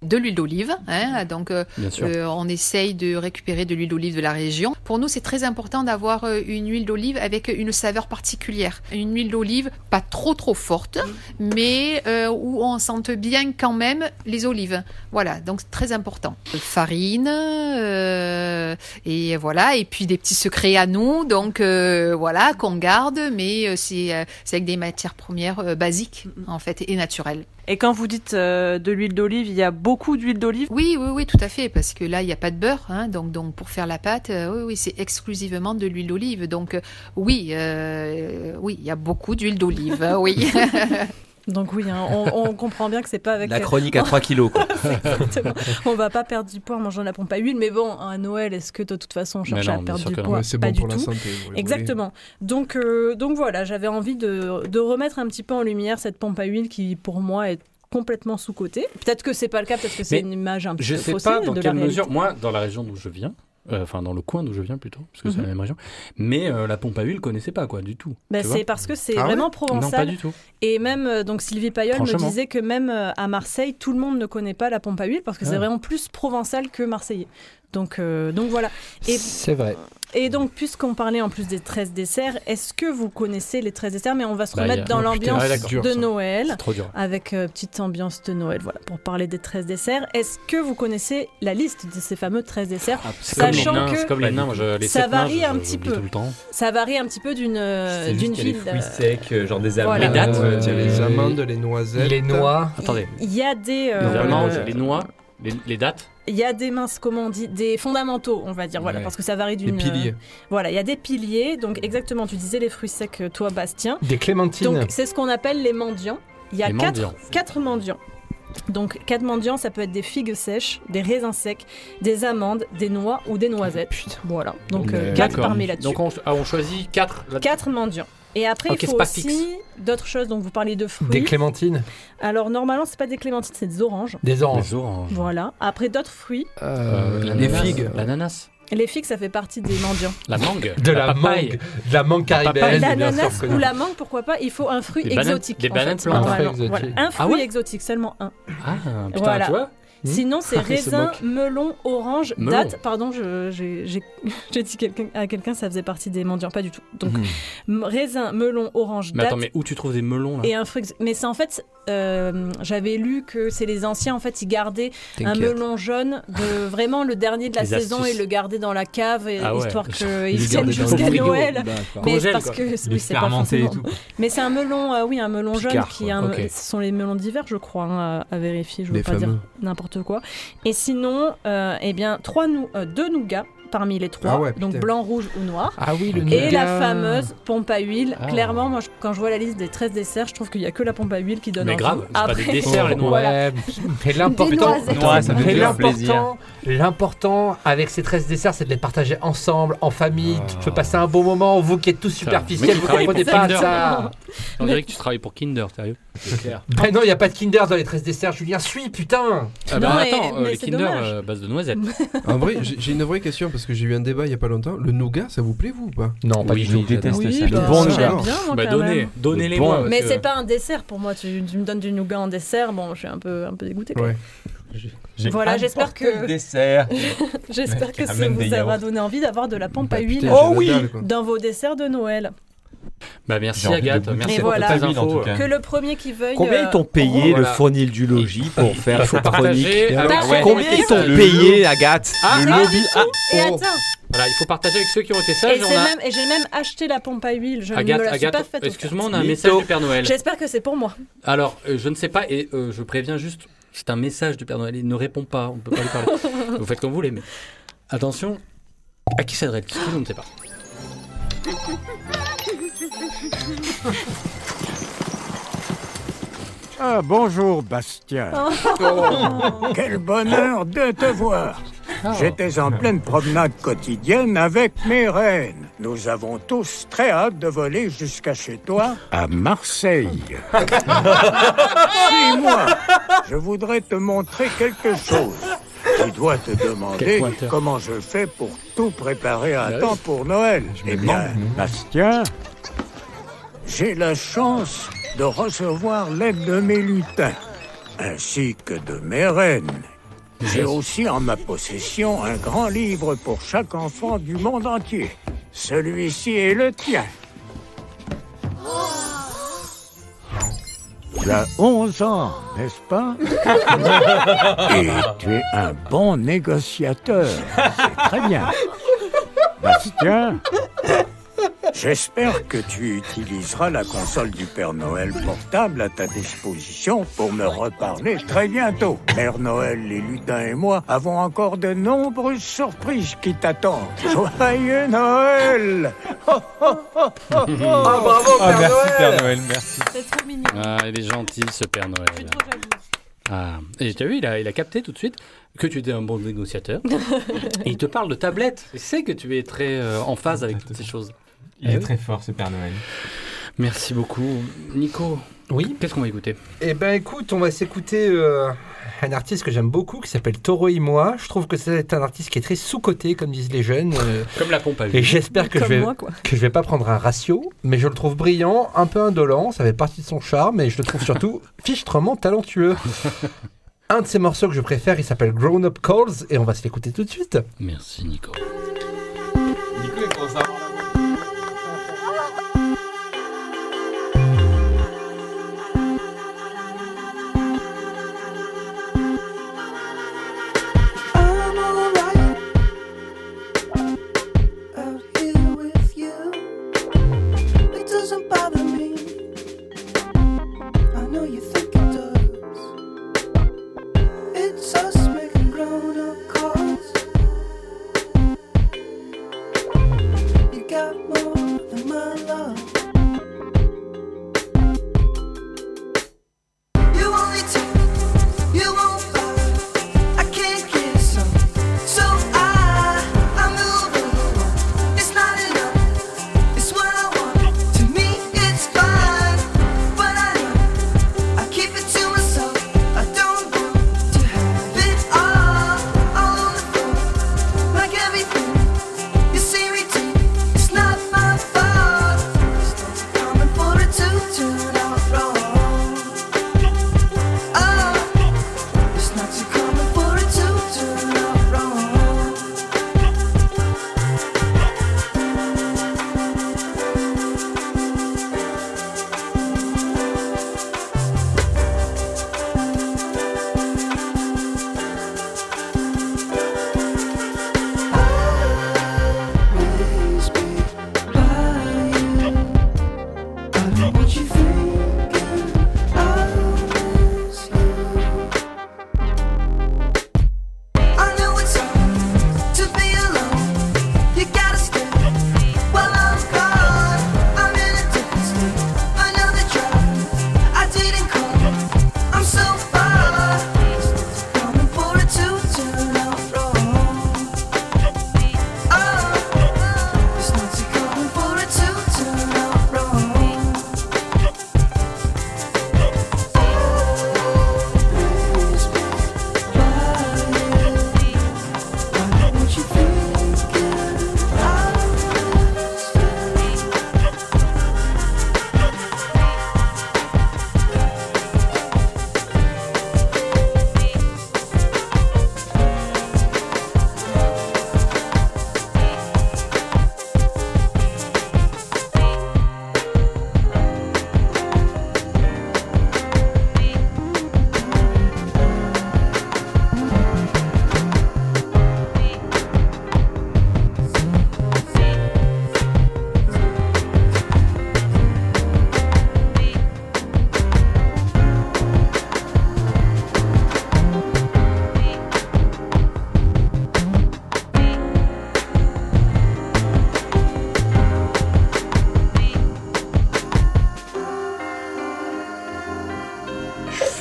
Speaker 23: de l'huile d'olive. hein, donc, euh,
Speaker 5: Bien sûr.
Speaker 23: euh, on essaye de récupérer de l'huile d'olive de la région. Pour nous, c'est très important d'avoir euh, une huile d'olive avec une saveur particulière. Une huile d'olive pas trop trop forte,
Speaker 5: Mm.
Speaker 23: mais euh, où on sente bien quand même les olives. Voilà, donc c'est très important. Farine, euh, et voilà, et puis des petits secrets à nous, donc euh, voilà, qu'on garde, mais euh, c'est euh, c'est avec des matières premières euh, basiques,
Speaker 5: Mm,
Speaker 23: en fait, et naturelles.
Speaker 12: Et quand vous dites euh, de l'huile d'olive, il y a beaucoup d'huile d'olive.
Speaker 23: Oui, oui, oui, tout à fait, parce que là, il n'y a pas de beurre, hein, donc, donc pour faire la pâte, euh, oui, oui, c'est exclusivement de l'huile d'olive. Donc euh, oui, euh, oui, il y a beaucoup d'huile d'olive, (laughs) hein, oui.
Speaker 5: (laughs) Donc oui, hein, on, on comprend bien que c'est pas avec
Speaker 8: La
Speaker 5: (laughs)
Speaker 8: chronique à 3 kilos, quoi.
Speaker 5: Exactement. On va pas perdre du poids en mangeant de la pompe à huile, mais bon, à Noël, est-ce que de toute façon on
Speaker 12: Mais
Speaker 5: cherche
Speaker 12: non,
Speaker 5: à
Speaker 12: bien
Speaker 5: perdre
Speaker 12: sûr
Speaker 5: du
Speaker 12: que non.
Speaker 5: poids
Speaker 12: Ouais, c'est
Speaker 5: Pas
Speaker 12: bon
Speaker 5: du
Speaker 12: pour la
Speaker 5: tout.
Speaker 12: santé, vous rigolez.
Speaker 5: Exactement. Donc, euh, donc voilà, j'avais envie de, de remettre un petit peu en lumière cette pompe à huile qui, pour moi, est complètement sous-cotée. Peut-être que c'est pas le cas, peut-être que c'est
Speaker 2: Mais
Speaker 5: une image un petit
Speaker 2: Je
Speaker 5: peu
Speaker 2: sais
Speaker 5: faussée
Speaker 2: pas dans
Speaker 5: de la
Speaker 2: quelle
Speaker 5: réalité.
Speaker 2: mesure, moi, dans la région d'où je viens, euh, enfin dans le coin d'où je viens plutôt, parce que c'est
Speaker 5: Mhm.
Speaker 2: la même région, mais euh, la pompe à huile, connaissais pas quoi, du tout.
Speaker 5: Bah,
Speaker 2: tu vois.
Speaker 5: c'est parce que c'est
Speaker 2: Ah ouais
Speaker 5: vraiment
Speaker 2: Non,
Speaker 5: provençal.
Speaker 2: pas du tout.
Speaker 5: Et même, euh, donc Sylvie Payol me
Speaker 2: Franchement.
Speaker 5: disait que même euh, à Marseille, tout le monde ne connaît pas la pompe à huile parce que
Speaker 3: Ah.
Speaker 5: c'est vraiment plus provençal que marseillais. Donc, euh, donc voilà. Et,
Speaker 3: C'est vrai.
Speaker 5: et donc, puisqu'on parlait en plus des 13 desserts, est-ce que vous connaissez les 13 desserts Mais on va se
Speaker 2: Bah,
Speaker 5: remettre
Speaker 2: y a-
Speaker 5: dans
Speaker 2: oh, putain,
Speaker 5: l'ambiance
Speaker 2: ouais, d'accord.
Speaker 5: de
Speaker 2: Dur, ça.
Speaker 5: Noël.
Speaker 2: C'est trop dur.
Speaker 5: Avec euh, petite ambiance de Noël, voilà, pour parler des 13 desserts. Est-ce que vous connaissez la liste de ces fameux 13 desserts
Speaker 2: Ah, c'est comme les nains, c'est comme les nains, moi, je- les
Speaker 5: ça
Speaker 2: sept nains,
Speaker 5: varie
Speaker 2: je-
Speaker 5: un
Speaker 2: je-
Speaker 5: petit
Speaker 2: j'oublie
Speaker 5: peu.
Speaker 2: tout le temps.
Speaker 5: Ça varie un petit peu d'une euh,
Speaker 9: C'est juste
Speaker 5: d'une
Speaker 9: qu'il y a
Speaker 5: ville.
Speaker 9: des fruits
Speaker 5: euh,
Speaker 9: secs, euh, genre des amandes.
Speaker 5: voilà. Les dates,
Speaker 9: euh,
Speaker 7: Il y a les amandes, les noisettes.
Speaker 3: Les noix.
Speaker 2: Attendez.
Speaker 5: Il y a des. euh,
Speaker 2: Les amandes, les noix, les, les dates.
Speaker 5: Il y a des minces, comment on dit, des fondamentaux, on va dire, voilà,
Speaker 2: Ouais.
Speaker 5: parce que ça varie d'une. euh,
Speaker 2: Des piliers.
Speaker 5: voilà, il y a des piliers, donc exactement, tu disais les fruits secs, euh, toi, Bastien.
Speaker 3: Des clémentines.
Speaker 5: Donc c'est ce qu'on appelle les mendiants. Il y a
Speaker 3: Les
Speaker 5: quatre,
Speaker 3: mendiants.
Speaker 5: quatre mendiants. Donc quatre mendiants, ça peut être des figues sèches, des raisins secs, des amandes, des noix ou des noisettes. Voilà, donc euh,
Speaker 2: Mais-
Speaker 5: quatre
Speaker 2: D'accord.
Speaker 5: parmi là-dessus.
Speaker 2: Donc on, ah, on choisit 4
Speaker 5: Quatre mendiants. Et après,
Speaker 3: Ok,
Speaker 5: il
Speaker 3: c'est
Speaker 5: faut
Speaker 3: pas fixe.
Speaker 5: aussi d'autres choses. Donc, vous parlez de fruits.
Speaker 3: Des clémentines
Speaker 5: Alors, normalement, c'est pas des clémentines, c'est des oranges.
Speaker 3: Des oranges.
Speaker 5: Voilà. Après, d'autres fruits.
Speaker 3: Euh,
Speaker 2: Euh,
Speaker 3: les
Speaker 2: l'ananas.
Speaker 3: figues.
Speaker 2: L'ananas.
Speaker 5: Les figues, ça fait partie des mendians.
Speaker 2: La mangue.
Speaker 3: De la,
Speaker 2: papaye.
Speaker 3: mangue. De la mangue
Speaker 5: Ah,
Speaker 3: caribéenne. bien
Speaker 5: L'ananas
Speaker 3: sûr,
Speaker 5: ou
Speaker 3: connu.
Speaker 5: la mangue, pourquoi pas, il faut un fruit
Speaker 3: Des bananes-
Speaker 5: exotique.
Speaker 3: des
Speaker 5: en
Speaker 3: bananes
Speaker 5: fait,
Speaker 3: plantes. Un fruit
Speaker 5: normalement.
Speaker 3: exotique.
Speaker 5: Voilà, Un
Speaker 3: Ah
Speaker 5: fruit
Speaker 3: ouais
Speaker 5: exotique, seulement un.
Speaker 2: Ah, putain,
Speaker 5: Voilà.
Speaker 2: tu vois Hmm. Ah,
Speaker 5: Sinon, c'est
Speaker 2: Il se
Speaker 5: raisin,
Speaker 2: moque.
Speaker 5: melon, orange,
Speaker 2: Melon.
Speaker 5: date. Pardon, je- j'ai j'ai- (laughs) j'ai dit quelqu'un- à quelqu'un ça faisait partie des mendiants, pas du tout. Donc, m- raisin, melon, orange,
Speaker 2: Hmm. Mais
Speaker 5: date.
Speaker 2: attends, mais où tu trouves des melons là
Speaker 5: Et un fruit. ex- Mais c'est en fait, euh, j'avais lu que c'est les anciens, en fait, ils gardaient un
Speaker 2: T'inquiète.
Speaker 5: melon jaune,
Speaker 2: (laughs)
Speaker 5: de, vraiment le dernier de la
Speaker 2: Les
Speaker 5: saison,
Speaker 2: astuces.
Speaker 5: et le gardaient dans la cave, et-
Speaker 2: Ah ouais. (laughs)
Speaker 5: histoire
Speaker 2: Ils
Speaker 5: qu'il
Speaker 2: le
Speaker 5: tienne
Speaker 2: gardaient dans le
Speaker 5: jusqu'à
Speaker 2: frigo.
Speaker 5: Noël.
Speaker 2: D'accord.
Speaker 5: Mais
Speaker 2: Congèle,
Speaker 5: parce
Speaker 2: quoi.
Speaker 5: que
Speaker 2: Il
Speaker 5: oui,
Speaker 2: est
Speaker 5: c'est pas
Speaker 2: fermenté et
Speaker 5: forcément-
Speaker 2: tout.
Speaker 5: Mais c'est un melon, euh, oui, un melon jaune
Speaker 2: Picard,
Speaker 5: qui
Speaker 2: quoi.
Speaker 5: est un-
Speaker 2: Ok.
Speaker 5: Ce sont les melons d'hiver, je crois, hein, à, à vérifier. Je veux
Speaker 2: Les
Speaker 5: pas dire
Speaker 2: fameux.
Speaker 5: n'importe quoi. Et sinon, euh, eh bien, trois nou- euh, deux nougats parmi les trois,
Speaker 2: Ah ouais,
Speaker 5: donc
Speaker 2: putain.
Speaker 5: blanc, rouge ou noir.
Speaker 3: Ah oui, le nougat.
Speaker 5: Et la fameuse pompe à huile.
Speaker 3: Ah.
Speaker 5: Clairement, moi, je- quand je vois la liste des 13 desserts, je trouve qu'il y a que la pompe à huile qui donne.
Speaker 3: Mais
Speaker 5: envie.
Speaker 3: grave, c'est
Speaker 2: pas des
Speaker 5: Après-
Speaker 2: desserts, les
Speaker 5: (laughs)
Speaker 2: noix.
Speaker 5: Voilà.
Speaker 3: Ouais,
Speaker 5: (laughs)
Speaker 3: mais
Speaker 5: Des
Speaker 3: l'important,
Speaker 5: noisettes.
Speaker 9: Noix, ça fait
Speaker 3: mais
Speaker 9: toujours
Speaker 3: l'important-
Speaker 9: plaisir.
Speaker 3: l'important avec ces 13 desserts, c'est de les partager ensemble, en famille.
Speaker 2: Ah.
Speaker 3: Tu peux passer un bon moment, vous qui êtes tous superficiels, vous comprenez pas ça.
Speaker 2: On dirait que tu travailles pour Kinder, sérieux C'est clair.
Speaker 3: Ben non, il n'y a pas de Kinder dans les 13 desserts, Julien, suis putain
Speaker 2: Ah bah attends, euh, les Kinder euh, base de noisettes.
Speaker 5: (laughs)
Speaker 7: Ah, En vrai, j'ai j'ai une vraie question parce que j'ai eu un débat il y a pas longtemps. Le nougat, ça vous plaît vous ou pas
Speaker 3: Non,
Speaker 9: pas Oui, du tout. je déteste Oui, ça. bah,
Speaker 5: j'aime bien, moi, quand même.
Speaker 2: donnez-les-moi,
Speaker 7: Bon.
Speaker 5: Mais c'est pas un dessert pour moi. Tu, tu me donnes du nougat en dessert, bon, je suis un peu, un peu dégoûté. quoi.
Speaker 7: Ouais.
Speaker 9: J'ai
Speaker 5: Voilà,
Speaker 9: apporté
Speaker 5: j'espère que-
Speaker 9: le dessert.
Speaker 5: (laughs) J'espère que ça
Speaker 9: Ramène des
Speaker 5: vous aura
Speaker 9: yaourts.
Speaker 5: donné envie d'avoir de la pompe à huile
Speaker 2: putain, Oh j'ai la oui dalle, quoi.
Speaker 5: dans vos desserts de Noël.
Speaker 2: Bah merci
Speaker 9: J'ai envie de
Speaker 2: Agathe,
Speaker 9: goûter.
Speaker 2: merci
Speaker 5: Et
Speaker 2: pour
Speaker 5: voilà.
Speaker 2: toutes les infos.
Speaker 5: Que le premier qui veuille. euh,
Speaker 24: Combien ils t'ont payé le
Speaker 2: Voilà.
Speaker 24: fournil du logis pour faire
Speaker 2: faut
Speaker 24: cette chronique
Speaker 2: partager
Speaker 24: Et alors,
Speaker 2: avec ceux
Speaker 24: Combien
Speaker 2: qui
Speaker 24: ils
Speaker 2: sont
Speaker 24: t'ont
Speaker 2: le
Speaker 24: payé, Agathe
Speaker 2: Ah,
Speaker 24: Le
Speaker 2: ah,
Speaker 24: lobby
Speaker 2: ah,
Speaker 5: Et
Speaker 2: oh.
Speaker 5: attends,
Speaker 2: Voilà, il faut partager avec ceux qui ont été sages.
Speaker 5: et,
Speaker 2: on
Speaker 5: c'est
Speaker 2: a-
Speaker 5: même- et j'ai même acheté la pompe à huile. Je
Speaker 2: Agathe,
Speaker 5: ne me la suis
Speaker 2: Agathe,
Speaker 5: pas faite. offerte.
Speaker 2: excuse-moi, on a un message du Père Noël.
Speaker 5: J'espère que c'est pour moi.
Speaker 2: Alors, euh, je ne sais pas, et euh, je préviens juste, c'est un message du Père Noël, il ne répond pas, on ne peut pas lui (laughs) parler. vous faites comme vous voulez, mais attention, à qui s'adresse-t-il On ne sait pas.
Speaker 17: Ah bonjour
Speaker 24: (laughs)
Speaker 17: Bastien.
Speaker 15: Oh.
Speaker 17: Quel bonheur de te voir.
Speaker 24: Ah.
Speaker 17: J'étais en pleine promenade quotidienne avec mes reines. Nous avons tous très hâte de voler jusqu'à chez
Speaker 24: (laughs)
Speaker 17: toi à Marseille. Suis-moi. Je voudrais te montrer quelque chose. Tu dois te
Speaker 24: Quel
Speaker 17: demander
Speaker 24: pointeur.
Speaker 17: comment je fais pour tout préparer à
Speaker 24: Bah oui.
Speaker 17: temps pour Noël.
Speaker 24: me
Speaker 17: eh bien,
Speaker 24: demande,
Speaker 3: bah,
Speaker 24: nous.
Speaker 17: Bastien, j'ai la chance de recevoir l'aide de mes lutins, ainsi que de mes reines. J'ai aussi en ma possession un grand livre pour chaque enfant du monde entier. Celui-ci est le tien. Tu as 11 ans, n'est-ce pas Et tu es un bon négociateur. C'est très bien. Bastien, j'espère que tu utiliseras la console du Père Noël portable à ta disposition pour me reparler très bientôt. Père Noël, les lutins et moi avons encore de nombreuses surprises qui t'attendent. Joyeux Noël Ah Oh, bravo
Speaker 9: Ah, merci Père Noël, merci.
Speaker 5: C'est trop mignon.
Speaker 2: Ah, il est gentil ce Père Noël. Ah, et tu as vu, il a, il a capté tout de suite que tu étais un bon négociateur. et il te parle de tablette. Il sait que tu es très euh, en phase avec toutes ces choses.
Speaker 9: Il
Speaker 2: Eh
Speaker 9: est
Speaker 2: oui.
Speaker 9: très fort ce Père Noël.
Speaker 2: Merci beaucoup. Nico,
Speaker 3: oui
Speaker 2: qu'est-ce qu'on va écouter
Speaker 3: Eh ben écoute, on va s'écouter euh, un artiste que j'aime beaucoup qui s'appelle Toro Imoa. Je trouve que c'est un artiste qui est très sous-coté, comme disent les jeunes. euh,
Speaker 2: (laughs) Comme la pompe à
Speaker 3: Et
Speaker 2: huile.
Speaker 3: j'espère que je,
Speaker 2: Comme
Speaker 3: vais,
Speaker 2: moi, quoi.
Speaker 3: que je vais pas prendre un ratio, mais je le trouve brillant, un peu indolent, ça fait partie de son charme, et je le
Speaker 2: (laughs)
Speaker 3: trouve surtout fichtrement talentueux. Un de ses morceaux que je préfère, il s'appelle Grown Up Calls, et on va se l'écouter tout de suite.
Speaker 2: Merci Nico.
Speaker 9: Nico est pour ça.
Speaker 15: I'm alright out here with you. It doesn't bother me. I know you think it does. It's us making grown up calls. You What you thinking? I'll ask you. I know it's hard to be alone. You gotta stay while I'm gone. I'm in a different state. I know the drive. I didn't call. I'm so far. Coming for a two-turn out roll. Oh, it's not too coming for a two-turn out roll.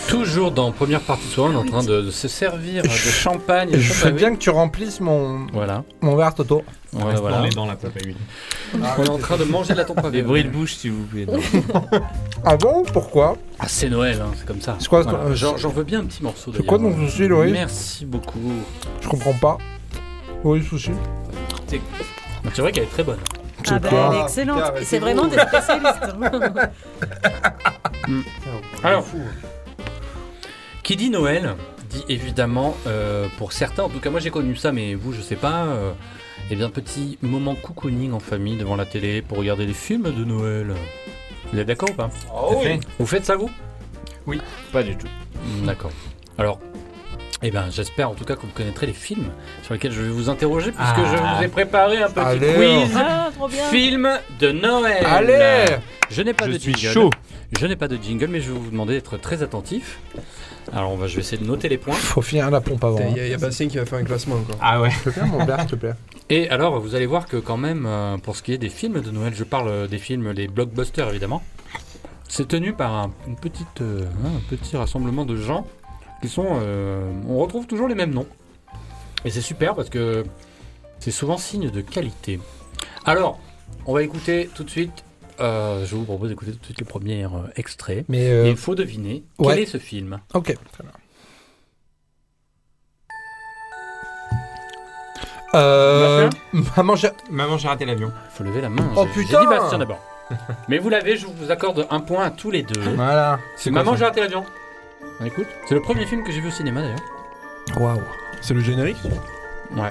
Speaker 2: Toujours dans première partie de soirée, on est en train de, de se servir de champagne.
Speaker 3: Je
Speaker 2: Champagne,
Speaker 3: veux bien que tu remplisses mon,
Speaker 2: Voilà.
Speaker 3: mon verre, Toto.
Speaker 2: Voilà, voilà. On est en train de manger de la tombe à
Speaker 4: Des
Speaker 2: huile.
Speaker 4: bruits de bouche, s'il vous plaît.
Speaker 3: Ah bon Pourquoi
Speaker 2: Ah, c'est Noël, hein, c'est comme ça.
Speaker 3: C'est quoi,
Speaker 2: Voilà.
Speaker 3: euh,
Speaker 2: J'en
Speaker 3: c'est-
Speaker 2: j'en veux bien un petit morceau
Speaker 3: C'est
Speaker 2: d'ailleurs.
Speaker 3: quoi ton souci, Loïc
Speaker 2: Merci beaucoup.
Speaker 3: Je comprends pas. Oui, souci.
Speaker 2: C'est c'est vrai qu'elle est très bonne.
Speaker 5: Ah bah, elle est excellente. C'est vraiment des spécialistes.
Speaker 2: Alors, qui dit Noël dit évidemment, euh, pour certains, en tout cas moi j'ai connu ça, mais vous je sais pas, euh, eh bien petit moment cocooning en famille devant la télé pour regarder les films de Noël. Vous êtes d'accord ou pas
Speaker 9: Oh oui.
Speaker 2: Fait. Vous faites ça vous
Speaker 9: Oui.
Speaker 2: Pas du tout. Mm, D'accord. Alors, eh ben j'espère en tout cas que vous connaîtrez les films sur lesquels je vais vous interroger puisque
Speaker 9: Ah.
Speaker 2: je vous ai préparé un petit
Speaker 9: Allez.
Speaker 2: quiz
Speaker 9: Ah, trop bien.
Speaker 2: film de Noël.
Speaker 9: Allez.
Speaker 2: Je n'ai pas
Speaker 9: Je
Speaker 2: de
Speaker 9: suis
Speaker 2: jingle.
Speaker 9: chaud.
Speaker 2: Je n'ai pas de jingle, mais je vais vous demander d'être très attentif. Alors, on va, je vais essayer de noter les points.
Speaker 3: Faut finir la pompe avant.
Speaker 7: Il y a, y a Bastien qui va faire un classement encore.
Speaker 2: Ah ouais.
Speaker 3: Je peux faire mon verre, s'il te plaît
Speaker 2: Et alors, vous allez voir que quand même, euh, pour ce qui est des films de Noël, je parle euh, des films, les blockbusters évidemment. C'est tenu par un, une petite, euh, hein, un petit rassemblement de gens qui sont, euh, on retrouve toujours les mêmes noms. Et c'est super parce que c'est souvent signe de qualité. Alors, on va écouter tout de suite. euh, je vous propose d'écouter tout de suite les premiers euh, extraits.
Speaker 3: Mais, euh,
Speaker 2: Et il faut deviner quel
Speaker 3: ouais.
Speaker 2: est ce film.
Speaker 3: Ok, très bien. Euh, maman, j'ai...
Speaker 9: Maman, j'ai raté l'avion.
Speaker 2: Faut lever la main.
Speaker 3: Oh,
Speaker 2: J'ai- j'ai
Speaker 3: putain
Speaker 2: dit Bastien
Speaker 3: (laughs)
Speaker 2: d'abord. (laughs) Mais vous l'avez, je vous accorde un point à tous les deux.
Speaker 3: Voilà.
Speaker 2: C'est
Speaker 3: C'est quoi
Speaker 2: Maman,
Speaker 3: ça
Speaker 2: j'ai raté l'avion. Bah, écoute, c'est le premier film que j'ai vu au cinéma
Speaker 3: (laughs)
Speaker 2: d'ailleurs.
Speaker 3: Waouh.
Speaker 7: C'est le générique
Speaker 2: Ouais.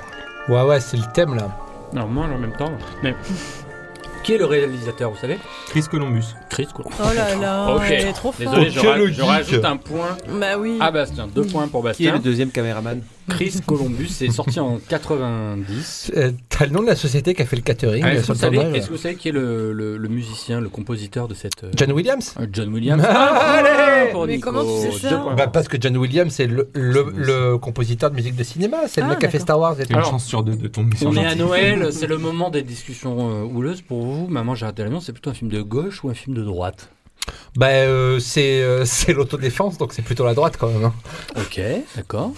Speaker 3: Ouais, ouais, c'est le thème, là.
Speaker 2: Non, moi en même temps. Mais qui est le réalisateur, vous savez Chris Columbus. Chris Columbus.
Speaker 5: Oh là là,
Speaker 2: Ok.
Speaker 5: elle est trop forte.
Speaker 2: Désolé, je,
Speaker 5: Oh,
Speaker 2: ra-
Speaker 5: quel
Speaker 2: je
Speaker 5: geek.
Speaker 2: rajoute un point.
Speaker 5: Bah oui.
Speaker 2: Ah Bastien, deux points pour Bastien.
Speaker 4: Qui est le deuxième caméraman
Speaker 2: Chris Columbus est sorti
Speaker 3: (laughs)
Speaker 2: en 90.
Speaker 3: Euh, T'as le nom de la société qui a fait le catering
Speaker 2: Ah,
Speaker 3: euh,
Speaker 2: Est-ce que,
Speaker 3: sur
Speaker 2: vous
Speaker 3: le
Speaker 2: savez-
Speaker 3: tournage
Speaker 2: est-ce que vous savez qui est le, le- le musicien, le compositeur de cette. euh,
Speaker 3: John Williams Ah,
Speaker 2: euh, John (laughs) Williams. Ah,
Speaker 3: Allez
Speaker 2: Pour Nico, deux points.
Speaker 3: bah Parce que John Williams, c'est le, le, le compositeur de musique de cinéma. C'est le
Speaker 2: Ah,
Speaker 3: mec qui a fait
Speaker 2: d'accord.
Speaker 3: Star Wars. Et tout.
Speaker 2: Une Alors, chance
Speaker 9: sur deux de tomber
Speaker 2: On est à Noël, c'est le moment des discussions euh, houleuses pour vous. Maman, j'ai raté l'avion, c'est plutôt un film de gauche ou un film de droite
Speaker 3: Bah, euh, c'est euh, (laughs) c'est l'autodéfense, donc c'est plutôt la droite quand même. hein.
Speaker 2: Ok, d'accord.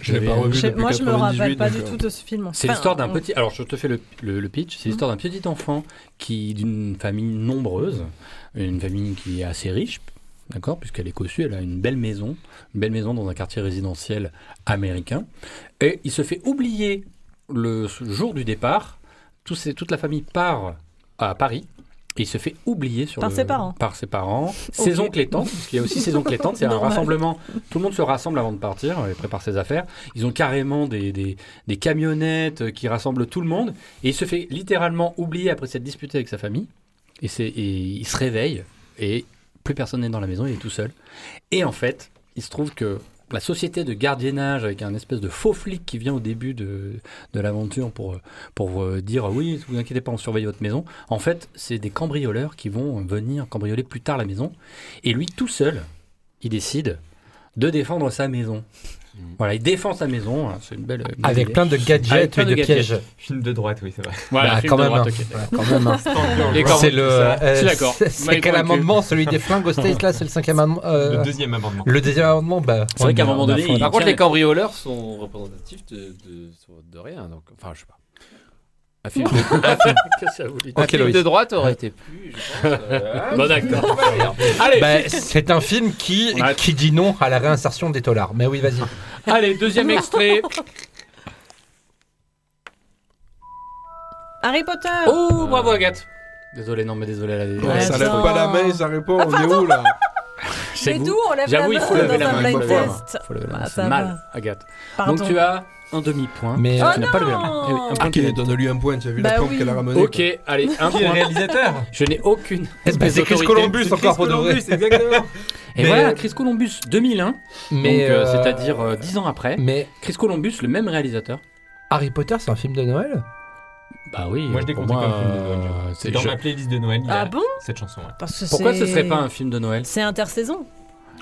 Speaker 7: Je l'ai pas revu
Speaker 13: Je sais-
Speaker 7: depuis
Speaker 13: moi, je me
Speaker 7: 98,
Speaker 13: rappelle pas
Speaker 7: donc,
Speaker 13: du
Speaker 7: euh,
Speaker 13: tout de ce film.
Speaker 2: C'est
Speaker 13: Enfin, Hmm.
Speaker 2: l'histoire d'un
Speaker 13: on-
Speaker 2: petit. Alors, je te fais le, le- le pitch. C'est l'histoire d'un petit enfant qui, d'une famille nombreuse, une famille qui est assez riche, d'accord, puisqu'elle est cossue, elle a une belle maison, une belle maison dans un quartier résidentiel américain, et il se fait oublier le jour du départ. Tous ses- toute la famille part à Paris. Et il se fait oublier sur
Speaker 13: Par
Speaker 2: le-
Speaker 13: ses parents.
Speaker 2: Par ses parents.
Speaker 13: (laughs)
Speaker 2: Ses oncles et tantes, parce qu'il y a aussi ses oncles et tantes, c'est un
Speaker 13: Normal.
Speaker 2: rassemblement. Tout le monde se rassemble avant de partir et prépare ses affaires. Ils ont carrément des, des- des camionnettes qui rassemblent tout le monde. Et il se fait littéralement oublier après s'être disputé avec sa famille. Et, c'est- et il se réveille et plus personne n'est dans la maison, il est tout seul. Et en fait, il se trouve que la société de gardiennage avec un espèce de faux flic qui vient au début de, de l'aventure pour, euh, pour vous dire oui, vous inquiétez pas, on surveille votre maison. En fait, c'est des cambrioleurs qui vont venir cambrioler plus tard la maison. Et lui, tout seul, il décide de défendre sa maison. Voilà, il défend sa maison, hein, c'est une belle. une belle
Speaker 3: Avec
Speaker 2: idée.
Speaker 3: plein de gadgets
Speaker 2: Avec plein
Speaker 3: et de
Speaker 2: gadgets.
Speaker 3: pièges.
Speaker 9: Film de droite, oui, c'est vrai.
Speaker 2: Voilà,
Speaker 3: Bah,
Speaker 2: film
Speaker 3: quand
Speaker 2: de
Speaker 3: même,
Speaker 2: droite,
Speaker 3: hein.
Speaker 2: ok, d'accord.
Speaker 3: Voilà, quand
Speaker 2: (laughs)
Speaker 3: même, hein.
Speaker 2: Les cornes,
Speaker 3: C'est le.
Speaker 2: ça, je suis
Speaker 3: euh,
Speaker 2: d'accord.
Speaker 3: c'est-
Speaker 2: Vous m'avez
Speaker 3: C'est quel
Speaker 2: convaincu.
Speaker 3: amendement Celui des flingues au stage, là, c'est le cinquième amendement. euh,
Speaker 9: Le deuxième amendement.
Speaker 3: Le deuxième amendement, bah.
Speaker 2: C'est vrai
Speaker 3: on-
Speaker 2: qu'à un moment
Speaker 3: on a
Speaker 2: donné,
Speaker 3: fond-
Speaker 2: il
Speaker 4: Par contre,
Speaker 2: tient-
Speaker 4: les cambrioleurs sont représentatifs de, de, de rien. Donc, enfin, je sais pas. Un
Speaker 2: (laughs)
Speaker 4: film, un film-
Speaker 2: Qu'est-ce que ça vous dit
Speaker 4: un
Speaker 3: Ok,
Speaker 4: film
Speaker 3: Loïs.
Speaker 4: de droite aurait été plus, je pense.
Speaker 2: (laughs)
Speaker 4: euh,
Speaker 2: Bon,
Speaker 4: hein,
Speaker 3: (laughs)
Speaker 2: d'accord.
Speaker 4: on va dire.
Speaker 2: Allez.
Speaker 3: Bah, c'est un film qui, qui dit non à la réinsertion des tolards. Mais oui, vas-y.
Speaker 2: Allez, deuxième extrait.
Speaker 5: Harry Potter
Speaker 2: Oh, bravo Agathe. Désolé, non, mais désolé. La...
Speaker 7: Ouais, ça lève pas la main et ça répond. on est où là
Speaker 2: C'est
Speaker 5: Mais d'où on lève la
Speaker 2: J'avoue, il faut
Speaker 5: main
Speaker 2: lever
Speaker 5: dans
Speaker 2: la
Speaker 5: un
Speaker 2: main.
Speaker 5: blind
Speaker 2: Il faut lever la main.
Speaker 5: test
Speaker 2: Faut lever la main.
Speaker 5: Ah, ça
Speaker 2: C'est mal,
Speaker 5: va.
Speaker 2: Agathe.
Speaker 5: Pardon. Oh
Speaker 2: Donc tu as un demi-point.
Speaker 3: Mais,
Speaker 2: parce que
Speaker 3: euh,
Speaker 2: tu n'as pas levé la main.
Speaker 5: non.
Speaker 2: Eh oui, un point
Speaker 7: Ok,
Speaker 2: qui est-
Speaker 7: donne-lui un point, tu as vu la
Speaker 2: Bah
Speaker 7: pompe
Speaker 2: oui.
Speaker 7: qu'elle a ramenée.
Speaker 2: Ok, allez, un
Speaker 9: Qui est le
Speaker 2: point.
Speaker 9: réalisateur
Speaker 2: Je n'ai aucune.
Speaker 3: Eh ben, c'est Chris
Speaker 2: autorité.
Speaker 3: Columbus, C'est encore, Chris pour de vrai.
Speaker 7: (laughs)
Speaker 3: Columbus, exactement.
Speaker 2: Et
Speaker 3: Mais-
Speaker 2: voilà, Chris Columbus 2001.
Speaker 3: Mais,
Speaker 2: Donc, euh,
Speaker 3: euh,
Speaker 2: c'est-à-dire euh, 10 ans après.
Speaker 3: Mais
Speaker 2: Chris Columbus, le même réalisateur.
Speaker 3: Harry Potter, c'est un film de Noël
Speaker 2: Bah oui.
Speaker 9: Moi, je l'ai
Speaker 2: pour
Speaker 9: compté comme
Speaker 2: moi,
Speaker 9: film de Noël.
Speaker 2: euh,
Speaker 9: C'est
Speaker 2: c'est-
Speaker 9: dans
Speaker 2: je-
Speaker 9: ma playlist de Noël. il y a
Speaker 5: Ah bon
Speaker 9: Cette chanson, ouais.
Speaker 5: Parce que
Speaker 2: Pourquoi ce
Speaker 5: c'est-
Speaker 2: serait pas un film de Noël
Speaker 5: C'est intersaison.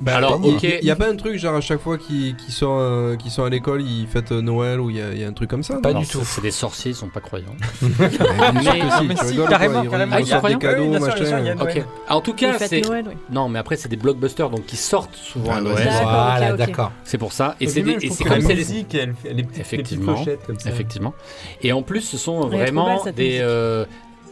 Speaker 2: Bah, Alors, ok.
Speaker 7: Il n'y a pas un truc, genre à chaque fois qu'ils qu'ils sont, euh, qu'ils sont à l'école, ils fêtent euh, Noël ou il y, a- il y a un truc comme ça
Speaker 3: Pas
Speaker 7: non
Speaker 3: du tout.
Speaker 2: C'est des sorciers, ils sont pas
Speaker 7: (laughs)
Speaker 2: croyants. Ah,
Speaker 7: Mais bien sûr que si,
Speaker 9: mais
Speaker 7: tu
Speaker 9: si,
Speaker 7: rigoles ou quoi,
Speaker 9: carrément,
Speaker 7: ils
Speaker 9: carrément.
Speaker 7: reçoivent
Speaker 9: Ah,
Speaker 7: des
Speaker 9: ils sont croyants Oui,
Speaker 7: cadeaux,
Speaker 9: bien sûr, bien sûr, il y
Speaker 7: machin.
Speaker 9: a Noël.
Speaker 2: Ok. En tout cas,
Speaker 5: Les fêtes
Speaker 2: c'est.
Speaker 5: Noël, oui.
Speaker 2: Non, mais après, c'est des blockbusters, donc ils sortent souvent à Noël.
Speaker 5: D'accord,
Speaker 3: Ah, Voilà,
Speaker 5: ok, ok.
Speaker 3: d'accord.
Speaker 2: C'est pour ça. Et
Speaker 9: Au
Speaker 2: c'est des-
Speaker 9: final, je
Speaker 2: et
Speaker 9: trouve
Speaker 2: c'est
Speaker 9: que
Speaker 2: comme
Speaker 9: la
Speaker 2: c'est des-
Speaker 9: musique, elle fait- les petites- les petites
Speaker 2: Effectivement.
Speaker 9: pochettes comme ça.
Speaker 2: Effectivement. Et en plus, ce sont
Speaker 5: Elle est trop belle,
Speaker 2: vraiment
Speaker 5: cette
Speaker 2: des.
Speaker 5: musique.
Speaker 2: euh,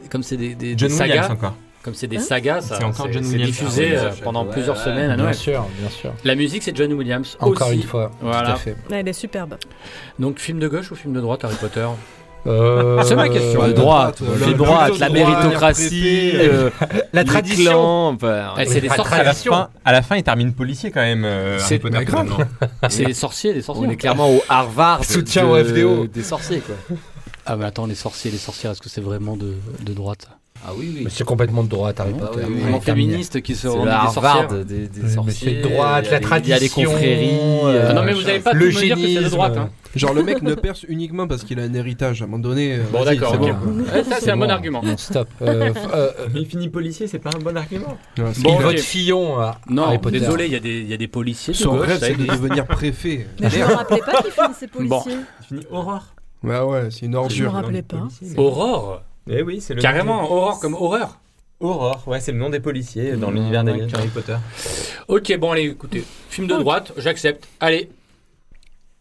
Speaker 2: comme c'est des, des- des
Speaker 9: John Williams
Speaker 2: sagas.
Speaker 9: encore.
Speaker 2: Comme c'est des
Speaker 9: Hein
Speaker 2: sagas, ça,
Speaker 9: C'est encore
Speaker 2: c'est
Speaker 9: John
Speaker 2: c'est
Speaker 9: Williams.
Speaker 2: diffusé
Speaker 9: Ah,
Speaker 2: euh,
Speaker 9: ouais,
Speaker 2: pendant
Speaker 9: ouais,
Speaker 2: plusieurs
Speaker 9: ouais.
Speaker 2: semaines à
Speaker 3: Bien
Speaker 2: Noël.
Speaker 3: sûr, bien sûr.
Speaker 2: La musique, c'est John Williams.
Speaker 3: Encore
Speaker 2: aussi.
Speaker 3: une fois. Tout
Speaker 2: Voilà.
Speaker 3: à fait.
Speaker 5: Elle est superbe.
Speaker 2: Donc, film de gauche ou film de droite, Harry Potter
Speaker 3: Euh,
Speaker 2: C'est ma question.
Speaker 24: De droite,
Speaker 7: Le-
Speaker 24: les
Speaker 7: le-
Speaker 24: droites,
Speaker 7: le-
Speaker 24: la
Speaker 7: le-
Speaker 24: méritocratie,
Speaker 7: le-
Speaker 24: euh,
Speaker 3: La
Speaker 24: les
Speaker 3: tradition.
Speaker 24: clans, enfin,
Speaker 2: Eh, c'est des
Speaker 9: Ah, à, la
Speaker 2: sorciers.
Speaker 9: fin, à la fin, il termine policier quand même. euh,
Speaker 2: C'est-
Speaker 9: Harry Potter,
Speaker 2: mais grave.
Speaker 9: finalement.
Speaker 2: (laughs)
Speaker 9: (laughs)
Speaker 2: C'est des sorciers, des sorciers.
Speaker 24: On est clairement au Harvard.
Speaker 3: Soutien
Speaker 24: de-
Speaker 3: au FDO.
Speaker 24: Des sorciers, quoi.
Speaker 2: Ah, mais attends, les sorciers, les sorcières, est-ce que c'est vraiment de, de droite
Speaker 24: Ah oui, oui.
Speaker 3: Mais c'est complètement de droite, Harry Potter.
Speaker 2: Un
Speaker 24: oui,
Speaker 2: mouvement
Speaker 3: Ouais, terminé.
Speaker 2: féministe qui se
Speaker 24: C'est
Speaker 2: rend
Speaker 24: le
Speaker 2: des
Speaker 24: Harvard
Speaker 2: sorcières.
Speaker 24: des, des
Speaker 3: Mais
Speaker 24: sorciers.
Speaker 3: c'est de
Speaker 24: il
Speaker 3: droite,
Speaker 24: y
Speaker 3: la
Speaker 24: a des- Il y a des
Speaker 3: tradition,
Speaker 24: confréries.
Speaker 3: euh,
Speaker 2: Ah non, mais vous n'allez pas tout
Speaker 3: le
Speaker 2: me dire que c'est de
Speaker 3: génisme.
Speaker 2: droite. Hein.
Speaker 7: Genre le mec ne perce uniquement parce qu'il a un héritage à un moment donné. euh,
Speaker 2: Bon,
Speaker 7: vas-y,
Speaker 2: d'accord,
Speaker 7: c'est
Speaker 2: ok.
Speaker 7: bon.
Speaker 2: Eh, Ça, c'est un bon
Speaker 3: bon.
Speaker 2: argument.
Speaker 3: Non, (laughs) stop.
Speaker 2: (laughs)
Speaker 3: Euh, f- euh, euh,
Speaker 9: Mais il finit policier, c'est pas un bon argument.
Speaker 7: Ouais, c'est-
Speaker 2: Bon,
Speaker 3: il
Speaker 2: ok.
Speaker 3: vote Fillon. euh,
Speaker 2: Non,
Speaker 3: Harry Potter.
Speaker 2: désolé, il y, a des- il y a des policiers. de
Speaker 7: Son
Speaker 2: gauche,
Speaker 7: rêve,
Speaker 2: ça
Speaker 7: c'est de
Speaker 2: existe.
Speaker 7: devenir préfet.
Speaker 5: Mais je me rappelais pas qu'il finissait
Speaker 2: Bon.
Speaker 5: policier.
Speaker 9: Il finit Aurore.
Speaker 7: Ouais, Bah ouais, c'est une
Speaker 5: Je me
Speaker 7: ordure. hein.
Speaker 5: rappelais pas.
Speaker 2: Aurore
Speaker 9: Eh oui, c'est le
Speaker 2: Carrément, Aurore Mmh, comme horreur.
Speaker 9: Aurore, ouais, c'est le nom des policiers dans l'univers des Harry Potter.
Speaker 2: (laughs) Ok, bon, allez, écoutez. Film de droite, j'accepte. Allez,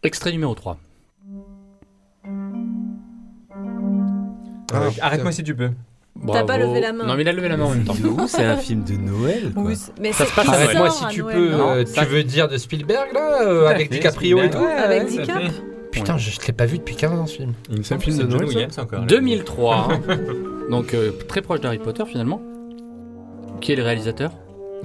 Speaker 2: extrait numéro 3.
Speaker 7: Ah,
Speaker 3: Ah,
Speaker 9: Euh,
Speaker 7: putain.
Speaker 9: Arrête-moi si tu peux.
Speaker 5: T'as pas levé la main.
Speaker 2: Non, mais il a levé la main en même temps.
Speaker 24: Dis-nous, c'est un film de Noël. Quoi.
Speaker 5: Oui, c'est- mais
Speaker 2: Ça
Speaker 5: c'est-
Speaker 2: se passe
Speaker 5: il
Speaker 2: à Noël.
Speaker 5: sort
Speaker 3: Arrête-moi
Speaker 5: à
Speaker 3: si tu
Speaker 5: Noël,
Speaker 3: peux.
Speaker 5: non
Speaker 3: euh, Tu veux dire de Spielberg, là euh, Avec
Speaker 9: fait,
Speaker 3: DiCaprio et tout
Speaker 9: Spielberg.
Speaker 3: Ouais,
Speaker 5: Avec
Speaker 3: ouais.
Speaker 5: DiCap
Speaker 3: Putain, je je l'ai pas vu depuis 15 ans ce film.
Speaker 7: C'est un film de
Speaker 9: John
Speaker 7: Noël. ça
Speaker 9: Williams encore.
Speaker 2: 2003, hein. (laughs) donc euh, très proche d'Harry Potter finalement. Qui est le réalisateur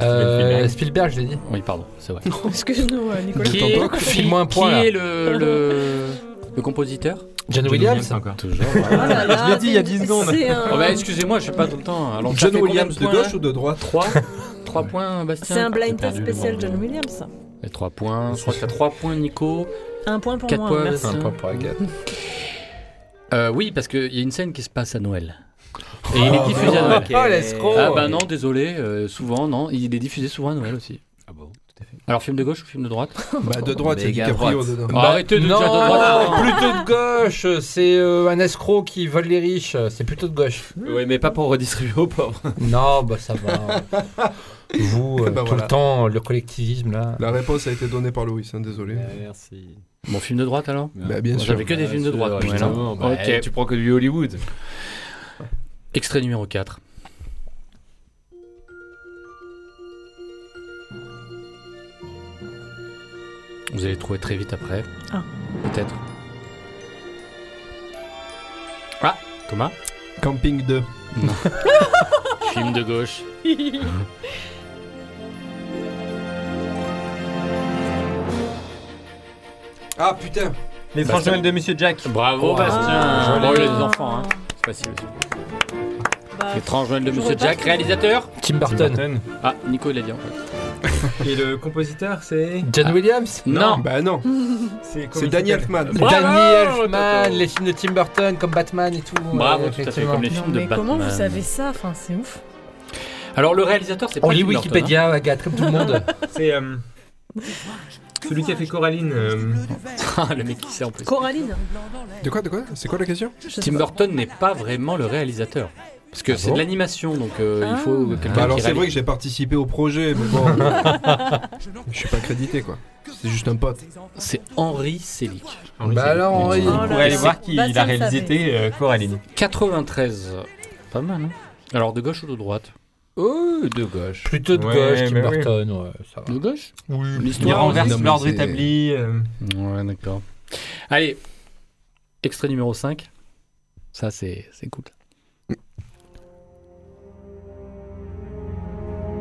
Speaker 3: Euh, Spielberg, je l'ai dit.
Speaker 2: Oui, pardon, c'est vrai.
Speaker 5: Excuse-nous, euh, Nicolas.
Speaker 2: qui
Speaker 3: t'entends
Speaker 2: est,
Speaker 3: pas File-moi un point,
Speaker 2: qui
Speaker 3: là.
Speaker 2: est le, le, le compositeur
Speaker 3: John Williams
Speaker 9: encore.
Speaker 2: Toujours.
Speaker 5: Oh là là,
Speaker 9: Je l'ai dit il y a
Speaker 5: t'es-
Speaker 9: 10 secondes.
Speaker 5: c'est un-
Speaker 2: Oh bah, excusez-moi, je sais pas tout le temps. hein. Alors, ça
Speaker 7: John
Speaker 2: fait combien
Speaker 7: Williams de
Speaker 2: points,
Speaker 7: gauche ou de droite
Speaker 2: 3 3 points, Bastien
Speaker 5: C'est un
Speaker 2: J'ai
Speaker 5: blind test
Speaker 2: perdu le
Speaker 5: spécial
Speaker 2: nom.
Speaker 5: John Williams.
Speaker 2: Et 3 points, je crois que t'as 3 points, Nico.
Speaker 5: Un point pour
Speaker 2: Quatre
Speaker 5: moi,
Speaker 2: points,
Speaker 5: merci.
Speaker 2: un point.
Speaker 3: pour Agathe.
Speaker 2: (laughs) Euh, oui, parce qu'il y a une scène qui se passe à Noël. Et il est diffusé à Noël.
Speaker 3: Oh, l'escroc
Speaker 2: Ah bah non, désolé, euh, souvent, non, il est diffusé souvent à Noël aussi. Ah bon, tout à fait. Alors, film de gauche ou film de droite
Speaker 7: Bah, de droite, il y
Speaker 24: Méga
Speaker 7: a DiCaprio
Speaker 24: droite.
Speaker 7: dedans.
Speaker 2: Ah, Arrêtez de
Speaker 3: non,
Speaker 2: dire de droite.
Speaker 3: plutôt de gauche. C'est euh, un escroc qui vole les riches. C'est plutôt de gauche.
Speaker 8: Ouais, mais pas pour redistribuer aux pauvres.
Speaker 3: Non, bah ça va. Vous, euh,
Speaker 7: Eh ben
Speaker 3: tout
Speaker 7: voilà.
Speaker 3: le temps, le collectivisme là.
Speaker 7: La réponse a été donnée par Louis, hein, désolé.
Speaker 8: Merci.
Speaker 2: Bon, film de droite alors
Speaker 7: Bah, bien sûr.
Speaker 2: J'avais que des films de droite.
Speaker 8: Ouais,
Speaker 2: putain.
Speaker 8: non, bah,
Speaker 2: ok.
Speaker 8: eh, Tu prends que du Hollywood.
Speaker 2: Extrait numéro 4. Vous allez le trouver très vite après.
Speaker 5: Ah.
Speaker 2: Peut-être. Ah, Thomas
Speaker 7: Camping 2.
Speaker 24: (laughs)
Speaker 2: Film de gauche.
Speaker 7: Ah putain
Speaker 9: L'étrange
Speaker 2: Bastien.
Speaker 9: Noël de Monsieur Jack.
Speaker 2: Bravo
Speaker 9: Wow.
Speaker 2: Bastien Bon, il a
Speaker 5: Joli.
Speaker 2: des enfants, hein. C'est facile aussi.
Speaker 5: Bah,
Speaker 2: L'étrange Noël de
Speaker 5: je
Speaker 2: Monsieur
Speaker 5: vois pas
Speaker 2: Jack,
Speaker 5: trop.
Speaker 2: réalisateur
Speaker 3: Tim Burton.
Speaker 9: Burton.
Speaker 2: Ah, Nico il a dit en fait.
Speaker 9: (laughs)
Speaker 2: Ah.
Speaker 7: (laughs)
Speaker 9: Et le compositeur, c'est.
Speaker 3: John Williams
Speaker 9: Non.
Speaker 5: (laughs)
Speaker 7: Bah non.
Speaker 9: C'est
Speaker 7: C'est Danny Elfman.
Speaker 3: Danny Elfman,
Speaker 9: Toto.
Speaker 3: les films de Tim Burton comme Batman et tout.
Speaker 2: Bravo,
Speaker 3: ouais,
Speaker 2: tout à fait,
Speaker 3: effectivement.
Speaker 2: comme les films de
Speaker 13: Mais comment vous
Speaker 2: Batman.
Speaker 13: savez ça Enfin, c'est ouf.
Speaker 2: Alors le réalisateur, c'est pas
Speaker 3: On lit
Speaker 2: Tim Burton,
Speaker 3: Wikipédia,
Speaker 2: hein.
Speaker 3: Agathe, comme tout le monde.
Speaker 9: (laughs) C'est. euh, Celui qui a fait Coraline. euh,
Speaker 2: (laughs) Ah, le mec qui sait en plus.
Speaker 5: Coraline
Speaker 7: De quoi, de quoi C'est quoi la question
Speaker 2: Tim Burton n'est pas vraiment le réalisateur. Parce
Speaker 24: Ah
Speaker 2: que c'est
Speaker 7: bon
Speaker 2: de l'animation, donc euh, il
Speaker 5: Ah.
Speaker 2: faut quelqu'un
Speaker 7: Bah alors
Speaker 2: qui
Speaker 7: c'est vrai que
Speaker 2: réalise.
Speaker 7: j'ai participé au projet, mais
Speaker 2: (laughs)
Speaker 7: bon. je suis pas crédité quoi. C'est juste un pote.
Speaker 2: C'est Henri Selick.
Speaker 3: Bah alors, Henri,
Speaker 9: Oh là là. Bah, ça, on le savait.
Speaker 2: euh, Coraline. 93. Pas mal, hein Alors de gauche ou de droite Oh, de gauche.
Speaker 3: Plutôt de gauche, Tim Burton, ouais, ça va.
Speaker 2: De gauche
Speaker 3: Oui,
Speaker 9: il renverse l'ordre établi. euh,
Speaker 2: Ouais, d'accord. Allez, extrait numéro 5. Ça, c'est c'est cool.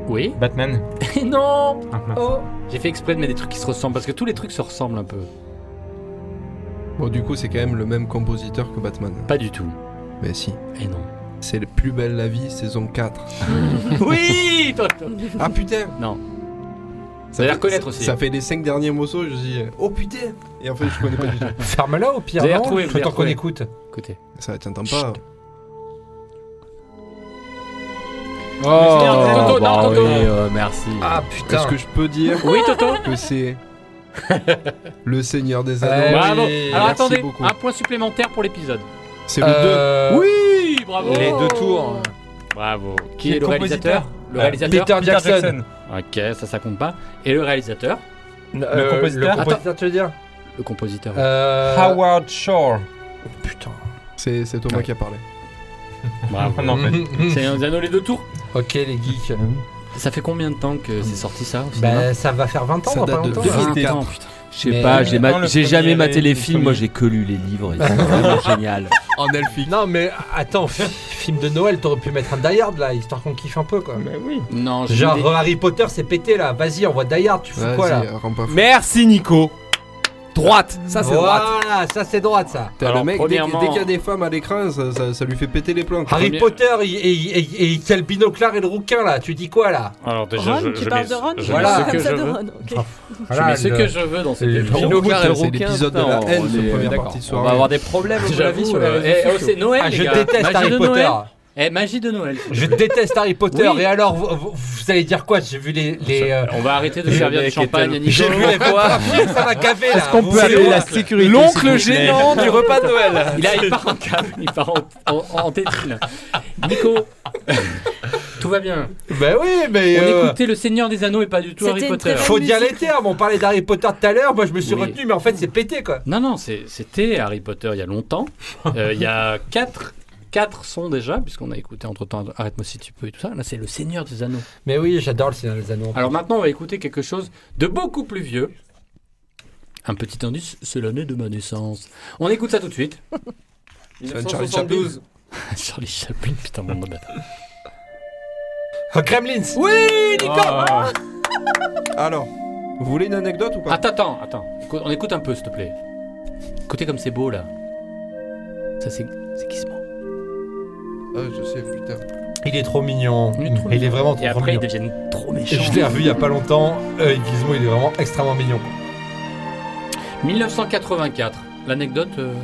Speaker 2: Oui (laughs)
Speaker 9: Batman
Speaker 2: Non
Speaker 3: Ah,
Speaker 9: mince.
Speaker 2: Oh J'ai fait exprès de mettre des trucs qui se ressemblent, parce que tous les trucs se ressemblent un peu.
Speaker 7: Bon du coup c'est quand même le même compositeur que Batman.
Speaker 2: Pas du tout.
Speaker 7: Mais si.
Speaker 2: Et non.
Speaker 7: C'est le plus belle la vie saison 4. (laughs)
Speaker 2: oui Toto
Speaker 7: Ah putain
Speaker 2: Non. Ça va reconnaître aussi.
Speaker 7: Ça fait les 5 derniers morceaux, je dis oh putain Et en fait je connais pas du tout.
Speaker 3: (laughs) Ferme-la au pire,
Speaker 2: Vous allez
Speaker 3: non
Speaker 2: retrouver, vous
Speaker 3: le
Speaker 2: allez
Speaker 3: temps qu'on
Speaker 2: retrouver.
Speaker 3: écoute.
Speaker 2: Écoutez.
Speaker 7: Ça t'entends pas.
Speaker 2: Oh.
Speaker 7: bah
Speaker 2: Toto, non, Toto.
Speaker 7: oui, euh,
Speaker 2: merci.
Speaker 3: Ah putain.
Speaker 7: Est-ce que je peux dire
Speaker 2: Oui, Toto
Speaker 7: que c'est le Seigneur des Anneaux
Speaker 3: Eh
Speaker 2: Bravo Alors
Speaker 7: Merci
Speaker 2: attendez, Ah.
Speaker 7: beaucoup.
Speaker 2: un point supplémentaire pour l'épisode.
Speaker 7: C'est le
Speaker 3: Euh,
Speaker 7: 2.
Speaker 2: Oui Bravo
Speaker 3: Les deux tours.
Speaker 2: Bravo.
Speaker 3: Qui
Speaker 2: Qui
Speaker 3: est
Speaker 2: est
Speaker 3: le
Speaker 2: le réalisateur
Speaker 3: compositeur
Speaker 2: Le réalisateur
Speaker 3: Euh, Peter Peter Jackson.
Speaker 2: Ok, ça, ça compte pas. Et le réalisateur
Speaker 3: euh, Le, compositeur,
Speaker 2: Le, compo-
Speaker 3: tu veux dire
Speaker 2: le compositeur.
Speaker 3: Euh,
Speaker 9: Howard Shore.
Speaker 7: C'est c'est Thomas
Speaker 2: Ouais.
Speaker 7: qui a parlé.
Speaker 3: (laughs)
Speaker 2: Bravo.
Speaker 9: Non, mais-
Speaker 2: C'est un anneau les deux tours
Speaker 3: Ok, les geeks.
Speaker 2: Ça fait combien de temps que c'est sorti ça au cinéma
Speaker 3: Bah, ça va faire 20 ans,
Speaker 7: Ça
Speaker 3: dans pas
Speaker 7: date de
Speaker 3: longtemps.
Speaker 2: 20
Speaker 3: hein.
Speaker 2: ans, putain.
Speaker 24: (laughs) Je sais
Speaker 3: Mais-
Speaker 24: pas, j'ai
Speaker 3: Non,
Speaker 24: ma-
Speaker 3: le
Speaker 24: j'ai jamais
Speaker 3: premier,
Speaker 24: maté les films, moi
Speaker 3: premier.
Speaker 24: j'ai que lu les livres, et c'est
Speaker 3: (laughs)
Speaker 24: vraiment génial.
Speaker 3: En elfique. Non, mais attends, fi- film de Noël, t'aurais pu mettre un Die Hard là, histoire qu'on kiffe un peu quoi.
Speaker 9: Mais oui.
Speaker 2: Non, j'ai
Speaker 3: Genre euh,
Speaker 2: des-
Speaker 3: Harry Potter c'est pété là, vas-y, envoie Die Hard, tu fous quoi là
Speaker 7: Vas-y, euh, rends pas fou.
Speaker 24: Merci Nico. Droite, ça c'est droite.
Speaker 3: Voilà, ça c'est droite ça.
Speaker 7: T'as
Speaker 2: Alors,
Speaker 7: le mec, dès-
Speaker 2: premièrement-
Speaker 7: dès qu'il y a des femmes à l'écran, ça, ça- ça lui fait péter les plans. quoi.
Speaker 3: Harry
Speaker 2: Premier-
Speaker 3: Potter il- et et- et- et il y a le binoclard et le rouquin là, tu dis quoi là
Speaker 2: (laughs) Alors (laughs) déjà,
Speaker 5: Ron,
Speaker 2: je,
Speaker 5: tu
Speaker 2: je
Speaker 5: parles
Speaker 2: mets-
Speaker 5: de Ron
Speaker 2: je mets
Speaker 3: Voilà.
Speaker 2: ce que
Speaker 5: Comme ça
Speaker 2: je
Speaker 5: de
Speaker 2: veux.
Speaker 5: Ron, ok.
Speaker 2: Je mets ce que je veux dans cette émission.
Speaker 7: Pinot Clair et
Speaker 24: C'est
Speaker 7: Rouquin,
Speaker 24: l'épisode de la
Speaker 7: putain,
Speaker 24: haine,
Speaker 7: on
Speaker 24: ce
Speaker 2: euh,
Speaker 7: est-
Speaker 24: premier
Speaker 7: d'accord.
Speaker 24: parti de
Speaker 7: On
Speaker 24: soirée.
Speaker 7: va avoir
Speaker 2: des problèmes,
Speaker 24: à mon avis, sur les réseaux sociaux.
Speaker 2: c'est Noël,
Speaker 3: Ah,
Speaker 2: les
Speaker 3: je
Speaker 2: gars.
Speaker 3: déteste
Speaker 2: Magie
Speaker 3: Harry
Speaker 2: de
Speaker 3: Potter.
Speaker 2: Noël. Eh, magie de Noël.
Speaker 3: Je déteste Harry Potter
Speaker 2: Oui.
Speaker 3: et alors vous, vous- vous allez dire quoi J'ai vu les. les euh,
Speaker 2: On va arrêter de
Speaker 3: le
Speaker 2: servir du
Speaker 3: mec
Speaker 2: champagne à Nico.
Speaker 3: J'ai vu
Speaker 2: (laughs)
Speaker 3: les quoi Ça m'a gavé là.
Speaker 24: Est-ce qu'on
Speaker 3: Vous
Speaker 24: peut
Speaker 3: savez
Speaker 24: appeler
Speaker 3: quoi
Speaker 24: la sécurité s'il vous
Speaker 3: L'oncle
Speaker 24: plaît
Speaker 3: gênant du repas de Noël.
Speaker 2: Il, a, il part en câble, il part en, en, en tétrine. Nico, tout va bien.
Speaker 3: Bah oui, mais.
Speaker 2: On
Speaker 3: euh,
Speaker 2: écoutait Le Seigneur des Anneaux et pas du tout
Speaker 5: C'était
Speaker 2: Harry
Speaker 5: une
Speaker 2: Potter.
Speaker 5: très
Speaker 3: Faut dire les termes, on parlait d'Harry Potter tout à l'heure, moi je me suis
Speaker 2: Oui.
Speaker 3: retenu, mais en fait c'est pété quoi.
Speaker 2: Non, non, c'est- c'était Harry Potter il y a
Speaker 3: (laughs)
Speaker 2: longtemps. Euh, il y a quatre, quatre sons déjà, puisqu'on a écouté entre temps Arrête-moi si tu peux et tout ça. Là, c'est Le Seigneur des Anneaux.
Speaker 3: Mais oui, j'adore le Seigneur des Anneaux.
Speaker 2: Alors maintenant, on va écouter quelque chose de beaucoup plus vieux. Un petit indice, c'est l'année de ma naissance. On écoute ça tout de
Speaker 3: (laughs)
Speaker 2: suite.
Speaker 7: C'est un Charlie Chaplin.
Speaker 2: (laughs) Charlie Chaplin, putain, mon bâtard.
Speaker 3: Oh, Kremlins Ah.
Speaker 2: Oui, Nico Ah.
Speaker 7: Alors, vous voulez une anecdote ou pas
Speaker 2: Attends, attends, attends. Écoute- on écoute un peu, s'il te plaît. Écoutez comme c'est beau, là. Ça, c'est... C'est qui ce mot
Speaker 7: Ah, je sais, putain.
Speaker 3: Il est trop mignon.
Speaker 2: Il est trop
Speaker 3: Il est
Speaker 2: mignon.
Speaker 3: vraiment trop,
Speaker 2: Et
Speaker 3: trop
Speaker 2: après, ils
Speaker 3: mignon.
Speaker 2: deviennent trop
Speaker 3: Et
Speaker 2: méchants.
Speaker 3: Je l'ai revu il y a pas longtemps, euh, visiblement il est vraiment extrêmement mignon.
Speaker 2: 1984. L'anecdote... euh,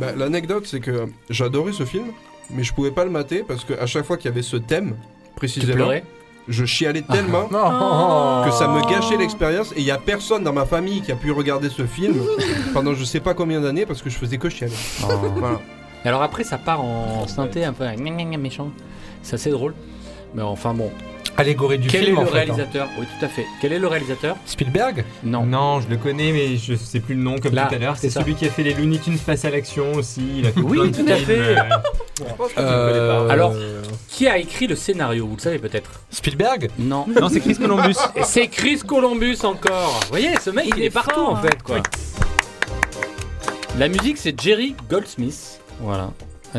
Speaker 7: Bah, L'anecdote, c'est que j'adorais ce film, mais je pouvais pas le mater parce qu'à chaque fois qu'il y avait ce thème,
Speaker 2: Tu
Speaker 7: précisément,
Speaker 2: pleurais Oh.
Speaker 7: je chialais tellement
Speaker 3: Ah.
Speaker 7: que ça me gâchait l'expérience. Et il y a personne dans ma famille qui a pu regarder ce film (laughs) pendant je sais pas combien d'années parce que je faisais que chialer.
Speaker 2: Oh.
Speaker 7: Voilà.
Speaker 2: Et Alors après, ça part en synthé un peu hein, gna, gna, gna, méchant. C'est assez drôle. Mais enfin, bon.
Speaker 3: Allégorie du
Speaker 2: Quel
Speaker 3: film
Speaker 2: est
Speaker 3: en
Speaker 2: le
Speaker 3: fait. hein.
Speaker 2: réalisateur Oui, tout à fait. Quel est le réalisateur
Speaker 3: Spielberg
Speaker 2: Non.
Speaker 9: Non, je le connais, mais je sais plus le nom comme
Speaker 2: Là,
Speaker 9: tout à l'heure. C'est
Speaker 2: c'est ça.
Speaker 9: celui qui a fait les Looney Tunes face à l'action aussi. Il a fait
Speaker 2: Oui,
Speaker 9: plein de
Speaker 2: tout à
Speaker 9: films,
Speaker 2: fait.
Speaker 9: euh,
Speaker 3: Euh,
Speaker 2: Alors, qui a écrit le scénario Vous le savez peut-être.
Speaker 3: Spielberg
Speaker 2: Non.
Speaker 9: Non, c'est Chris Columbus.
Speaker 2: (laughs) Et c'est Chris Columbus encore. Vous voyez, ce mec, il,
Speaker 5: Il
Speaker 2: est,
Speaker 5: est
Speaker 2: partout
Speaker 5: fort,
Speaker 2: en
Speaker 5: hein.
Speaker 2: fait, quoi. La musique, c'est Jerry Goldsmith. Voilà.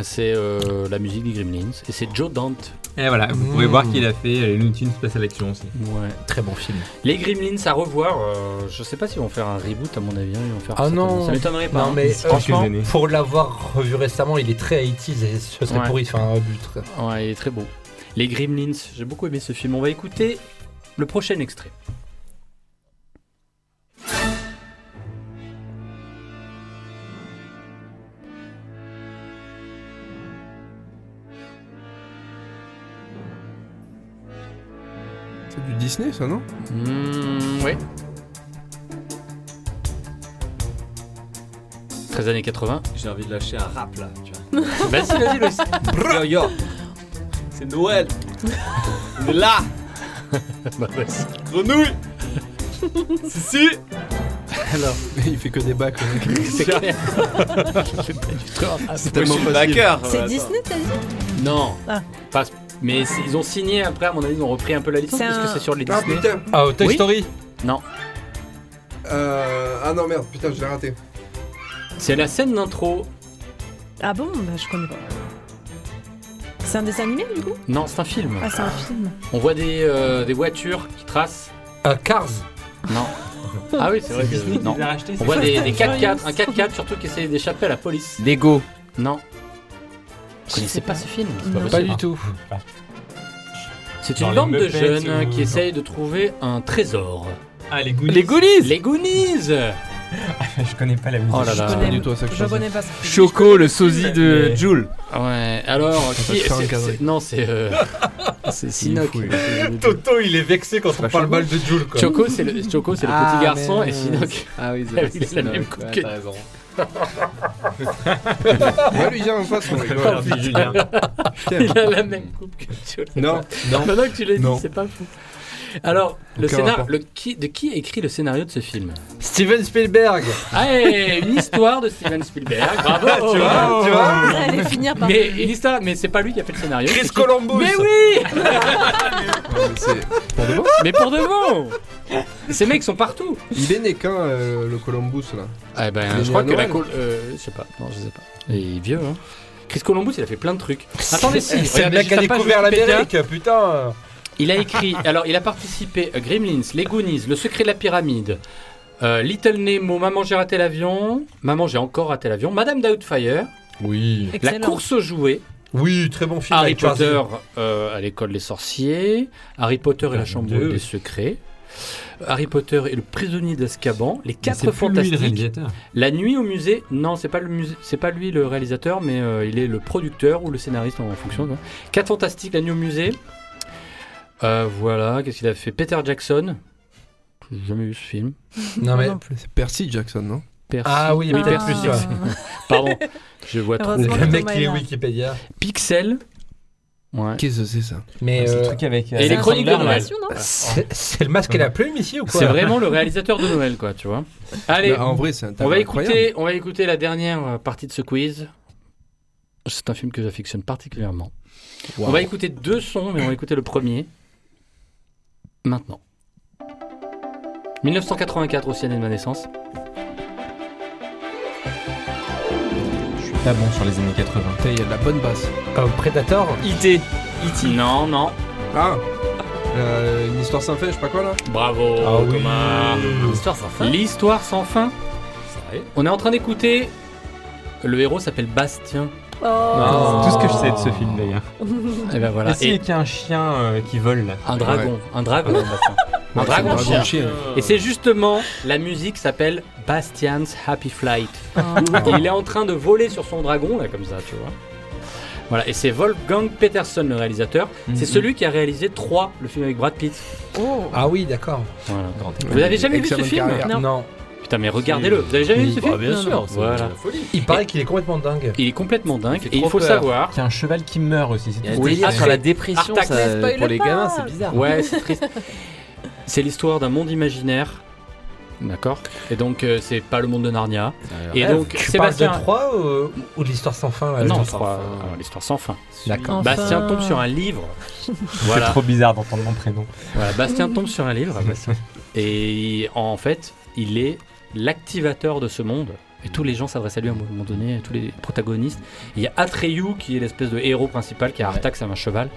Speaker 2: C'est euh, la musique des Gremlins. Et c'est Joe Dante. Mm.
Speaker 9: Et voilà, vous pouvez voir qu'il a fait euh, les Looney Tunes face à l'action aussi.
Speaker 2: Mmh. Ouais.
Speaker 3: Très bon
Speaker 9: (laughs)
Speaker 3: film.
Speaker 2: Les Gremlins à revoir. euh, je sais pas s'ils vont faire un reboot, à mon avis. hein, Ils vont faire
Speaker 3: Ah non
Speaker 2: certainement. Ça m'étonnerait pas.
Speaker 3: Non
Speaker 2: hein.
Speaker 3: mais
Speaker 9: Je pense que je
Speaker 3: franchement,
Speaker 9: l'ai né.
Speaker 3: pour l'avoir revu récemment, il est très 80s et ce serait
Speaker 2: Ouais.
Speaker 3: pourri de faire un but. quoi.
Speaker 2: Ouais, il est très beau. Les Gremlins, j'ai beaucoup aimé ce film. On va écouter le prochain extrait.
Speaker 7: C'est du Disney, ça, non
Speaker 2: Mmh,
Speaker 3: (laughs)
Speaker 2: Oui. 13 années 80.
Speaker 4: J'ai envie de lâcher un rap là, tu vois.
Speaker 2: Vas-y, vas-y, Louis. Yo, yo.
Speaker 4: C'est Noël. On est là.
Speaker 2: Bah, vas-y.
Speaker 4: Grenouille. si si.
Speaker 7: Alors, il fait que des bacs. le
Speaker 2: (laughs)
Speaker 7: mec.
Speaker 2: C'est clair. C'est pas du tout un rap.
Speaker 7: C'est tellement facile.
Speaker 2: bah,
Speaker 5: C'est Disney, t'as dit
Speaker 2: Non.
Speaker 5: Ah.
Speaker 2: Pas- mais c'est- ils ont signé après, à mon avis, ils ont repris un peu la licence
Speaker 5: C'est
Speaker 2: parce que
Speaker 5: un-
Speaker 2: c'est sur les
Speaker 7: Ah,
Speaker 2: Disney.
Speaker 7: putain. Ah, au Toy
Speaker 2: Oui.
Speaker 7: Story.
Speaker 2: Non.
Speaker 7: Euh, ah non, merde, putain, je l'ai raté.
Speaker 2: C'est la scène d'intro.
Speaker 13: Ah bon Bah je connais pas. C'est un dessin animé du coup
Speaker 2: Non, c'est un film.
Speaker 13: Ah c'est un film.
Speaker 2: On voit des, euh, des voitures qui tracent.
Speaker 3: Euh, Cars
Speaker 2: Non. Ah oui, c'est vrai.
Speaker 3: C'est
Speaker 2: que-
Speaker 3: Disney qui
Speaker 2: non.
Speaker 3: l'a racheté,
Speaker 2: On
Speaker 3: c'est
Speaker 2: voit
Speaker 3: ça
Speaker 2: des, des 4x4,
Speaker 3: Furious.
Speaker 2: un 4x4 surtout qui essaye d'échapper à la police.
Speaker 24: Lego.
Speaker 2: Ah. Non. Vous connaissez pas ce film C'est
Speaker 3: Pas
Speaker 2: possible.
Speaker 3: du tout.
Speaker 2: C'est
Speaker 3: Dans
Speaker 2: une
Speaker 3: les
Speaker 2: bande de
Speaker 3: Muppets
Speaker 2: jeunes
Speaker 3: ou-
Speaker 2: qui essayent de trouver un trésor.
Speaker 9: Ah, les Goonies.
Speaker 2: Les Goonies Les Goonies
Speaker 9: Je connais pas la musique.
Speaker 2: Oh là là.
Speaker 13: pas ça.
Speaker 24: Choco, le sosie de
Speaker 2: Mais-
Speaker 24: Jules.
Speaker 2: Ah Ouais, alors,
Speaker 24: Ça va
Speaker 2: qui
Speaker 24: te faire
Speaker 2: c'est-
Speaker 24: encadrer.
Speaker 2: c'est- Non, c'est. euh, (laughs) c'est Sinoc.
Speaker 3: Toto, il est vexé quand on parle mal de Jules. quoi.
Speaker 2: Choco, c'est le, Choco, c'est le
Speaker 3: Ah,
Speaker 2: petit garçon
Speaker 3: mais-
Speaker 2: et Sinoc.
Speaker 3: Ah oui,
Speaker 2: (laughs) il a
Speaker 3: c'est
Speaker 2: la
Speaker 3: Sinoc,
Speaker 2: même
Speaker 3: ouais,
Speaker 2: coupe
Speaker 3: t'as
Speaker 2: que.
Speaker 3: raison.
Speaker 7: (laughs) Ouais, lui, il y a en face, on rigole.
Speaker 2: Oh,
Speaker 3: (laughs)
Speaker 2: putain.
Speaker 7: Julien. Putain.
Speaker 2: Il a la même coupe que Jules.
Speaker 7: Non, non.
Speaker 2: Maintenant que tu l'as dit,
Speaker 7: Non.
Speaker 2: c'est pas fou. Alors, le
Speaker 7: Aucun
Speaker 2: scénar,
Speaker 7: rapport.
Speaker 2: le qui, de qui a écrit le scénario de ce film
Speaker 3: Steven Spielberg.
Speaker 2: Ah, et une histoire de Steven Spielberg. Bravo,
Speaker 7: Ah,
Speaker 3: Tu vois, tu vois
Speaker 5: Allez, finir par-
Speaker 2: Mais une histoire, mais c'est pas lui qui a fait le scénario.
Speaker 3: Chris
Speaker 2: c'est qui-
Speaker 3: Columbus.
Speaker 2: Mais
Speaker 7: (laughs)
Speaker 2: oui.
Speaker 7: Pour de bon
Speaker 2: Mais pour de bon. Ces mecs sont partout.
Speaker 7: Il est né quand, euh, le Columbus, là
Speaker 2: Eh ben,
Speaker 7: Il est
Speaker 2: je crois
Speaker 7: né
Speaker 2: que
Speaker 7: à
Speaker 2: la
Speaker 7: Noël.
Speaker 2: col- euh, je sais pas. Non, je sais pas. Il est vieux, hein. Chris Columbus, il a fait plein de trucs. Attendez,
Speaker 7: (laughs)
Speaker 2: si.
Speaker 3: C'est un
Speaker 2: regardez
Speaker 3: mec qui a
Speaker 2: juste la page
Speaker 3: découvert
Speaker 2: Wikipédia.
Speaker 3: l'Amérique, putain.
Speaker 2: Il a écrit, alors il a participé à Gremlins, Les Goonies, Le Secret de la Pyramide, euh, Little Nemo, Maman j'ai raté l'avion, Maman j'ai encore raté l'avion, Madame Doubtfire,
Speaker 3: Oui.
Speaker 2: La course aux jouets,
Speaker 3: Oui, très bon film.
Speaker 2: Harry
Speaker 3: avec Schwarzenegger.
Speaker 2: Potter euh, à l'école des sorciers, Harry Potter et la chambre
Speaker 3: Dieu.
Speaker 2: des secrets, Harry Potter et le prisonnier d'Azkaban, Les
Speaker 9: c'est
Speaker 2: quatre
Speaker 9: plus lui le
Speaker 2: fantastiques,
Speaker 9: réalisateur.
Speaker 2: La nuit au musée, non c'est pas le musée, c'est pas lui le réalisateur, mais euh, il est le producteur ou le scénariste en fonction. hein. Quatre fantastiques, La nuit au musée. Euh, voilà, qu'est-ce qu'il a fait Peter Jackson. J'ai jamais vu ce film.
Speaker 3: Non, mais-
Speaker 7: C'est Percy Jackson, non
Speaker 2: Percy.
Speaker 3: Ah oui, mais
Speaker 2: Peter
Speaker 3: t'as plus,
Speaker 2: Jackson.
Speaker 7: Ah.
Speaker 3: ouais.
Speaker 2: (laughs) Pardon, je vois trop.
Speaker 3: Le mec qui est Wikipédia.
Speaker 2: Pixel. Ouais.
Speaker 7: Qu'est-ce que Ah, c'est ça
Speaker 3: Mais
Speaker 2: C'est le
Speaker 3: euh,
Speaker 2: truc avec, euh, Et les chroniques de Noël.
Speaker 7: Ah.
Speaker 3: C'est c'est le masque et la plume ici ou quoi
Speaker 2: C'est vraiment le réalisateur de Noël, quoi, tu vois. Allez,
Speaker 7: Bah, en vrai, c'est un
Speaker 2: on
Speaker 7: talent
Speaker 2: va écouter,
Speaker 7: incroyable.
Speaker 2: on va écouter la dernière euh, partie de ce quiz. C'est un film que j'affectionne particulièrement.
Speaker 24: Wow.
Speaker 2: On va écouter deux sons, mais on va écouter le premier maintenant. 1984 aussi année de ma naissance.
Speaker 9: Je suis pas Ah, bon sur les années 80.
Speaker 7: Putain, il y a de la bonne basse.
Speaker 3: Euh, Predator
Speaker 7: Oh, E
Speaker 2: IT. Non, non.
Speaker 7: Ah Euh, Une histoire sans fin, je sais pas quoi, là
Speaker 2: Bravo,
Speaker 7: Ah oui.
Speaker 2: Thomas.
Speaker 7: L'histoire sans fin.
Speaker 2: L'histoire sans fin. On est en train d'écouter. Le héros s'appelle Bastien. Oh.
Speaker 9: Ah, C'est tout ce que je sais de ce film
Speaker 2: (laughs)
Speaker 9: d'ailleurs.
Speaker 2: Et ben voilà.
Speaker 9: Et s'il
Speaker 2: Et-
Speaker 9: y a un chien euh, qui vole là
Speaker 2: Un dragon, un dragon,
Speaker 9: Ouais.
Speaker 2: un
Speaker 9: (laughs) Ouais, c'est
Speaker 2: dragon
Speaker 9: un
Speaker 2: chien.
Speaker 9: dragon chien.
Speaker 2: Et c'est justement la musique s'appelle Bastian's Happy Flight. Et il est en train de voler sur son dragon là comme ça, tu vois. Voilà, et c'est Wolfgang Peterson le réalisateur.
Speaker 3: Mhm.
Speaker 2: C'est celui qui a réalisé 3, le film avec Brad Pitt.
Speaker 3: Ah oui, d'accord.
Speaker 2: Voilà. Vous avez jamais vu ce
Speaker 3: Excellente
Speaker 2: film
Speaker 3: carrière. Non. Ah,
Speaker 2: Putain, mais regardez-le. Vous avez jamais vu ce film Voilà.
Speaker 3: Il paraît qu'il est complètement dingue.
Speaker 2: Il est complètement dingue.
Speaker 3: fait
Speaker 2: Et il
Speaker 3: trop
Speaker 2: faut
Speaker 3: peur.
Speaker 2: savoir.
Speaker 9: Il y a un cheval qui meurt aussi. c'est
Speaker 2: Il y a
Speaker 9: tout. (laughs)
Speaker 2: un délire sur la
Speaker 9: dépression
Speaker 2: ça, euh, pour les gamins,
Speaker 9: c'est bizarre.
Speaker 2: Ouais, c'est triste. (laughs) C'est l'histoire d'un monde imaginaire. D'accord. Et donc, euh, c'est pas le monde de Narnia. Et donc,
Speaker 3: Ah, tu
Speaker 2: Sébastien.
Speaker 3: parles de 3 ou, ou de l'histoire sans fin là,
Speaker 2: Non,
Speaker 3: l'histoire
Speaker 2: trois,
Speaker 3: sans fin
Speaker 2: euh, l'histoire sans fin.
Speaker 9: D'accord.
Speaker 2: Bastien
Speaker 9: Enfin.
Speaker 2: tombe sur un livre.
Speaker 3: (laughs)
Speaker 9: C'est
Speaker 2: Voilà.
Speaker 9: trop bizarre d'entendre mon prénom.
Speaker 2: Voilà, Bastien tombe sur un livre. Bastien. Et en fait, il est l'activateur de ce monde. Et tous les gens s'adressent à lui à un moment donné, tous les protagonistes. Il y a Atreyu qui est l'espèce de héros principal, qui a Artax, un cheval.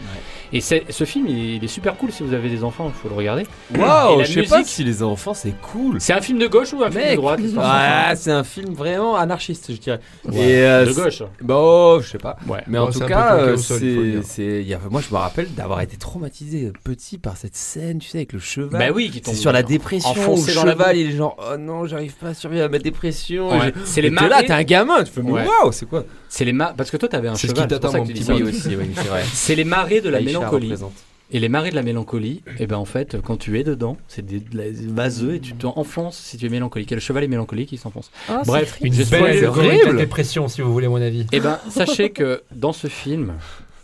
Speaker 2: Et c'est- ce film, il, il est super cool si vous avez des enfants, il faut le regarder. Et
Speaker 24: Waouh,
Speaker 2: la
Speaker 24: je sais pas
Speaker 2: musique,
Speaker 24: si les enfants c'est cool.
Speaker 2: C'est un film de gauche ou un film de droite histoire sans fin
Speaker 24: Ouais, c'est un film vraiment anarchiste, je dirais.
Speaker 2: Ouais.
Speaker 24: euh,
Speaker 2: De
Speaker 24: c'est-
Speaker 2: gauche.
Speaker 24: Bah, oh, je sais pas.
Speaker 2: Ouais.
Speaker 24: Mais en
Speaker 2: Ouais,
Speaker 24: tout
Speaker 2: c'est un peu
Speaker 24: cas,
Speaker 2: planqué au
Speaker 24: euh,
Speaker 2: sol, il faut le
Speaker 24: c'est,
Speaker 2: dire.
Speaker 24: c'est- il y a- moi, je me rappelle d'avoir été traumatisé petit par cette scène, tu sais, avec le cheval.
Speaker 2: Bah oui, qui tombe
Speaker 24: C'est sur la
Speaker 2: dedans.
Speaker 24: dépression.
Speaker 2: Enfoncé
Speaker 24: où
Speaker 2: dans
Speaker 24: le
Speaker 2: la
Speaker 24: cheval,
Speaker 2: boue.
Speaker 24: il est genre, oh non, j'arrive pas à survivre à ma dépression.
Speaker 2: Ouais.
Speaker 24: Et je-
Speaker 2: C'est les
Speaker 24: et t'es là,
Speaker 2: marées.
Speaker 24: t'es un gamin, tu fais, mais
Speaker 2: Ouais.
Speaker 24: waouh, c'est quoi
Speaker 2: C'est les ma- parce que toi t'avais un
Speaker 24: C'est ce
Speaker 2: cheval.
Speaker 24: qui
Speaker 2: pour
Speaker 24: t'attend,
Speaker 2: ça que
Speaker 24: mon
Speaker 2: tu
Speaker 24: petit (laughs)
Speaker 2: dis ça.
Speaker 24: boy, aussi, oui, c'est vrai.
Speaker 2: (laughs) C'est les marées de la
Speaker 24: Aïcha
Speaker 2: mélancolie.
Speaker 24: représente.
Speaker 2: Et les marées de la mélancolie, et ben en fait, quand tu es dedans, c'est des, de la- vaseux et tu t'enfonces si tu es mélancolique. Et le cheval est mélancolique, il s'enfonce.
Speaker 3: Oh, c'est
Speaker 2: Bref,
Speaker 3: triste. Une
Speaker 2: j'espère
Speaker 3: belle
Speaker 2: que-
Speaker 3: allégorie de la dépression, si vous voulez mon avis.
Speaker 2: Eh ben, sachez que dans ce film,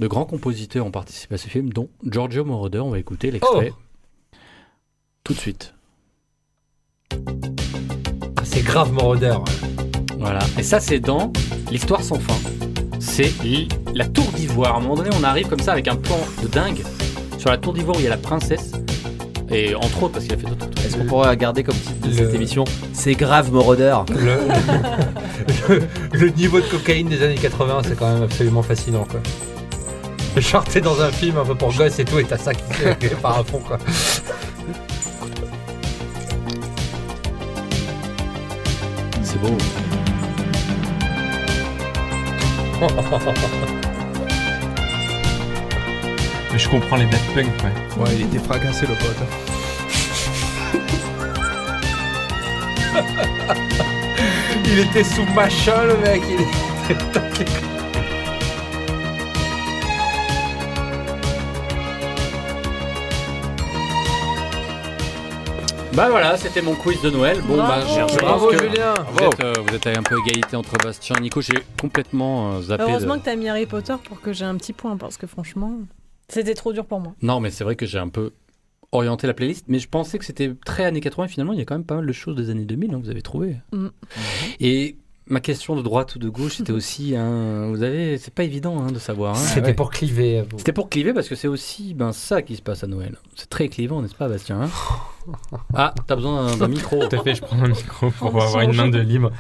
Speaker 2: de grands compositeurs ont participé à ce film, dont Giorgio Moroder. On va écouter l'extrait
Speaker 24: Oh.
Speaker 2: tout de suite.
Speaker 3: Ah, c'est grave Moroder.
Speaker 2: Voilà. Et ça, c'est dans l'histoire sans fin. C'est l- la tour d'ivoire. À un moment donné, on arrive comme ça avec un plan de dingue sur la tour d'ivoire où il y a la princesse. Et entre autres, parce qu'il a fait d'autres trucs.
Speaker 24: Est-ce qu'on pourrait garder comme titre de cette émission C'est grave, moroder.
Speaker 3: Le niveau de cocaïne des années 80, c'est quand même absolument fascinant, quoi. Genre, t'es dans un film un peu pour gosses et tout, et t'as ça qui se par un fond, quoi.
Speaker 2: C'est beau.
Speaker 9: Mais je comprends les Daft Punk, ouais.
Speaker 7: Ouais, il était fracassé le pote.
Speaker 3: Il était sous machin, le mec, il était taqué.
Speaker 2: Bah voilà, c'était mon quiz de Noël. Bon,
Speaker 3: Bravo.
Speaker 2: bah, je pense
Speaker 3: Bravo,
Speaker 2: que
Speaker 3: Julien.
Speaker 2: Vous êtes, euh, vous êtes à un peu égalité entre Bastien et Nico. J'ai complètement euh, zappé. de-
Speaker 5: Heureusement que t'as mis Harry Potter pour que j'ai un petit point, parce que franchement, c'était trop dur pour moi.
Speaker 2: Non, mais c'est vrai que j'ai un peu orienté la playlist, mais je pensais que c'était très années 80. et Finalement, il y a quand même pas mal de choses des années 2000 hein, que vous avez trouvé.
Speaker 5: Mm.
Speaker 2: Et ma question de droite ou de gauche, c'était aussi un. Vous avez, c'est pas évident hein, de savoir. hein.
Speaker 3: C'était
Speaker 2: Ouais.
Speaker 3: pour cliver. vous.
Speaker 2: C'était pour cliver parce que c'est aussi ben ça qui se passe à Noël. C'est très clivant, n'est-ce pas, Bastien hein Ah, t'as besoin d'un- d'un micro.
Speaker 9: Tout à fait, je prends un micro pour avoir une main de libre.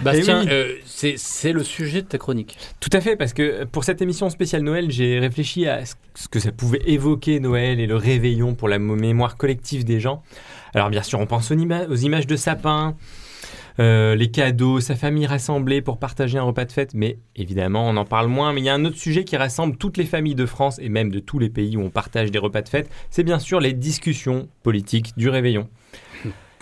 Speaker 2: Bastien,
Speaker 9: Eh oui.
Speaker 2: euh, c'est- c'est le sujet de ta chronique.
Speaker 9: Tout à fait, parce que euh, pour cette émission spéciale Noël, j'ai réfléchi à ce- ce que ça pouvait évoquer Noël et le réveillon pour la mo- mémoire collective des gens. Alors bien sûr, on pense aux, ima- aux images de sapin, euh, les cadeaux, sa famille rassemblée pour partager un repas de fête, mais évidemment, on en parle moins. Mais il y a un autre sujet qui rassemble toutes les familles de France et même de tous les pays où on partage des repas de fête, c'est bien sûr les discussions politiques du réveillon.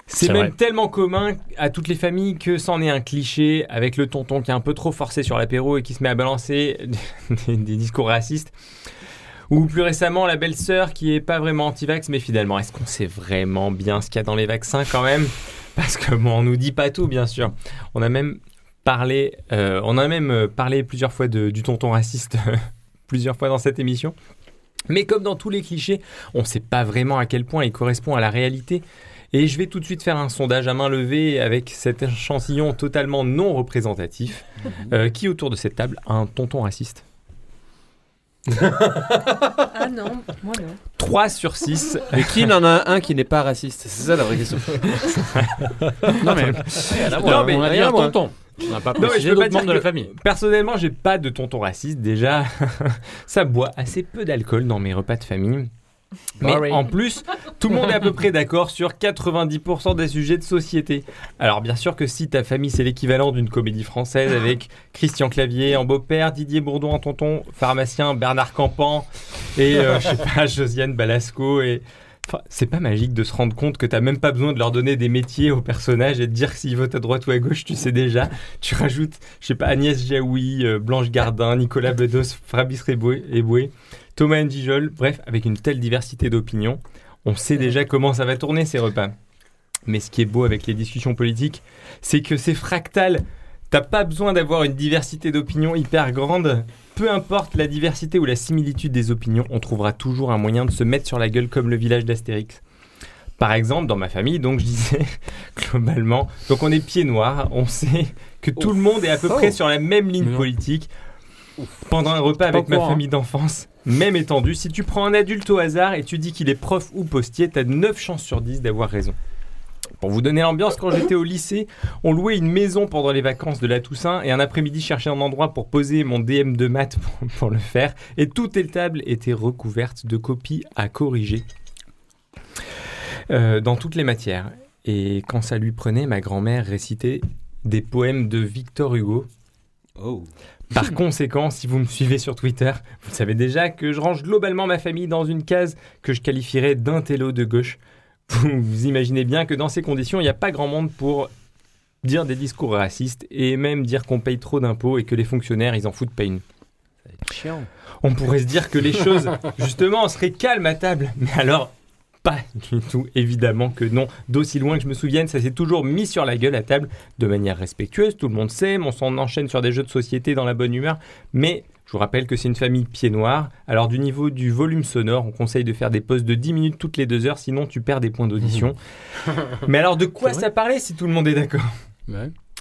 Speaker 9: C'est
Speaker 2: C'est
Speaker 9: même
Speaker 2: vrai.
Speaker 9: tellement commun à toutes les familles que c'en est un cliché avec le tonton qui est un peu trop forcé sur l'apéro et qui se met à balancer des, (laughs) (laughs) des discours racistes. Ou plus récemment, la belle-sœur qui est pas vraiment anti-vax, mais finalement, est-ce qu'on sait vraiment bien ce qu'il y a dans les vaccins quand même (laughs) Parce que bon, on nous dit pas tout, bien sûr. On a même parlé, euh, on a même euh, parlé plusieurs fois de- du tonton raciste (laughs) plusieurs fois dans cette émission. Mais comme dans tous les clichés, on ne sait pas vraiment à quel point il correspond à la réalité. Et je vais tout de suite faire un sondage à main levée avec cet échantillon totalement non représentatif. Euh, qui autour de cette table a un tonton raciste
Speaker 5: Ah non, moi non.
Speaker 9: 3 sur 6.
Speaker 24: (laughs) Mais qui n'en a un qui n'est pas raciste C'est ça la vraie
Speaker 4: (laughs)
Speaker 24: question.
Speaker 9: (laughs) non mais,
Speaker 24: Rien à voir, on a dit
Speaker 9: rien
Speaker 24: un
Speaker 9: à voir.
Speaker 24: tonton. On n'a pas
Speaker 9: Non, mais
Speaker 24: précisé
Speaker 9: je peux
Speaker 24: d'autres
Speaker 9: pas dire
Speaker 24: membres de la
Speaker 9: que-
Speaker 24: famille.
Speaker 9: Personnellement, j'ai pas de tonton raciste déjà. (laughs) Ça boit assez peu d'alcool dans mes repas de famille. Mais
Speaker 24: Boring.
Speaker 9: en plus, tout le monde est à peu près d'accord sur 90% des sujets de société. Alors bien sûr que si ta famille c'est l'équivalent d'une comédie française avec Christian Clavier en beau-père, Didier Bourdon en tonton, pharmacien Bernard Campan et euh, je sais pas Josiane Balasco et Enfin, c'est pas magique de se rendre compte que t'as même pas besoin de leur donner des métiers aux personnages et de dire s'ils votent à droite ou à gauche, tu sais déjà. Tu rajoutes, je sais pas, Agnès Jaoui, euh, Blanche Gardin, Nicolas Bedos, Fabrice Eboué, Eboué, Thomas Njijol. Bref, avec une telle diversité d'opinions, on sait déjà comment ça va tourner ces repas. Mais ce qui est beau avec les discussions politiques, c'est que c'est fractal. T'as pas besoin d'avoir une diversité d'opinions hyper grande. Peu importe la diversité ou la similitude des opinions, on trouvera toujours un moyen de se mettre sur la gueule comme le village d'Astérix. Par exemple, dans ma famille, donc je disais (laughs) globalement, donc on est pieds noirs, on sait que tout le monde est à peu près sur la même ligne politique. Pendant un repas
Speaker 24: Pas
Speaker 9: avec ma
Speaker 24: encore, hein.
Speaker 9: famille d'enfance, même étendue, si tu prends un adulte au hasard et tu dis qu'il est prof ou postier, t'as 9 chances sur 10 d'avoir raison. Pour vous donner l'ambiance, quand j'étais au lycée, on louait une maison pendant les vacances de la Toussaint et un après-midi cherchais un endroit pour poser mon DM de maths (laughs) pour, pour le faire et toutes les tables étaient recouvertes de copies à corriger euh, dans toutes les matières. Et quand ça lui prenait, ma grand-mère récitait des poèmes de Victor Hugo. Par conséquent, si vous me suivez sur Twitter, vous savez déjà que je range globalement ma famille dans une case que je qualifierais d'intello de gauche. Vous, vous imaginez bien que dans ces conditions, il n'y a pas grand monde pour dire des discours racistes et même dire qu'on paye trop d'impôts et que les fonctionnaires, ils en foutent pas une.
Speaker 24: Chiant.
Speaker 9: On pourrait se dire que
Speaker 4: (laughs)
Speaker 9: les choses, justement, seraient calmes à table. Mais alors, pas du tout, évidemment que non. D'aussi loin que je me souvienne, ça s'est toujours mis sur la gueule à table de manière respectueuse. Tout le monde sait, on s'en enchaîne sur des jeux de société dans la bonne humeur. Mais je vous rappelle que c'est une famille pied noir. Alors, du niveau du volume sonore, on conseille de faire des pauses de 10 minutes toutes les 2 heures, sinon tu perds des
Speaker 4: (laughs)
Speaker 9: points d'audition.
Speaker 2: (laughs)
Speaker 9: Mais alors, de quoi ça parlait si tout le monde est d'accord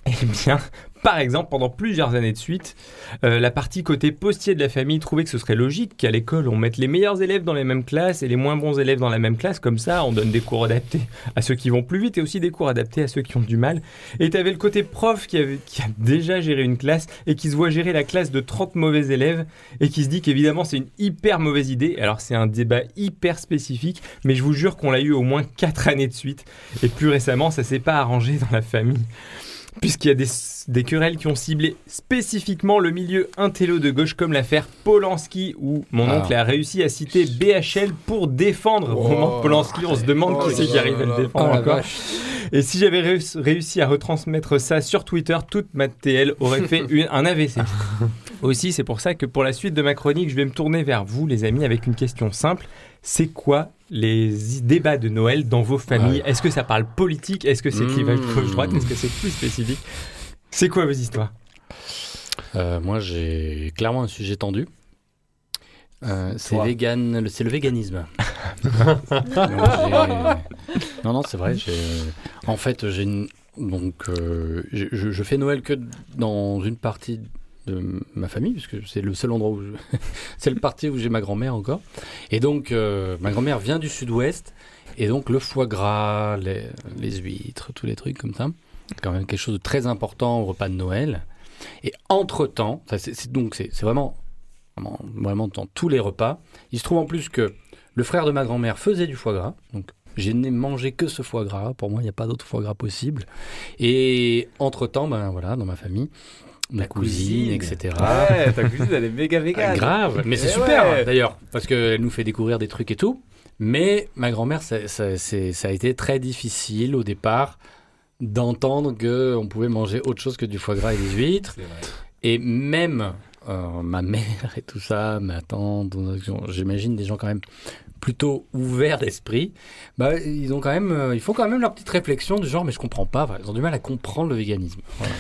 Speaker 9: eh bien, (laughs) par exemple, pendant plusieurs années de suite, euh, la partie côté postier de la famille trouvait que ce serait logique qu'à l'école, on mette les meilleurs élèves dans les mêmes classes et les moins bons élèves dans la même classe. Comme ça, on donne des cours adaptés à ceux qui vont plus vite et aussi des cours adaptés à ceux qui ont du mal. Et tu avais le côté prof qui, avait- qui a déjà géré une classe et qui se voit gérer la classe de 30 mauvais élèves et qui se dit qu'évidemment, c'est une hyper mauvaise idée. Alors, c'est un débat hyper spécifique, mais je vous jure qu'on l'a eu au moins 4 années de suite. Et plus récemment, ça s'est pas arrangé dans la famille puisqu'il y a des, des querelles qui ont ciblé spécifiquement le milieu intello de gauche, comme l'affaire Polanski, où mon
Speaker 2: Ah.
Speaker 9: oncle a réussi à citer BHL pour défendre Roman Polanski. On se demande
Speaker 2: Oh
Speaker 9: qui c'est qui
Speaker 2: là
Speaker 9: arrive à
Speaker 2: là.
Speaker 9: le défendre
Speaker 2: Oh la
Speaker 9: encore.
Speaker 2: vache.
Speaker 9: Et si j'avais réus- réussi à retransmettre ça sur Twitter, toute ma TL aurait
Speaker 2: (laughs)
Speaker 9: fait une- un AVC. Aussi, c'est pour ça que pour la suite de ma chronique, je vais me tourner vers vous, les amis, avec une question simple. C'est quoi les i- débats de Noël dans vos familles Est-ce que ça parle politique Est-ce que c'est clivage
Speaker 2: Mmh.
Speaker 9: gauche-droite Est-ce que c'est plus spécifique C'est quoi vos histoires
Speaker 2: Euh, moi, j'ai clairement un sujet tendu. Euh, c'est
Speaker 9: Toi.
Speaker 2: vegan, le- c'est le véganisme. Donc, j'ai- non, non, c'est vrai. j'ai- En fait, j'ai une- donc euh, j'ai- je, je fais Noël que dans une partie de ma famille, puisque c'est le seul endroit où je- (laughs) c'est le parti où j'ai ma grand-mère encore. Et donc, euh, ma grand-mère vient du Sud-Ouest, et donc le foie gras, les, les huîtres, tous les trucs comme ça, c'est quand même quelque chose de très important au repas de Noël. Et entre-temps, ça, c'est- c'est- donc c'est c'est vraiment, vraiment, vraiment dans tous les repas, il se trouve en plus que le frère de ma grand-mère faisait du foie gras, donc je n'ai mangé que ce foie gras, pour moi il n'y a pas d'autre foie gras possible. Et entre-temps, ben voilà, dans ma famille, ma cousine, etc.
Speaker 4: Ouais, ta cousine, elle est méga végane.
Speaker 2: Ah, grave, mais c'est
Speaker 4: Eh
Speaker 2: super
Speaker 4: ouais.
Speaker 2: d'ailleurs, parce qu'elle nous fait découvrir des trucs et tout. Mais ma grand-mère, ça, ça- c'est- ça a été très difficile au départ d'entendre qu'on pouvait manger autre chose que du foie gras et des huîtres. Et même euh, ma mère et tout ça, ma tante, j'imagine des gens quand même plutôt ouverts d'esprit, bah, ils ont quand même, euh, ils font quand même leur petite réflexion du genre mais je comprends pas, Enfin, ils ont du mal à comprendre le véganisme. Voilà.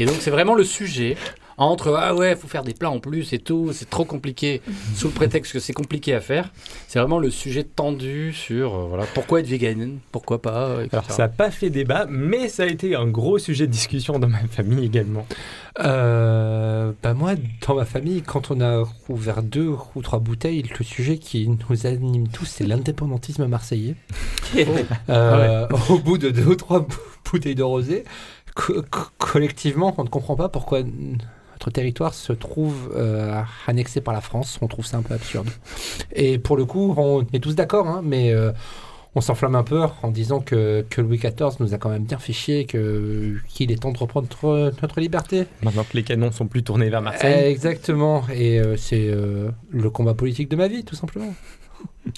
Speaker 2: Et donc c'est vraiment le sujet entre ah ouais faut faire des plats en plus et tout, c'est trop compliqué sous le prétexte que c'est compliqué à faire. C'est vraiment le sujet tendu sur euh, voilà pourquoi être vegan, pourquoi pas. euh, etc.
Speaker 9: Alors, ça n'a pas fait débat, mais ça a été un gros sujet de discussion dans ma famille également.
Speaker 3: Euh, bah moi, dans ma famille, quand on a ouvert deux ou trois bouteilles, le sujet qui nous anime tous, c'est l'indépendantisme marseillais. Euh, Au bout de deux ou trois bou- bouteilles de rosé, co- co- collectivement, on ne comprend pas pourquoi n- notre territoire se trouve euh, annexé par la France. On trouve ça un peu absurde. Et pour le coup, on est tous d'accord, hein, mais... euh, on s'enflamme un peu en disant que, que Louis XIV nous a quand même bien fait chier, que- qu'il est temps de reprendre notre- notre liberté.
Speaker 9: Maintenant que les canons sont plus tournés vers Marseille.
Speaker 3: Euh, exactement, et euh, c'est euh, le combat politique de ma vie, tout simplement.
Speaker 9: (laughs)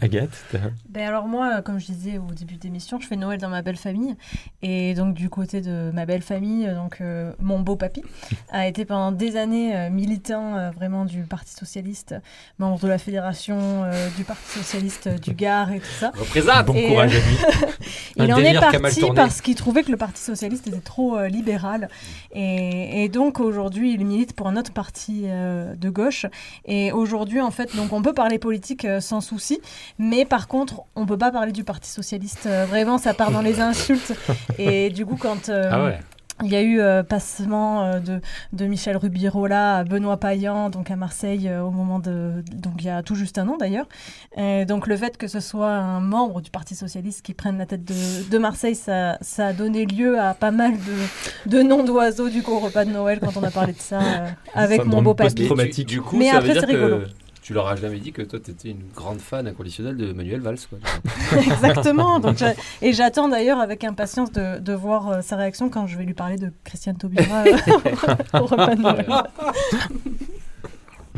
Speaker 9: Agathe, t'as-
Speaker 5: Ben alors moi, comme je disais au début de l'émission, je fais Noël dans ma belle famille. Et donc du côté de ma belle famille, euh, donc euh, mon beau papy a été pendant des années euh, militant euh, vraiment du Parti Socialiste, membre de la Fédération euh, du Parti Socialiste euh, du Gard et tout ça.
Speaker 9: Représente. Bon
Speaker 5: Et, euh,
Speaker 9: courage à lui.
Speaker 5: (laughs)
Speaker 9: Un
Speaker 5: Il en est
Speaker 9: délire qui a mal
Speaker 5: parti
Speaker 9: tourné.
Speaker 5: parce qu'il trouvait que le Parti Socialiste était trop euh, libéral. Et, et donc aujourd'hui, il milite pour un autre parti euh, de gauche. Et aujourd'hui, en fait, donc on peut parler politique euh, sans souci, mais par contre, on peut pas parler du Parti Socialiste. Euh, vraiment, ça part dans les
Speaker 15: (laughs)
Speaker 5: insultes. Et du coup, quand. euh,
Speaker 15: Ah ouais.
Speaker 5: il y a eu euh, passement euh, de, de Michel Rubirola à Benoît Payan, donc à Marseille, euh, au moment de. Donc il y a tout juste un an d'ailleurs. Et Donc le fait que ce soit un membre du Parti Socialiste qui prenne la tête de, de Marseille, ça, ça a donné lieu à pas mal de, de noms d'oiseaux du coup au repas de Noël quand on a parlé de ça euh, avec mon
Speaker 4: Syndrome
Speaker 5: beau papy.
Speaker 4: Du, du coup,
Speaker 5: Mais
Speaker 4: ça
Speaker 5: après,
Speaker 4: veut
Speaker 5: c'est
Speaker 4: dire
Speaker 5: rigolo.
Speaker 4: que tu leur as jamais dit que toi, t'étais une grande fan inconditionnelle de Manuel Valls. Quoi.
Speaker 5: (laughs) Exactement. Donc, euh, j'a- et j'attends d'ailleurs avec impatience de, de voir euh, sa réaction quand je vais lui parler de Christiane Taubira euh, au repas de Noël.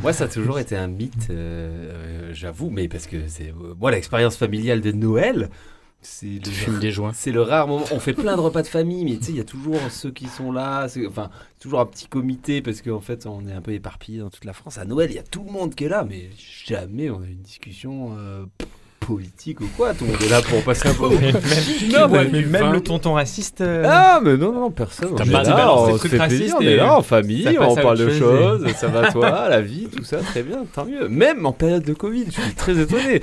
Speaker 4: Moi, ça a toujours été un mythe, euh, euh, j'avoue, mais parce que c'est euh, moi l'expérience familiale de Noël. C'est le
Speaker 2: fumes des joints.
Speaker 4: C'est le rare moment. On fait plein de repas de famille, mais tu sais, il y a toujours ceux qui sont là. c'est- Enfin, toujours un petit comité parce qu'en fait, on est un peu éparpillé dans toute la France. À Noël, il y a tout le monde qui est là, mais jamais on a une discussion euh, politique ou quoi. Tout le monde est là pour (laughs) passer un peu.
Speaker 9: Même-
Speaker 4: Qui
Speaker 9: non,
Speaker 4: boit
Speaker 9: mais
Speaker 4: du
Speaker 9: même
Speaker 4: vin
Speaker 9: le tonton raciste. euh,
Speaker 8: Ah, mais non, non, non, personne.
Speaker 9: T'as
Speaker 8: On est
Speaker 9: pas
Speaker 8: là,
Speaker 9: balancé
Speaker 8: on
Speaker 9: le
Speaker 8: se
Speaker 9: truc
Speaker 8: fait
Speaker 9: raciste
Speaker 8: plaisir, on
Speaker 9: et
Speaker 8: est là
Speaker 9: ça
Speaker 8: en famille,
Speaker 9: passe
Speaker 8: on
Speaker 9: à
Speaker 8: parle de
Speaker 9: autre chose
Speaker 8: choses,
Speaker 9: et-
Speaker 8: ça va
Speaker 9: (laughs)
Speaker 8: toi, la vie, tout ça, très bien, tant mieux. Même en période de Covid, je suis très étonné.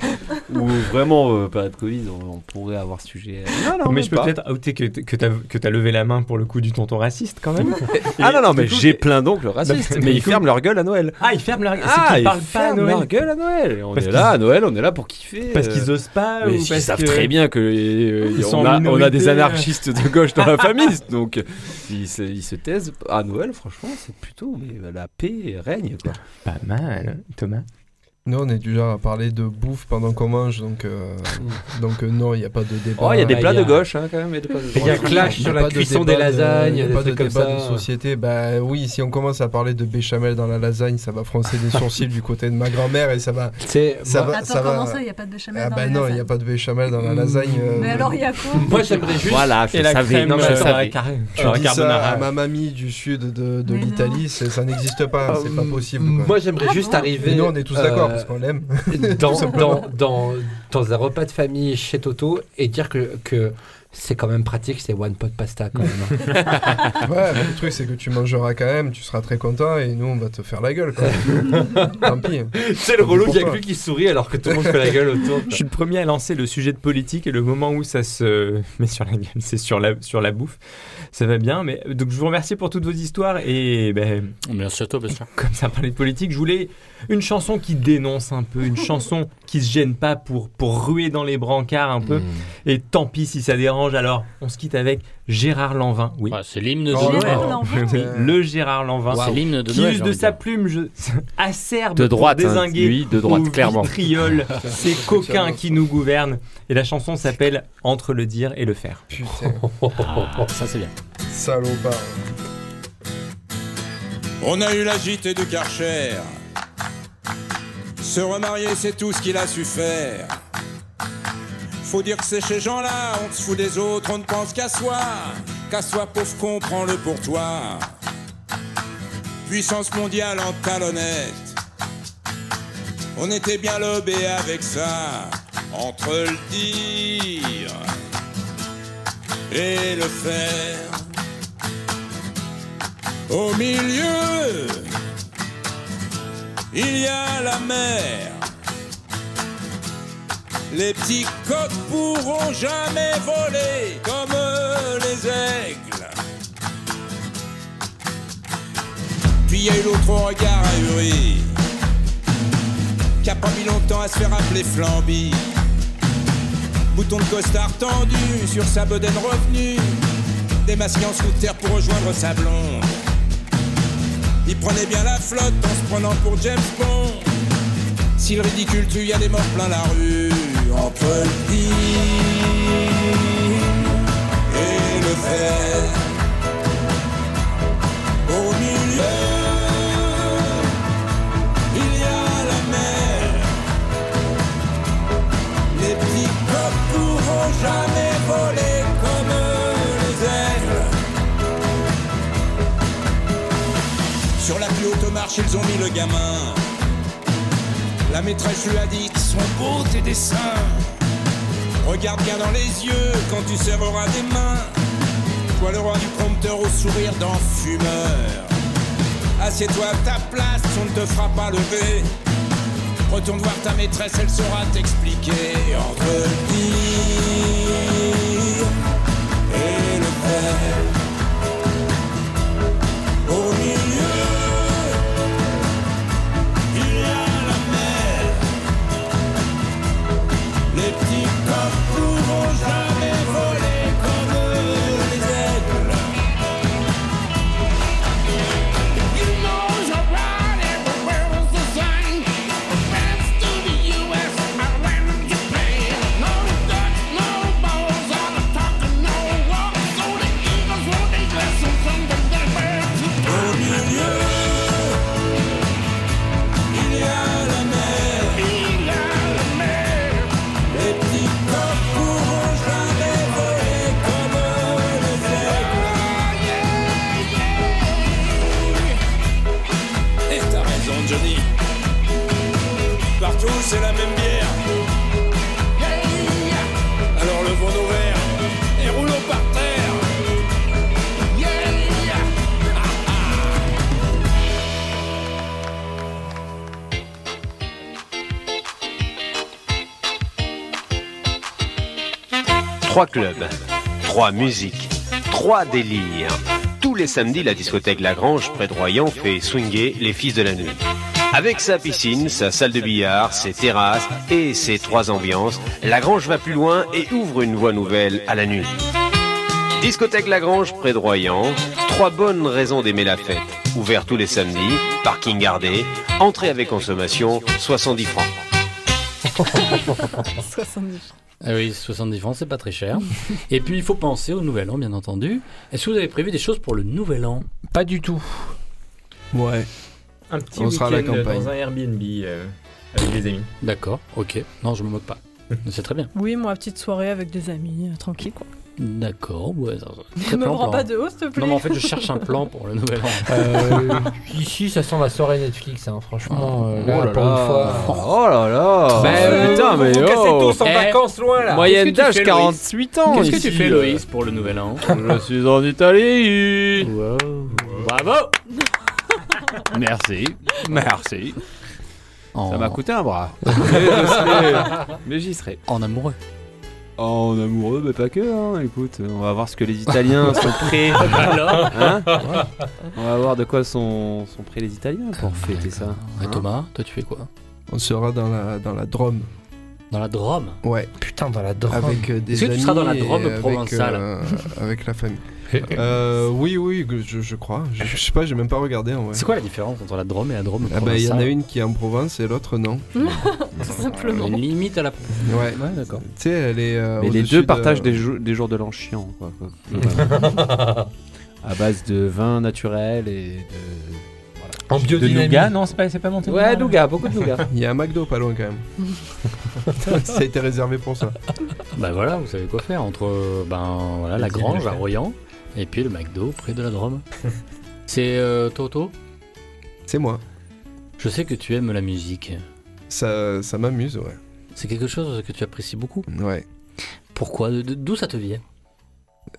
Speaker 8: Ou vraiment, euh, période Covid, on, on pourrait avoir ce sujet. Non, non,
Speaker 9: mais
Speaker 8: même
Speaker 9: je peux
Speaker 8: pas.
Speaker 9: peut-être outer que t- que t'as que t'as levé la main pour le coup du tonton raciste quand même.
Speaker 8: (laughs) Ah
Speaker 9: Et
Speaker 8: non, non, mais
Speaker 9: du coup,
Speaker 8: j'ai plein d'oncles racistes,
Speaker 9: Bah,
Speaker 8: mais
Speaker 9: du
Speaker 8: ils
Speaker 9: coup-
Speaker 8: ferment leur gueule à Noël.
Speaker 9: Ah, ils ferment leur gueule.
Speaker 8: Ah,
Speaker 9: Ah,
Speaker 8: ils
Speaker 9: ils parlent pas à
Speaker 8: ferment
Speaker 9: Noël.
Speaker 8: leur gueule à Noël. On
Speaker 9: Parce
Speaker 8: est
Speaker 9: qu'ils-
Speaker 8: là, à Noël, on est là pour kiffer.
Speaker 9: Parce
Speaker 8: euh.
Speaker 9: qu'ils osent pas
Speaker 8: Mais
Speaker 9: ou
Speaker 8: ils
Speaker 9: parce
Speaker 8: savent
Speaker 9: que-
Speaker 8: très bien que euh,
Speaker 9: Ils sont
Speaker 8: on,
Speaker 9: en
Speaker 8: a, on a des
Speaker 9: minorité.
Speaker 8: anarchistes de gauche dans
Speaker 9: (laughs)
Speaker 8: la famille, donc ils se, ils se taisent. À Noël, franchement, c'est plutôt mais la paix règne. Quoi.
Speaker 9: Pas
Speaker 7: hein,
Speaker 9: mal, Thomas.
Speaker 7: Nous, on est du genre à parler de bouffe pendant qu'on mange, donc, (laughs) euh, donc euh, non, il n'y a pas de débat.
Speaker 8: Oh, il y a des plats de
Speaker 7: Ah,
Speaker 8: gauche, hein, quand même, et des plats de
Speaker 7: Il y a
Speaker 8: droite.
Speaker 7: clash sur
Speaker 8: Il y a
Speaker 7: la
Speaker 8: pas de
Speaker 7: cuisson
Speaker 8: débat
Speaker 7: des
Speaker 8: de-
Speaker 7: lasagnes, il y a
Speaker 8: pas
Speaker 7: pas
Speaker 8: de
Speaker 7: de débat
Speaker 8: débat
Speaker 7: de société. Bah oui, si on commence à parler de béchamel dans la lasagne, ça va froncer (laughs) des sourcils du côté de ma grand-mère et ça va. Ça
Speaker 5: Attends, comment ça, il y a pas de béchamel
Speaker 7: Ah
Speaker 5: dans
Speaker 7: bah
Speaker 5: la
Speaker 7: non, il
Speaker 5: lasagne
Speaker 7: n'y a pas de béchamel dans la lasagne. euh,
Speaker 5: Mais alors, il y a quoi
Speaker 7: Moi, j'aimerais juste-
Speaker 8: Voilà, je
Speaker 7: et la
Speaker 8: savais.
Speaker 7: crème,
Speaker 8: non, mais
Speaker 7: euh,
Speaker 8: je savais.
Speaker 7: dans la carré. Tu dis ça à ma mamie du sud de, de l'Italie, c'est- ça n'existe pas,
Speaker 2: Euh,
Speaker 7: c'est pas possible. quoi.
Speaker 3: Moi, j'aimerais
Speaker 5: Ah
Speaker 3: juste arriver.
Speaker 7: Mais nous, on est tous d'accord
Speaker 3: euh,
Speaker 7: parce qu'on l'aime. (laughs)
Speaker 3: Dans,
Speaker 7: Tout simplement.
Speaker 3: dans, dans, dans un repas de famille chez Toto et dire que, que c'est quand même pratique, c'est one pot pasta quand même. hein.
Speaker 7: (laughs) Ouais, mais le truc c'est que tu mangeras quand même, tu seras très content et nous on va te faire la
Speaker 2: (laughs)
Speaker 7: gueule quoi. Tant pis.
Speaker 9: C'est le relou qui a
Speaker 7: Pourquoi
Speaker 9: cru qu'il sourit alors que tout le monde fait la gueule autour.
Speaker 7: Je
Speaker 9: suis le premier à lancer le sujet de politique et le moment où ça se (laughs) met sur la gueule, c'est sur la, sur la bouffe. Ça va bien, mais donc je vous remercie pour toutes vos histoires et ben. Merci à toi, Bastien. (laughs) Comme ça parlait de politique, je voulais une chanson qui dénonce un peu, une chanson qui se gêne pas pour, pour ruer dans les brancards un
Speaker 2: Mm.
Speaker 9: peu. Et tant pis si ça dérange, alors on se quitte avec Gérard Lanvin. Oui. c'est l'hymne
Speaker 2: de Gérard Noël. Lanvin.
Speaker 9: (laughs) Oui, le Gérard Lanvin.
Speaker 2: C'est l'hymne de
Speaker 9: Qui
Speaker 2: Noël, j'ai
Speaker 9: use de
Speaker 2: envie de
Speaker 9: sa
Speaker 4: (laughs)
Speaker 9: plume, je... acerbe
Speaker 8: De
Speaker 9: pour
Speaker 8: droite, hein,
Speaker 9: désinguer
Speaker 8: lui, de droite,
Speaker 9: au
Speaker 8: clairement.
Speaker 9: vitriol,
Speaker 8: (laughs)
Speaker 4: (laughs)
Speaker 8: Putain.
Speaker 9: ces coquins qui nous gouvernent. Et la chanson s'appelle Entre le dire et le faire. ça c'est bien.
Speaker 7: Salopard.
Speaker 18: On a eu la gîte de Karcher. Se remarier, c'est tout ce qu'il a su faire. Faut dire que c'est chez gens-là, on se fout des autres, on ne pense qu'à soi. Qu'à soi, pauvre con, prends-le pour toi. Puissance mondiale en talonnette. On était bien lobé avec ça, entre le dire et le faire. Au milieu, il y a la mer. Les petits coqs pourront jamais voler comme les aigles. Puis il y a eu l'autre regard ahuri, qui a pas mis longtemps à se faire appeler Flamby. Bouton de costard tendu sur sa bedaine revenue, démasqué en scooter pour rejoindre sa blonde. Il prenait bien la flotte en se prenant pour James Bond. Si le ridicule tue, y a des morts plein la rue. On peut le dire et le faire. Au milieu, il y a la mer. Les petits coqs pourront jamais voler comme les aigles. Sur la plus haute marche, ils ont mis le gamin. La maîtresse lui a dit Sont beaux tes dessins. Regarde bien dans les yeux quand tu serreras des mains. Toi, le roi du prompteur au sourire d'enfumeur. Assieds-toi à ta place, on ne te fera pas lever. Retourne voir ta maîtresse, elle saura t'expliquer entre le dire et le faire. Au milieu, il y a la mer. Les petits coqs pourront jamais voler comme les aigles. You know you're right, everywhere is the same. France to the U.S., I ran Japan. Notre
Speaker 8: Trois clubs, trois musiques, trois délires. Tous les samedis, la discothèque Lagrange, près de Royan, fait swinger les fils de la nuit. Avec sa piscine, sa salle de billard, ses terrasses et ses trois ambiances, Lagrange va plus loin et ouvre une voie nouvelle à la nuit. Discothèque Lagrange, près de Royan, trois bonnes raisons d'aimer la fête. Ouvert tous les samedis, parking gardé, entrée avec consommation, 70 francs.
Speaker 5: 70 francs.
Speaker 2: Ah oui, 70 francs, c'est pas très
Speaker 9: (laughs)
Speaker 2: cher. Et puis, il faut penser au nouvel an, bien entendu. Est-ce que vous avez prévu des choses pour le nouvel an
Speaker 6: Pas du tout.
Speaker 2: Ouais.
Speaker 9: Un petit week-end dans un Airbnb euh, avec des amis.
Speaker 2: D'accord, ok. Non, je me moque
Speaker 9: (laughs)
Speaker 2: pas. C'est très bien.
Speaker 5: Oui, moi, petite soirée avec des amis, euh, tranquille quoi.
Speaker 2: D'accord, ouais. ça- ça-
Speaker 5: Ne
Speaker 2: très
Speaker 5: me
Speaker 2: plan,
Speaker 5: prends
Speaker 2: plan.
Speaker 5: pas de haut, s'il te plaît.
Speaker 2: Non, mais en fait, je cherche un plan pour le nouvel an.
Speaker 9: (laughs)
Speaker 6: Euh, ici, ça sent la soirée Netflix, hein, franchement.
Speaker 7: Ah.
Speaker 6: euh, là, pour une fois.
Speaker 3: Oh là là
Speaker 4: Bah,
Speaker 6: Ben, euh,
Speaker 3: Putain,
Speaker 6: vous
Speaker 3: mais
Speaker 6: vous cassez
Speaker 3: oh
Speaker 2: Eh,
Speaker 4: Eh,
Speaker 6: tous en vacances loin, là.
Speaker 3: Moyenne
Speaker 6: Qu'est-ce que tu
Speaker 3: d'âge
Speaker 6: fais,
Speaker 3: 48
Speaker 6: Loïs
Speaker 3: ans
Speaker 6: Qu'est-ce que tu
Speaker 3: ici,
Speaker 6: fais,
Speaker 3: euh.
Speaker 6: Loïs,
Speaker 2: pour le nouvel an
Speaker 3: Je suis en Italie
Speaker 2: (laughs)
Speaker 3: Bravo Merci, merci. Ça m'a coûté
Speaker 2: (laughs)
Speaker 3: un bras. Mais je serai- Mais j'y serai.
Speaker 2: En amoureux.
Speaker 4: En amoureux, bah pas que, hein. écoute, on va voir ce que les
Speaker 2: (laughs)
Speaker 4: Italiens sont prêts.
Speaker 2: Bah Alors
Speaker 4: Hein
Speaker 2: Ouais.
Speaker 4: On va voir de quoi sont,
Speaker 2: (laughs)
Speaker 4: sont prêts les Italiens pour fêter ça.
Speaker 2: Et
Speaker 4: hein.
Speaker 2: Thomas, toi, tu fais quoi
Speaker 7: On sera dans la, dans la Drôme.
Speaker 2: Dans la Drôme
Speaker 7: Ouais.
Speaker 6: Putain, dans la Drôme.
Speaker 7: Avec euh, des
Speaker 2: Est-ce que tu seras dans la
Speaker 7: amis et
Speaker 2: Drôme
Speaker 7: avec,
Speaker 2: provençale
Speaker 7: euh, avec la famille. Euh, oui, oui, que je, je crois. Je, je sais pas, j'ai même pas regardé en vrai.
Speaker 2: C'est quoi la différence entre la Drôme et la Drôme
Speaker 7: Ah bah, il y en a
Speaker 2: provençale
Speaker 7: une qui est en Provence et l'autre non.
Speaker 2: simplement. Une Euh, limite à la.
Speaker 7: Ouais,
Speaker 2: d'accord.
Speaker 7: Tu sais, elle est. euh,
Speaker 4: Mais les
Speaker 7: au-dessus
Speaker 4: deux
Speaker 7: de-
Speaker 4: partagent des, jou- des jours de l'an chiant, quoi. quoi. (laughs) à base de vin naturel et de. voilà.
Speaker 6: En biodynamie.
Speaker 4: De nougat, non, c'est pas, c'est pas monté Ouais, nougat, beaucoup de nougat.
Speaker 7: (laughs) Il y a un McDo pas loin quand
Speaker 4: (laughs)
Speaker 7: même. ça a été réservé pour ça.
Speaker 2: Bah voilà, vous savez quoi faire entre euh, ben voilà la
Speaker 7: Le petit
Speaker 2: grange à
Speaker 7: buffet.
Speaker 2: Royan et puis le McDo près de la Drôme. C'est euh, Toto
Speaker 7: C'est moi.
Speaker 2: Je sais que tu aimes la musique.
Speaker 7: Ça, ça m'amuse, ouais.
Speaker 2: C'est quelque chose que tu apprécies beaucoup.
Speaker 7: Ouais.
Speaker 2: Pourquoi De- de- D'où ça te vient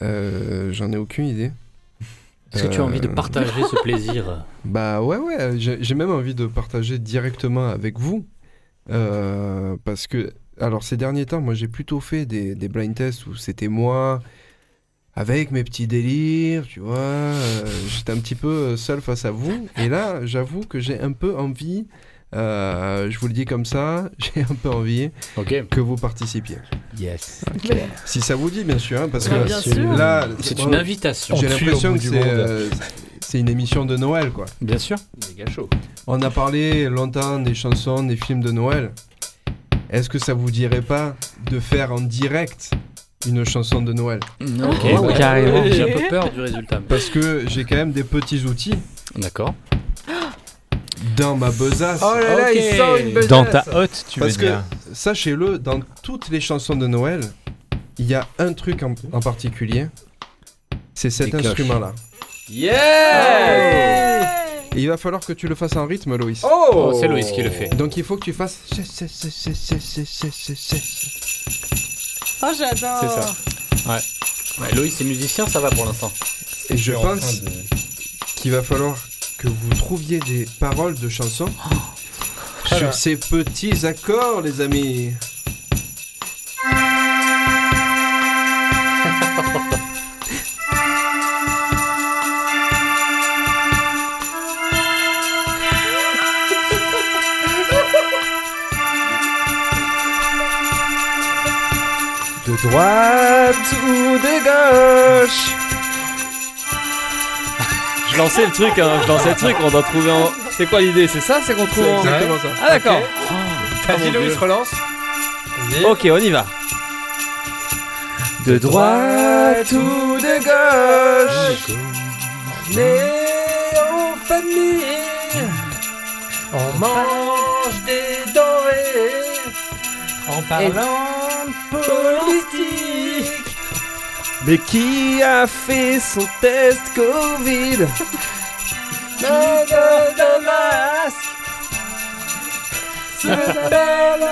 Speaker 7: Euh, J'en ai aucune idée. Euh.
Speaker 2: Est-ce que tu as envie de partager ce plaisir
Speaker 7: (laughs) Bah ouais, ouais. J'ai j'ai même envie de partager directement avec vous. Euh, parce que, alors ces derniers temps, moi j'ai plutôt fait des, des blind tests où c'était moi avec mes petits délires, tu vois. euh, J'étais un petit peu euh, seul face à vous. Et là, j'avoue que j'ai un peu envie. euh, je vous le dis comme ça, (laughs) j'ai un peu envie que vous participiez.
Speaker 6: Yes.
Speaker 7: Si ça vous dit, bien sûr, hein, parce
Speaker 2: Bien
Speaker 7: que
Speaker 2: sûr.
Speaker 7: là,
Speaker 2: C'est
Speaker 7: moi,
Speaker 2: une invitation.
Speaker 7: J'ai
Speaker 2: On tue au
Speaker 7: l'impression
Speaker 2: bout
Speaker 7: que
Speaker 2: du
Speaker 7: c'est
Speaker 2: monde.
Speaker 7: euh, c'est une émission de Noël, quoi.
Speaker 2: Bien sûr.
Speaker 7: On a parlé longtemps des chansons, des films de Noël. Est-ce que ça vous dirait pas de faire en direct une chanson de Noël
Speaker 2: Non. Ok, Oh, bah, carrément. j'ai un peu peur du résultat.
Speaker 7: Parce que j'ai quand même des petits outils.
Speaker 2: D'accord.
Speaker 7: Dans ma besace.
Speaker 6: Oh là là, il sort une besace.
Speaker 9: Dans ta hotte, tu
Speaker 7: Parce
Speaker 9: veux dire.
Speaker 7: que, sachez-le, dans toutes les chansons de Noël, il y a un truc en, en particulier. C'est cet
Speaker 9: cloches.
Speaker 7: instrument-là.
Speaker 9: Yeah
Speaker 7: Et il va falloir que tu le fasses en rythme, Loïs.
Speaker 9: Oh Oh, c'est Loïs qui le fait.
Speaker 7: Donc il faut que tu fasses.
Speaker 5: Oh, j'adore.
Speaker 2: C'est ça. Ouais. Ouais, Loïs est musicien, ça va pour l'instant.
Speaker 7: Et je pense qu'il va falloir que vous trouviez des paroles de chansons sur ces petits accords, les amis.
Speaker 15: De droite ou de gauche
Speaker 3: (laughs) Je lançais le truc, hein, je lançais le truc, on doit trouver en... C'est quoi l'idée C'est ça C'est qu'on trouve en...
Speaker 6: exactement ça.
Speaker 3: Ah d'accord
Speaker 6: Ok.
Speaker 3: Ah,
Speaker 6: Vas-y,
Speaker 3: mon
Speaker 6: Loïs,
Speaker 3: Dieu.
Speaker 6: relance.
Speaker 3: Ok, on y va
Speaker 6: De droite ou de gauche Né en famille On mange des denrées En parlant politique
Speaker 15: Mais qui a fait son test
Speaker 7: (laughs)
Speaker 15: Covid
Speaker 6: Le gars de masque se belle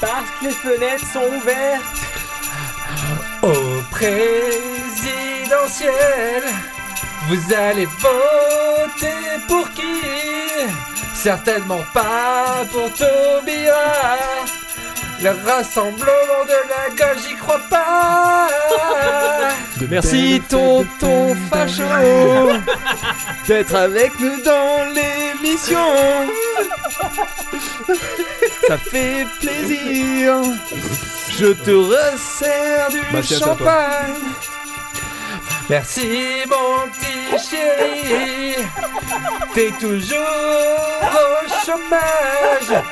Speaker 6: Parce que les fenêtres sont ouvertes Au présidentiel Vous allez voter pour qui Certainement pas pour Taubira
Speaker 3: Le rassemblement de la gauche, j'y crois pas.
Speaker 4: Merci tonton facho d'être avec nous dans l'émission. Ça fait plaisir. Je te resserre du
Speaker 3: Mathias, Bah, à toi.
Speaker 4: champagne.
Speaker 3: Merci mon petit chéri, t'es toujours au chômage.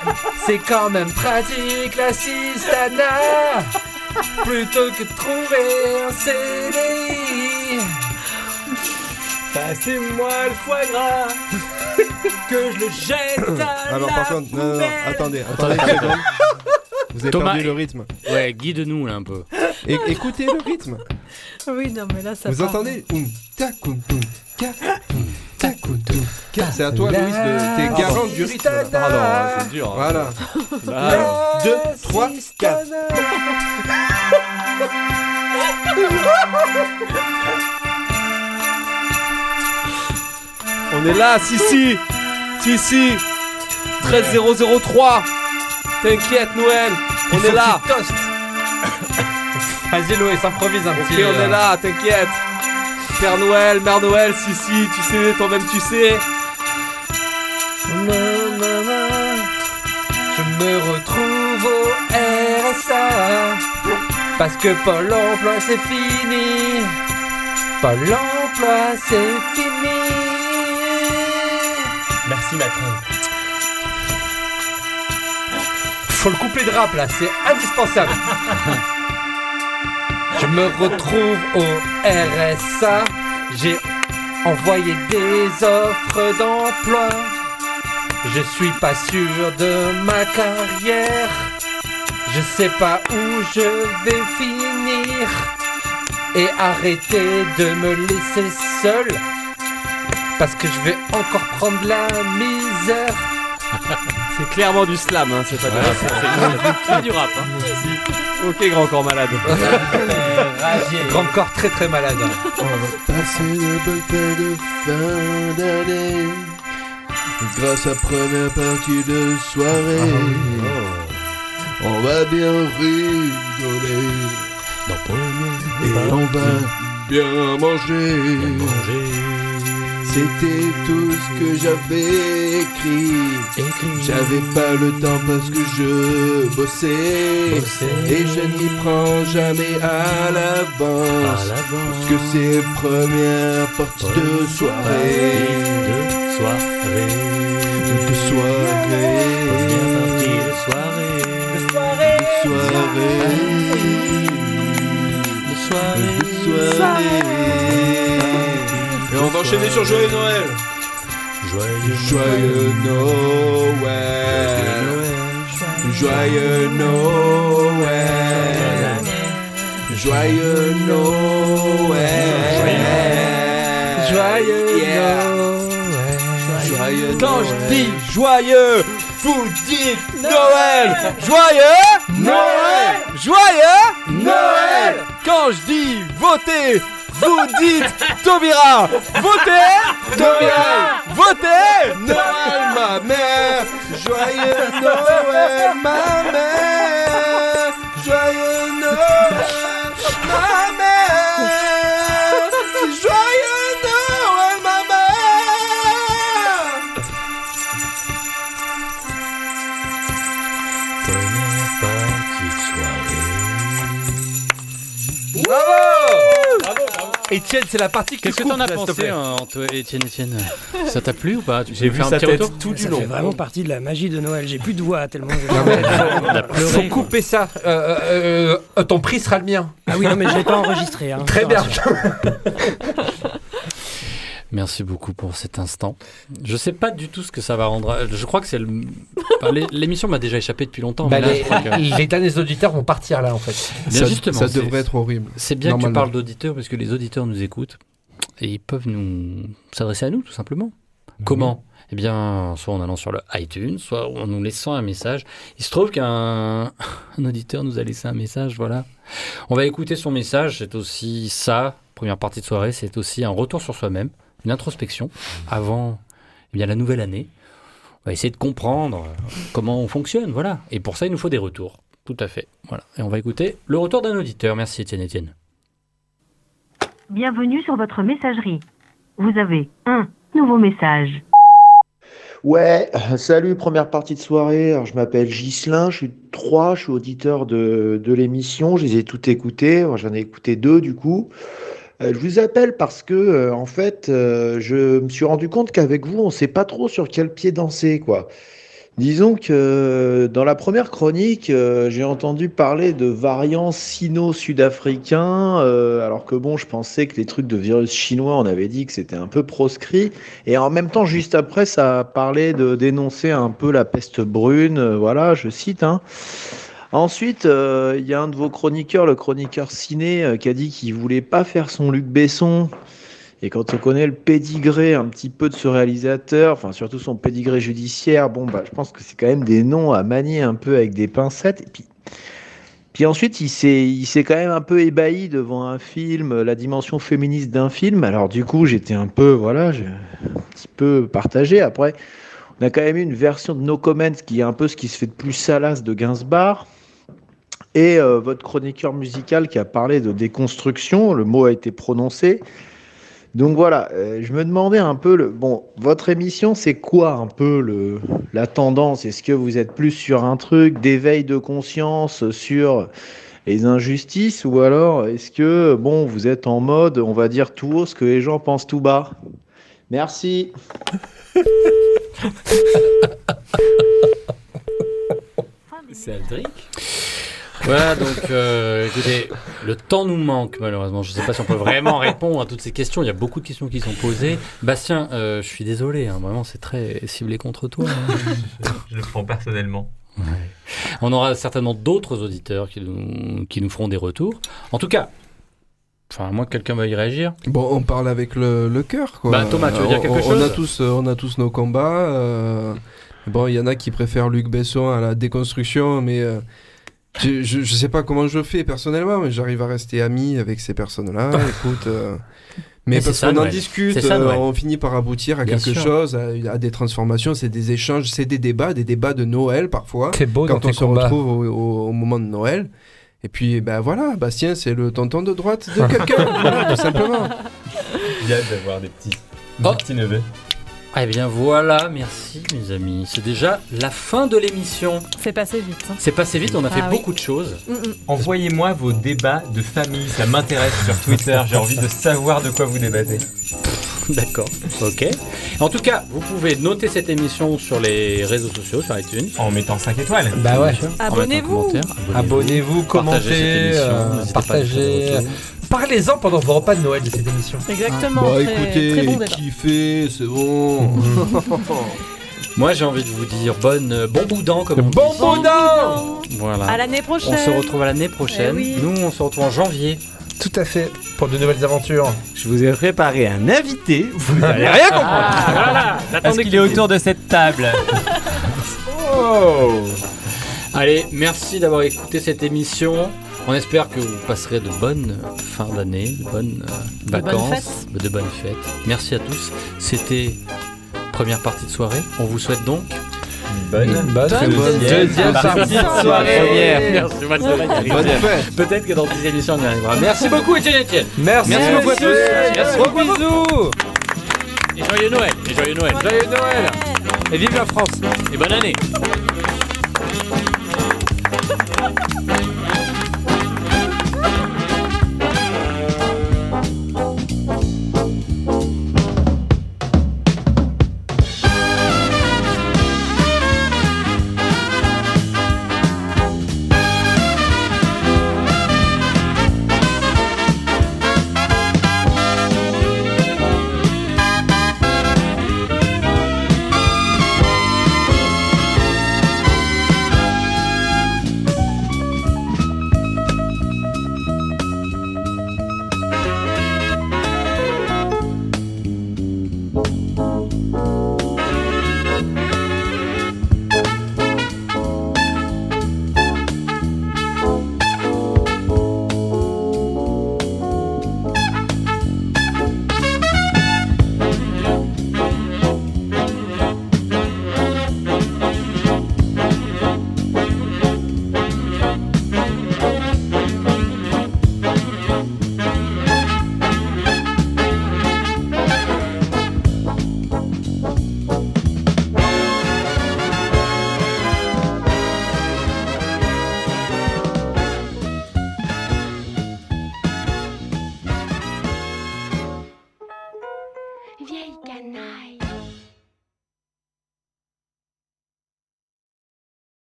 Speaker 3: C'est quand même pratique la cistana, plutôt que de trouver un CDI. Passez-moi le foie gras, que je le jette à
Speaker 7: Alors
Speaker 3: la
Speaker 7: par contre, non, non, non,
Speaker 3: poubelle.
Speaker 7: attendez, attendez une seconde. Vous avez
Speaker 2: Thomas,
Speaker 7: perdu le rythme.
Speaker 2: Ouais, guide-nous là un peu.
Speaker 7: É- écoutez le rythme.
Speaker 5: Oui, non, mais là, ça
Speaker 7: Vous
Speaker 5: part.
Speaker 7: entendez Oum, tac, oum, toum, ca, oum, tac, oum, toum, ca. C'est à toi, Louis, de... t'es garante du rythme. là.
Speaker 9: Ah, hein,
Speaker 3: Pardon,
Speaker 4: c'est dur.
Speaker 7: Voilà.
Speaker 3: Bah.
Speaker 4: Là,
Speaker 7: 2, 3, 4.
Speaker 4: On est là, si si Si si 13003 T'inquiète Noël, on est là
Speaker 3: Vas-y Louis, s'improvise un
Speaker 4: Ok,
Speaker 3: petit.
Speaker 4: on est là, t'inquiète Père Noël, Mère Noël, si si, tu sais, toi-même tu sais
Speaker 3: Je me retrouve au RSA Parce que Pôle emploi c'est fini Pôle emploi c'est fini
Speaker 9: Merci Macron.
Speaker 3: Faut le couplet de rap là, c'est indispensable (laughs) Je me retrouve au RSA J'ai envoyé des offres d'emploi Je suis pas sûr de ma carrière Je sais pas où je vais finir Et arrêtez de me laisser seul Parce que je vais encore prendre la misère
Speaker 4: C'est clairement du slam, hein, c'est pas, de la- c'est- c'est- c'est pas du rap hein. Ok, grand corps malade
Speaker 3: Grand corps très très malade
Speaker 6: Passer le bulletin de fin d'année Grâce à première partie de soirée Oh. On va bien rigoler Et on va bien manger, C'était tout ce que j'avais écrit, J'avais pas le temps parce que je bossais, Et je n'y prends jamais à l'avance Parce que c'est première partie de soirée
Speaker 15: soirée.
Speaker 6: De soirée
Speaker 15: De soirée.
Speaker 6: De soirée De soirée
Speaker 7: Et on va enchaîner sur Joyeux Noël.
Speaker 6: Joyeux, joyeux Noël. Joyeux Noël. Joyeux
Speaker 3: Joyeux
Speaker 6: Noël. Noël. Joyeux
Speaker 4: Quand
Speaker 6: Noël.
Speaker 4: je dis joyeux, vous dites Noël Joyeux Noël Joyeux Noël Quand je dis voter, vous dites Taubira Votez Taubira Votez
Speaker 6: Noël, ma mère. Joyeux Noël, ma mère. Joyeux Noël, ma mère. Joyeux Noël, ma mère.
Speaker 3: Bravo Etienne, c'est la partie
Speaker 2: Qu'est-ce que
Speaker 3: coupe,
Speaker 2: t'en as
Speaker 3: là, s'il te
Speaker 2: pensé,
Speaker 3: plaît.
Speaker 2: hein, Antoine- Étienne, Étienne Ça t'a plu ou pas Tu peux
Speaker 14: J'ai
Speaker 2: me
Speaker 14: vu
Speaker 2: faire un
Speaker 14: sa
Speaker 2: petit
Speaker 14: tête
Speaker 2: retour
Speaker 14: tout du long. partie de la magie de Noël. J'ai plus de voix tellement. (laughs)
Speaker 3: Faut couper ça. Euh, euh, euh, ton prix sera le mien.
Speaker 14: Ah oui, non, mais je l'ai pas enregistré, hein.
Speaker 3: Très
Speaker 14: Je te
Speaker 3: bien.
Speaker 2: (laughs) Merci beaucoup pour cet instant. Je sais pas du tout ce que ça va rendre. Je crois que c'est le. enfin, l'é- L'émission m'a déjà échappé depuis longtemps.
Speaker 3: (laughs) Bah,
Speaker 2: mais là,
Speaker 3: les,
Speaker 2: je crois que-
Speaker 3: les derniers auditeurs vont partir là en fait.
Speaker 2: Bien justement, c'est- C'est bien que tu
Speaker 3: normalement.
Speaker 2: parles d'auditeurs parce que les auditeurs nous écoutent et ils peuvent nous s'adresser à nous tout simplement. Comment Eh bien, soit en allant sur le iTunes, soit en nous laissant un message. Il se trouve qu'un (laughs) un auditeur nous a laissé un message, voilà. On va écouter son message, c'est aussi ça, première partie de soirée, c'est aussi un retour sur soi-même, une introspection avant eh bien, la euh, nouvelle année. On va essayer de comprendre comment on fonctionne, voilà. Et pour ça, il nous faut des retours. Tout à fait. Voilà. Et on va écouter le retour d'un auditeur. Merci Étienne Étienne.
Speaker 23: Bienvenue sur votre messagerie. Vous avez un nouveau message.
Speaker 12: Ouais, euh, salut, première partie de soirée. Alors, je m'appelle Ghislain, je suis de Troyes, je suis auditeur de, de l'émission. Je les ai toutes écoutées. Moi, J'en ai écouté deux, du coup. Euh, je vous appelle parce que, euh, en fait, euh, je me suis rendu compte qu'avec vous, on ne sait pas trop sur quel pied danser, quoi. Disons que euh, dans la première chronique, euh, j'ai entendu parler de variants sino-sud-africains, euh, alors que bon, je pensais que les trucs de virus chinois, on avait dit que c'était un peu proscrit. Et en même temps, juste après, ça parlait de dénoncer un peu la peste brune, euh, voilà, je cite. Hein. Ensuite, euh, il y a un de vos chroniqueurs, le chroniqueur ciné, euh, qui a dit qu'il voulait pas faire son Luc Besson. Et quand on connaît le pédigré un petit peu de ce réalisateur, enfin surtout son pédigré judiciaire, bon bah je pense que c'est quand même des noms à manier un peu avec des pincettes. Et puis, puis ensuite il s'est il s'est quand même un peu ébahi devant un film, euh, la dimension féministe d'un film. Alors du coup j'étais un peu voilà, je- un petit peu partagé. Après on a quand même eu une version de No Comment qui est un peu ce qui se fait de plus salace de Gainsbourg. Et euh, votre chroniqueur musical qui a parlé de déconstruction, le mot a été prononcé. Donc voilà, euh, je me demandais un peu, le, bon, votre émission, c'est quoi un peu le, la tendance Est-ce que vous êtes plus sur un truc d'éveil de conscience sur les injustices ou alors est-ce que, bon, vous êtes en mode, on va dire tout haut ce que les gens pensent tout bas Merci.
Speaker 2: C'est Aldric. Voilà, donc euh, écoutez, le temps nous manque malheureusement. Je ne sais pas si on peut vraiment répondre à toutes ces questions. Il y a beaucoup de questions qui sont posées. Bastien, euh, je suis désolé, hein, vraiment c'est très ciblé contre toi. hein.
Speaker 9: Je le prends personnellement.
Speaker 2: On aura certainement d'autres auditeurs qui nous, qui nous feront des retours. En tout cas, enfin, à moins que quelqu'un veuille réagir.
Speaker 7: Bon, on parle avec le, le cœur, quoi.
Speaker 2: Bah, Thomas, tu veux
Speaker 7: Euh,
Speaker 2: dire
Speaker 7: on-
Speaker 2: quelque
Speaker 7: on-
Speaker 2: chose
Speaker 7: on a, tous, euh, on a tous nos combats. euh, Bon, il y en a qui préfèrent Luc Besson à la déconstruction, mais euh, je, je, je sais pas comment je fais personnellement, mais j'arrive à rester ami avec ces
Speaker 2: (laughs)
Speaker 7: personnes-là. Écoute. euh, Mais,
Speaker 2: Mais c'est
Speaker 7: parce
Speaker 2: ça,
Speaker 7: qu'on en
Speaker 2: Noël.
Speaker 7: discute,
Speaker 2: C'est ça,
Speaker 7: euh,
Speaker 2: Noël.
Speaker 7: on finit par aboutir à
Speaker 2: Bien
Speaker 7: quelque
Speaker 2: sûr.
Speaker 7: chose, à, à des transformations, c'est des échanges, c'est des débats, des débats de Noël parfois.
Speaker 4: C'est beau
Speaker 7: quand
Speaker 4: dans
Speaker 7: on
Speaker 4: tes
Speaker 7: se
Speaker 4: combats.
Speaker 7: retrouve au, au- au moment de Noël. Et puis, ben voilà, Bastien, c'est le tonton de droite
Speaker 2: (laughs)
Speaker 7: de quelqu'un, voilà, (laughs) tout simplement.
Speaker 9: Il y a ben d'avoir des petits, des petits neveux.
Speaker 2: Eh bien voilà, merci mes amis. C'est déjà la fin de l'émission.
Speaker 5: C'est passé vite. hein.
Speaker 2: C'est passé vite, on a
Speaker 5: Ah
Speaker 2: fait
Speaker 5: oui.
Speaker 2: beaucoup de choses. (laughs)
Speaker 5: Mm-mm.
Speaker 9: Envoyez-moi vos débats de famille, ça m'intéresse sur Twitter, j'ai envie de savoir de quoi vous débattez.
Speaker 2: D'accord, ok. En tout cas, vous pouvez noter cette émission sur les réseaux sociaux, sur iTunes.
Speaker 9: En mettant 5 étoiles.
Speaker 4: Bah ouais.
Speaker 2: Abonnez-vous.
Speaker 4: Abonnez-vous, commentez,
Speaker 2: Partagez cette émission,
Speaker 4: euh,
Speaker 2: n'hésitez pas à nous faire des
Speaker 4: partagez. euh,
Speaker 2: retours.
Speaker 4: Parlez-en pendant vos repas de Noël de cette émission.
Speaker 5: Exactement,
Speaker 7: Bah
Speaker 5: très-
Speaker 7: écoutez,
Speaker 5: très bon débat.
Speaker 7: kiffez, c'est bon.
Speaker 2: (laughs) Moi j'ai envie de vous dire bonne, euh, bon boudin comme on
Speaker 4: Bon
Speaker 2: dit.
Speaker 4: boudin
Speaker 2: Voilà.
Speaker 5: À l'année prochaine.
Speaker 2: On se retrouve à l'année prochaine.
Speaker 5: Eh oui.
Speaker 2: Nous on se retrouve en janvier.
Speaker 4: Hein Tout à fait, pour de nouvelles aventures.
Speaker 25: Je vous ai préparé un invité, vous
Speaker 4: (laughs)
Speaker 25: n'allez rien comprendre.
Speaker 9: Ah, Est-ce qu'il est autour de cette table
Speaker 2: Allez, merci d'avoir écouté cette émission. On espère que vous passerez de bonnes euh, fins d'année, de bonnes euh,
Speaker 5: De bonnes
Speaker 2: vacances, de bonnes fêtes. Merci à tous. C'était première partie de soirée. On vous souhaite donc
Speaker 9: bonne,
Speaker 2: très
Speaker 4: bonne deuxième partie de soirée.
Speaker 2: Première. Merci, bonne soirée, Thierry.
Speaker 4: Bonne fête.
Speaker 2: Peut-être que dans 10 émissions on y arrivera. Merci beaucoup Étienne Etienne.
Speaker 4: Merci,
Speaker 2: beaucoup à tous.
Speaker 4: monsieur.
Speaker 2: Merci
Speaker 4: Gros
Speaker 2: beaucoup.
Speaker 4: bisous.
Speaker 2: Et joyeux Noël. Et joyeux Noël.
Speaker 4: Joyeux Noël.
Speaker 2: Et vive la France. Et bonne année.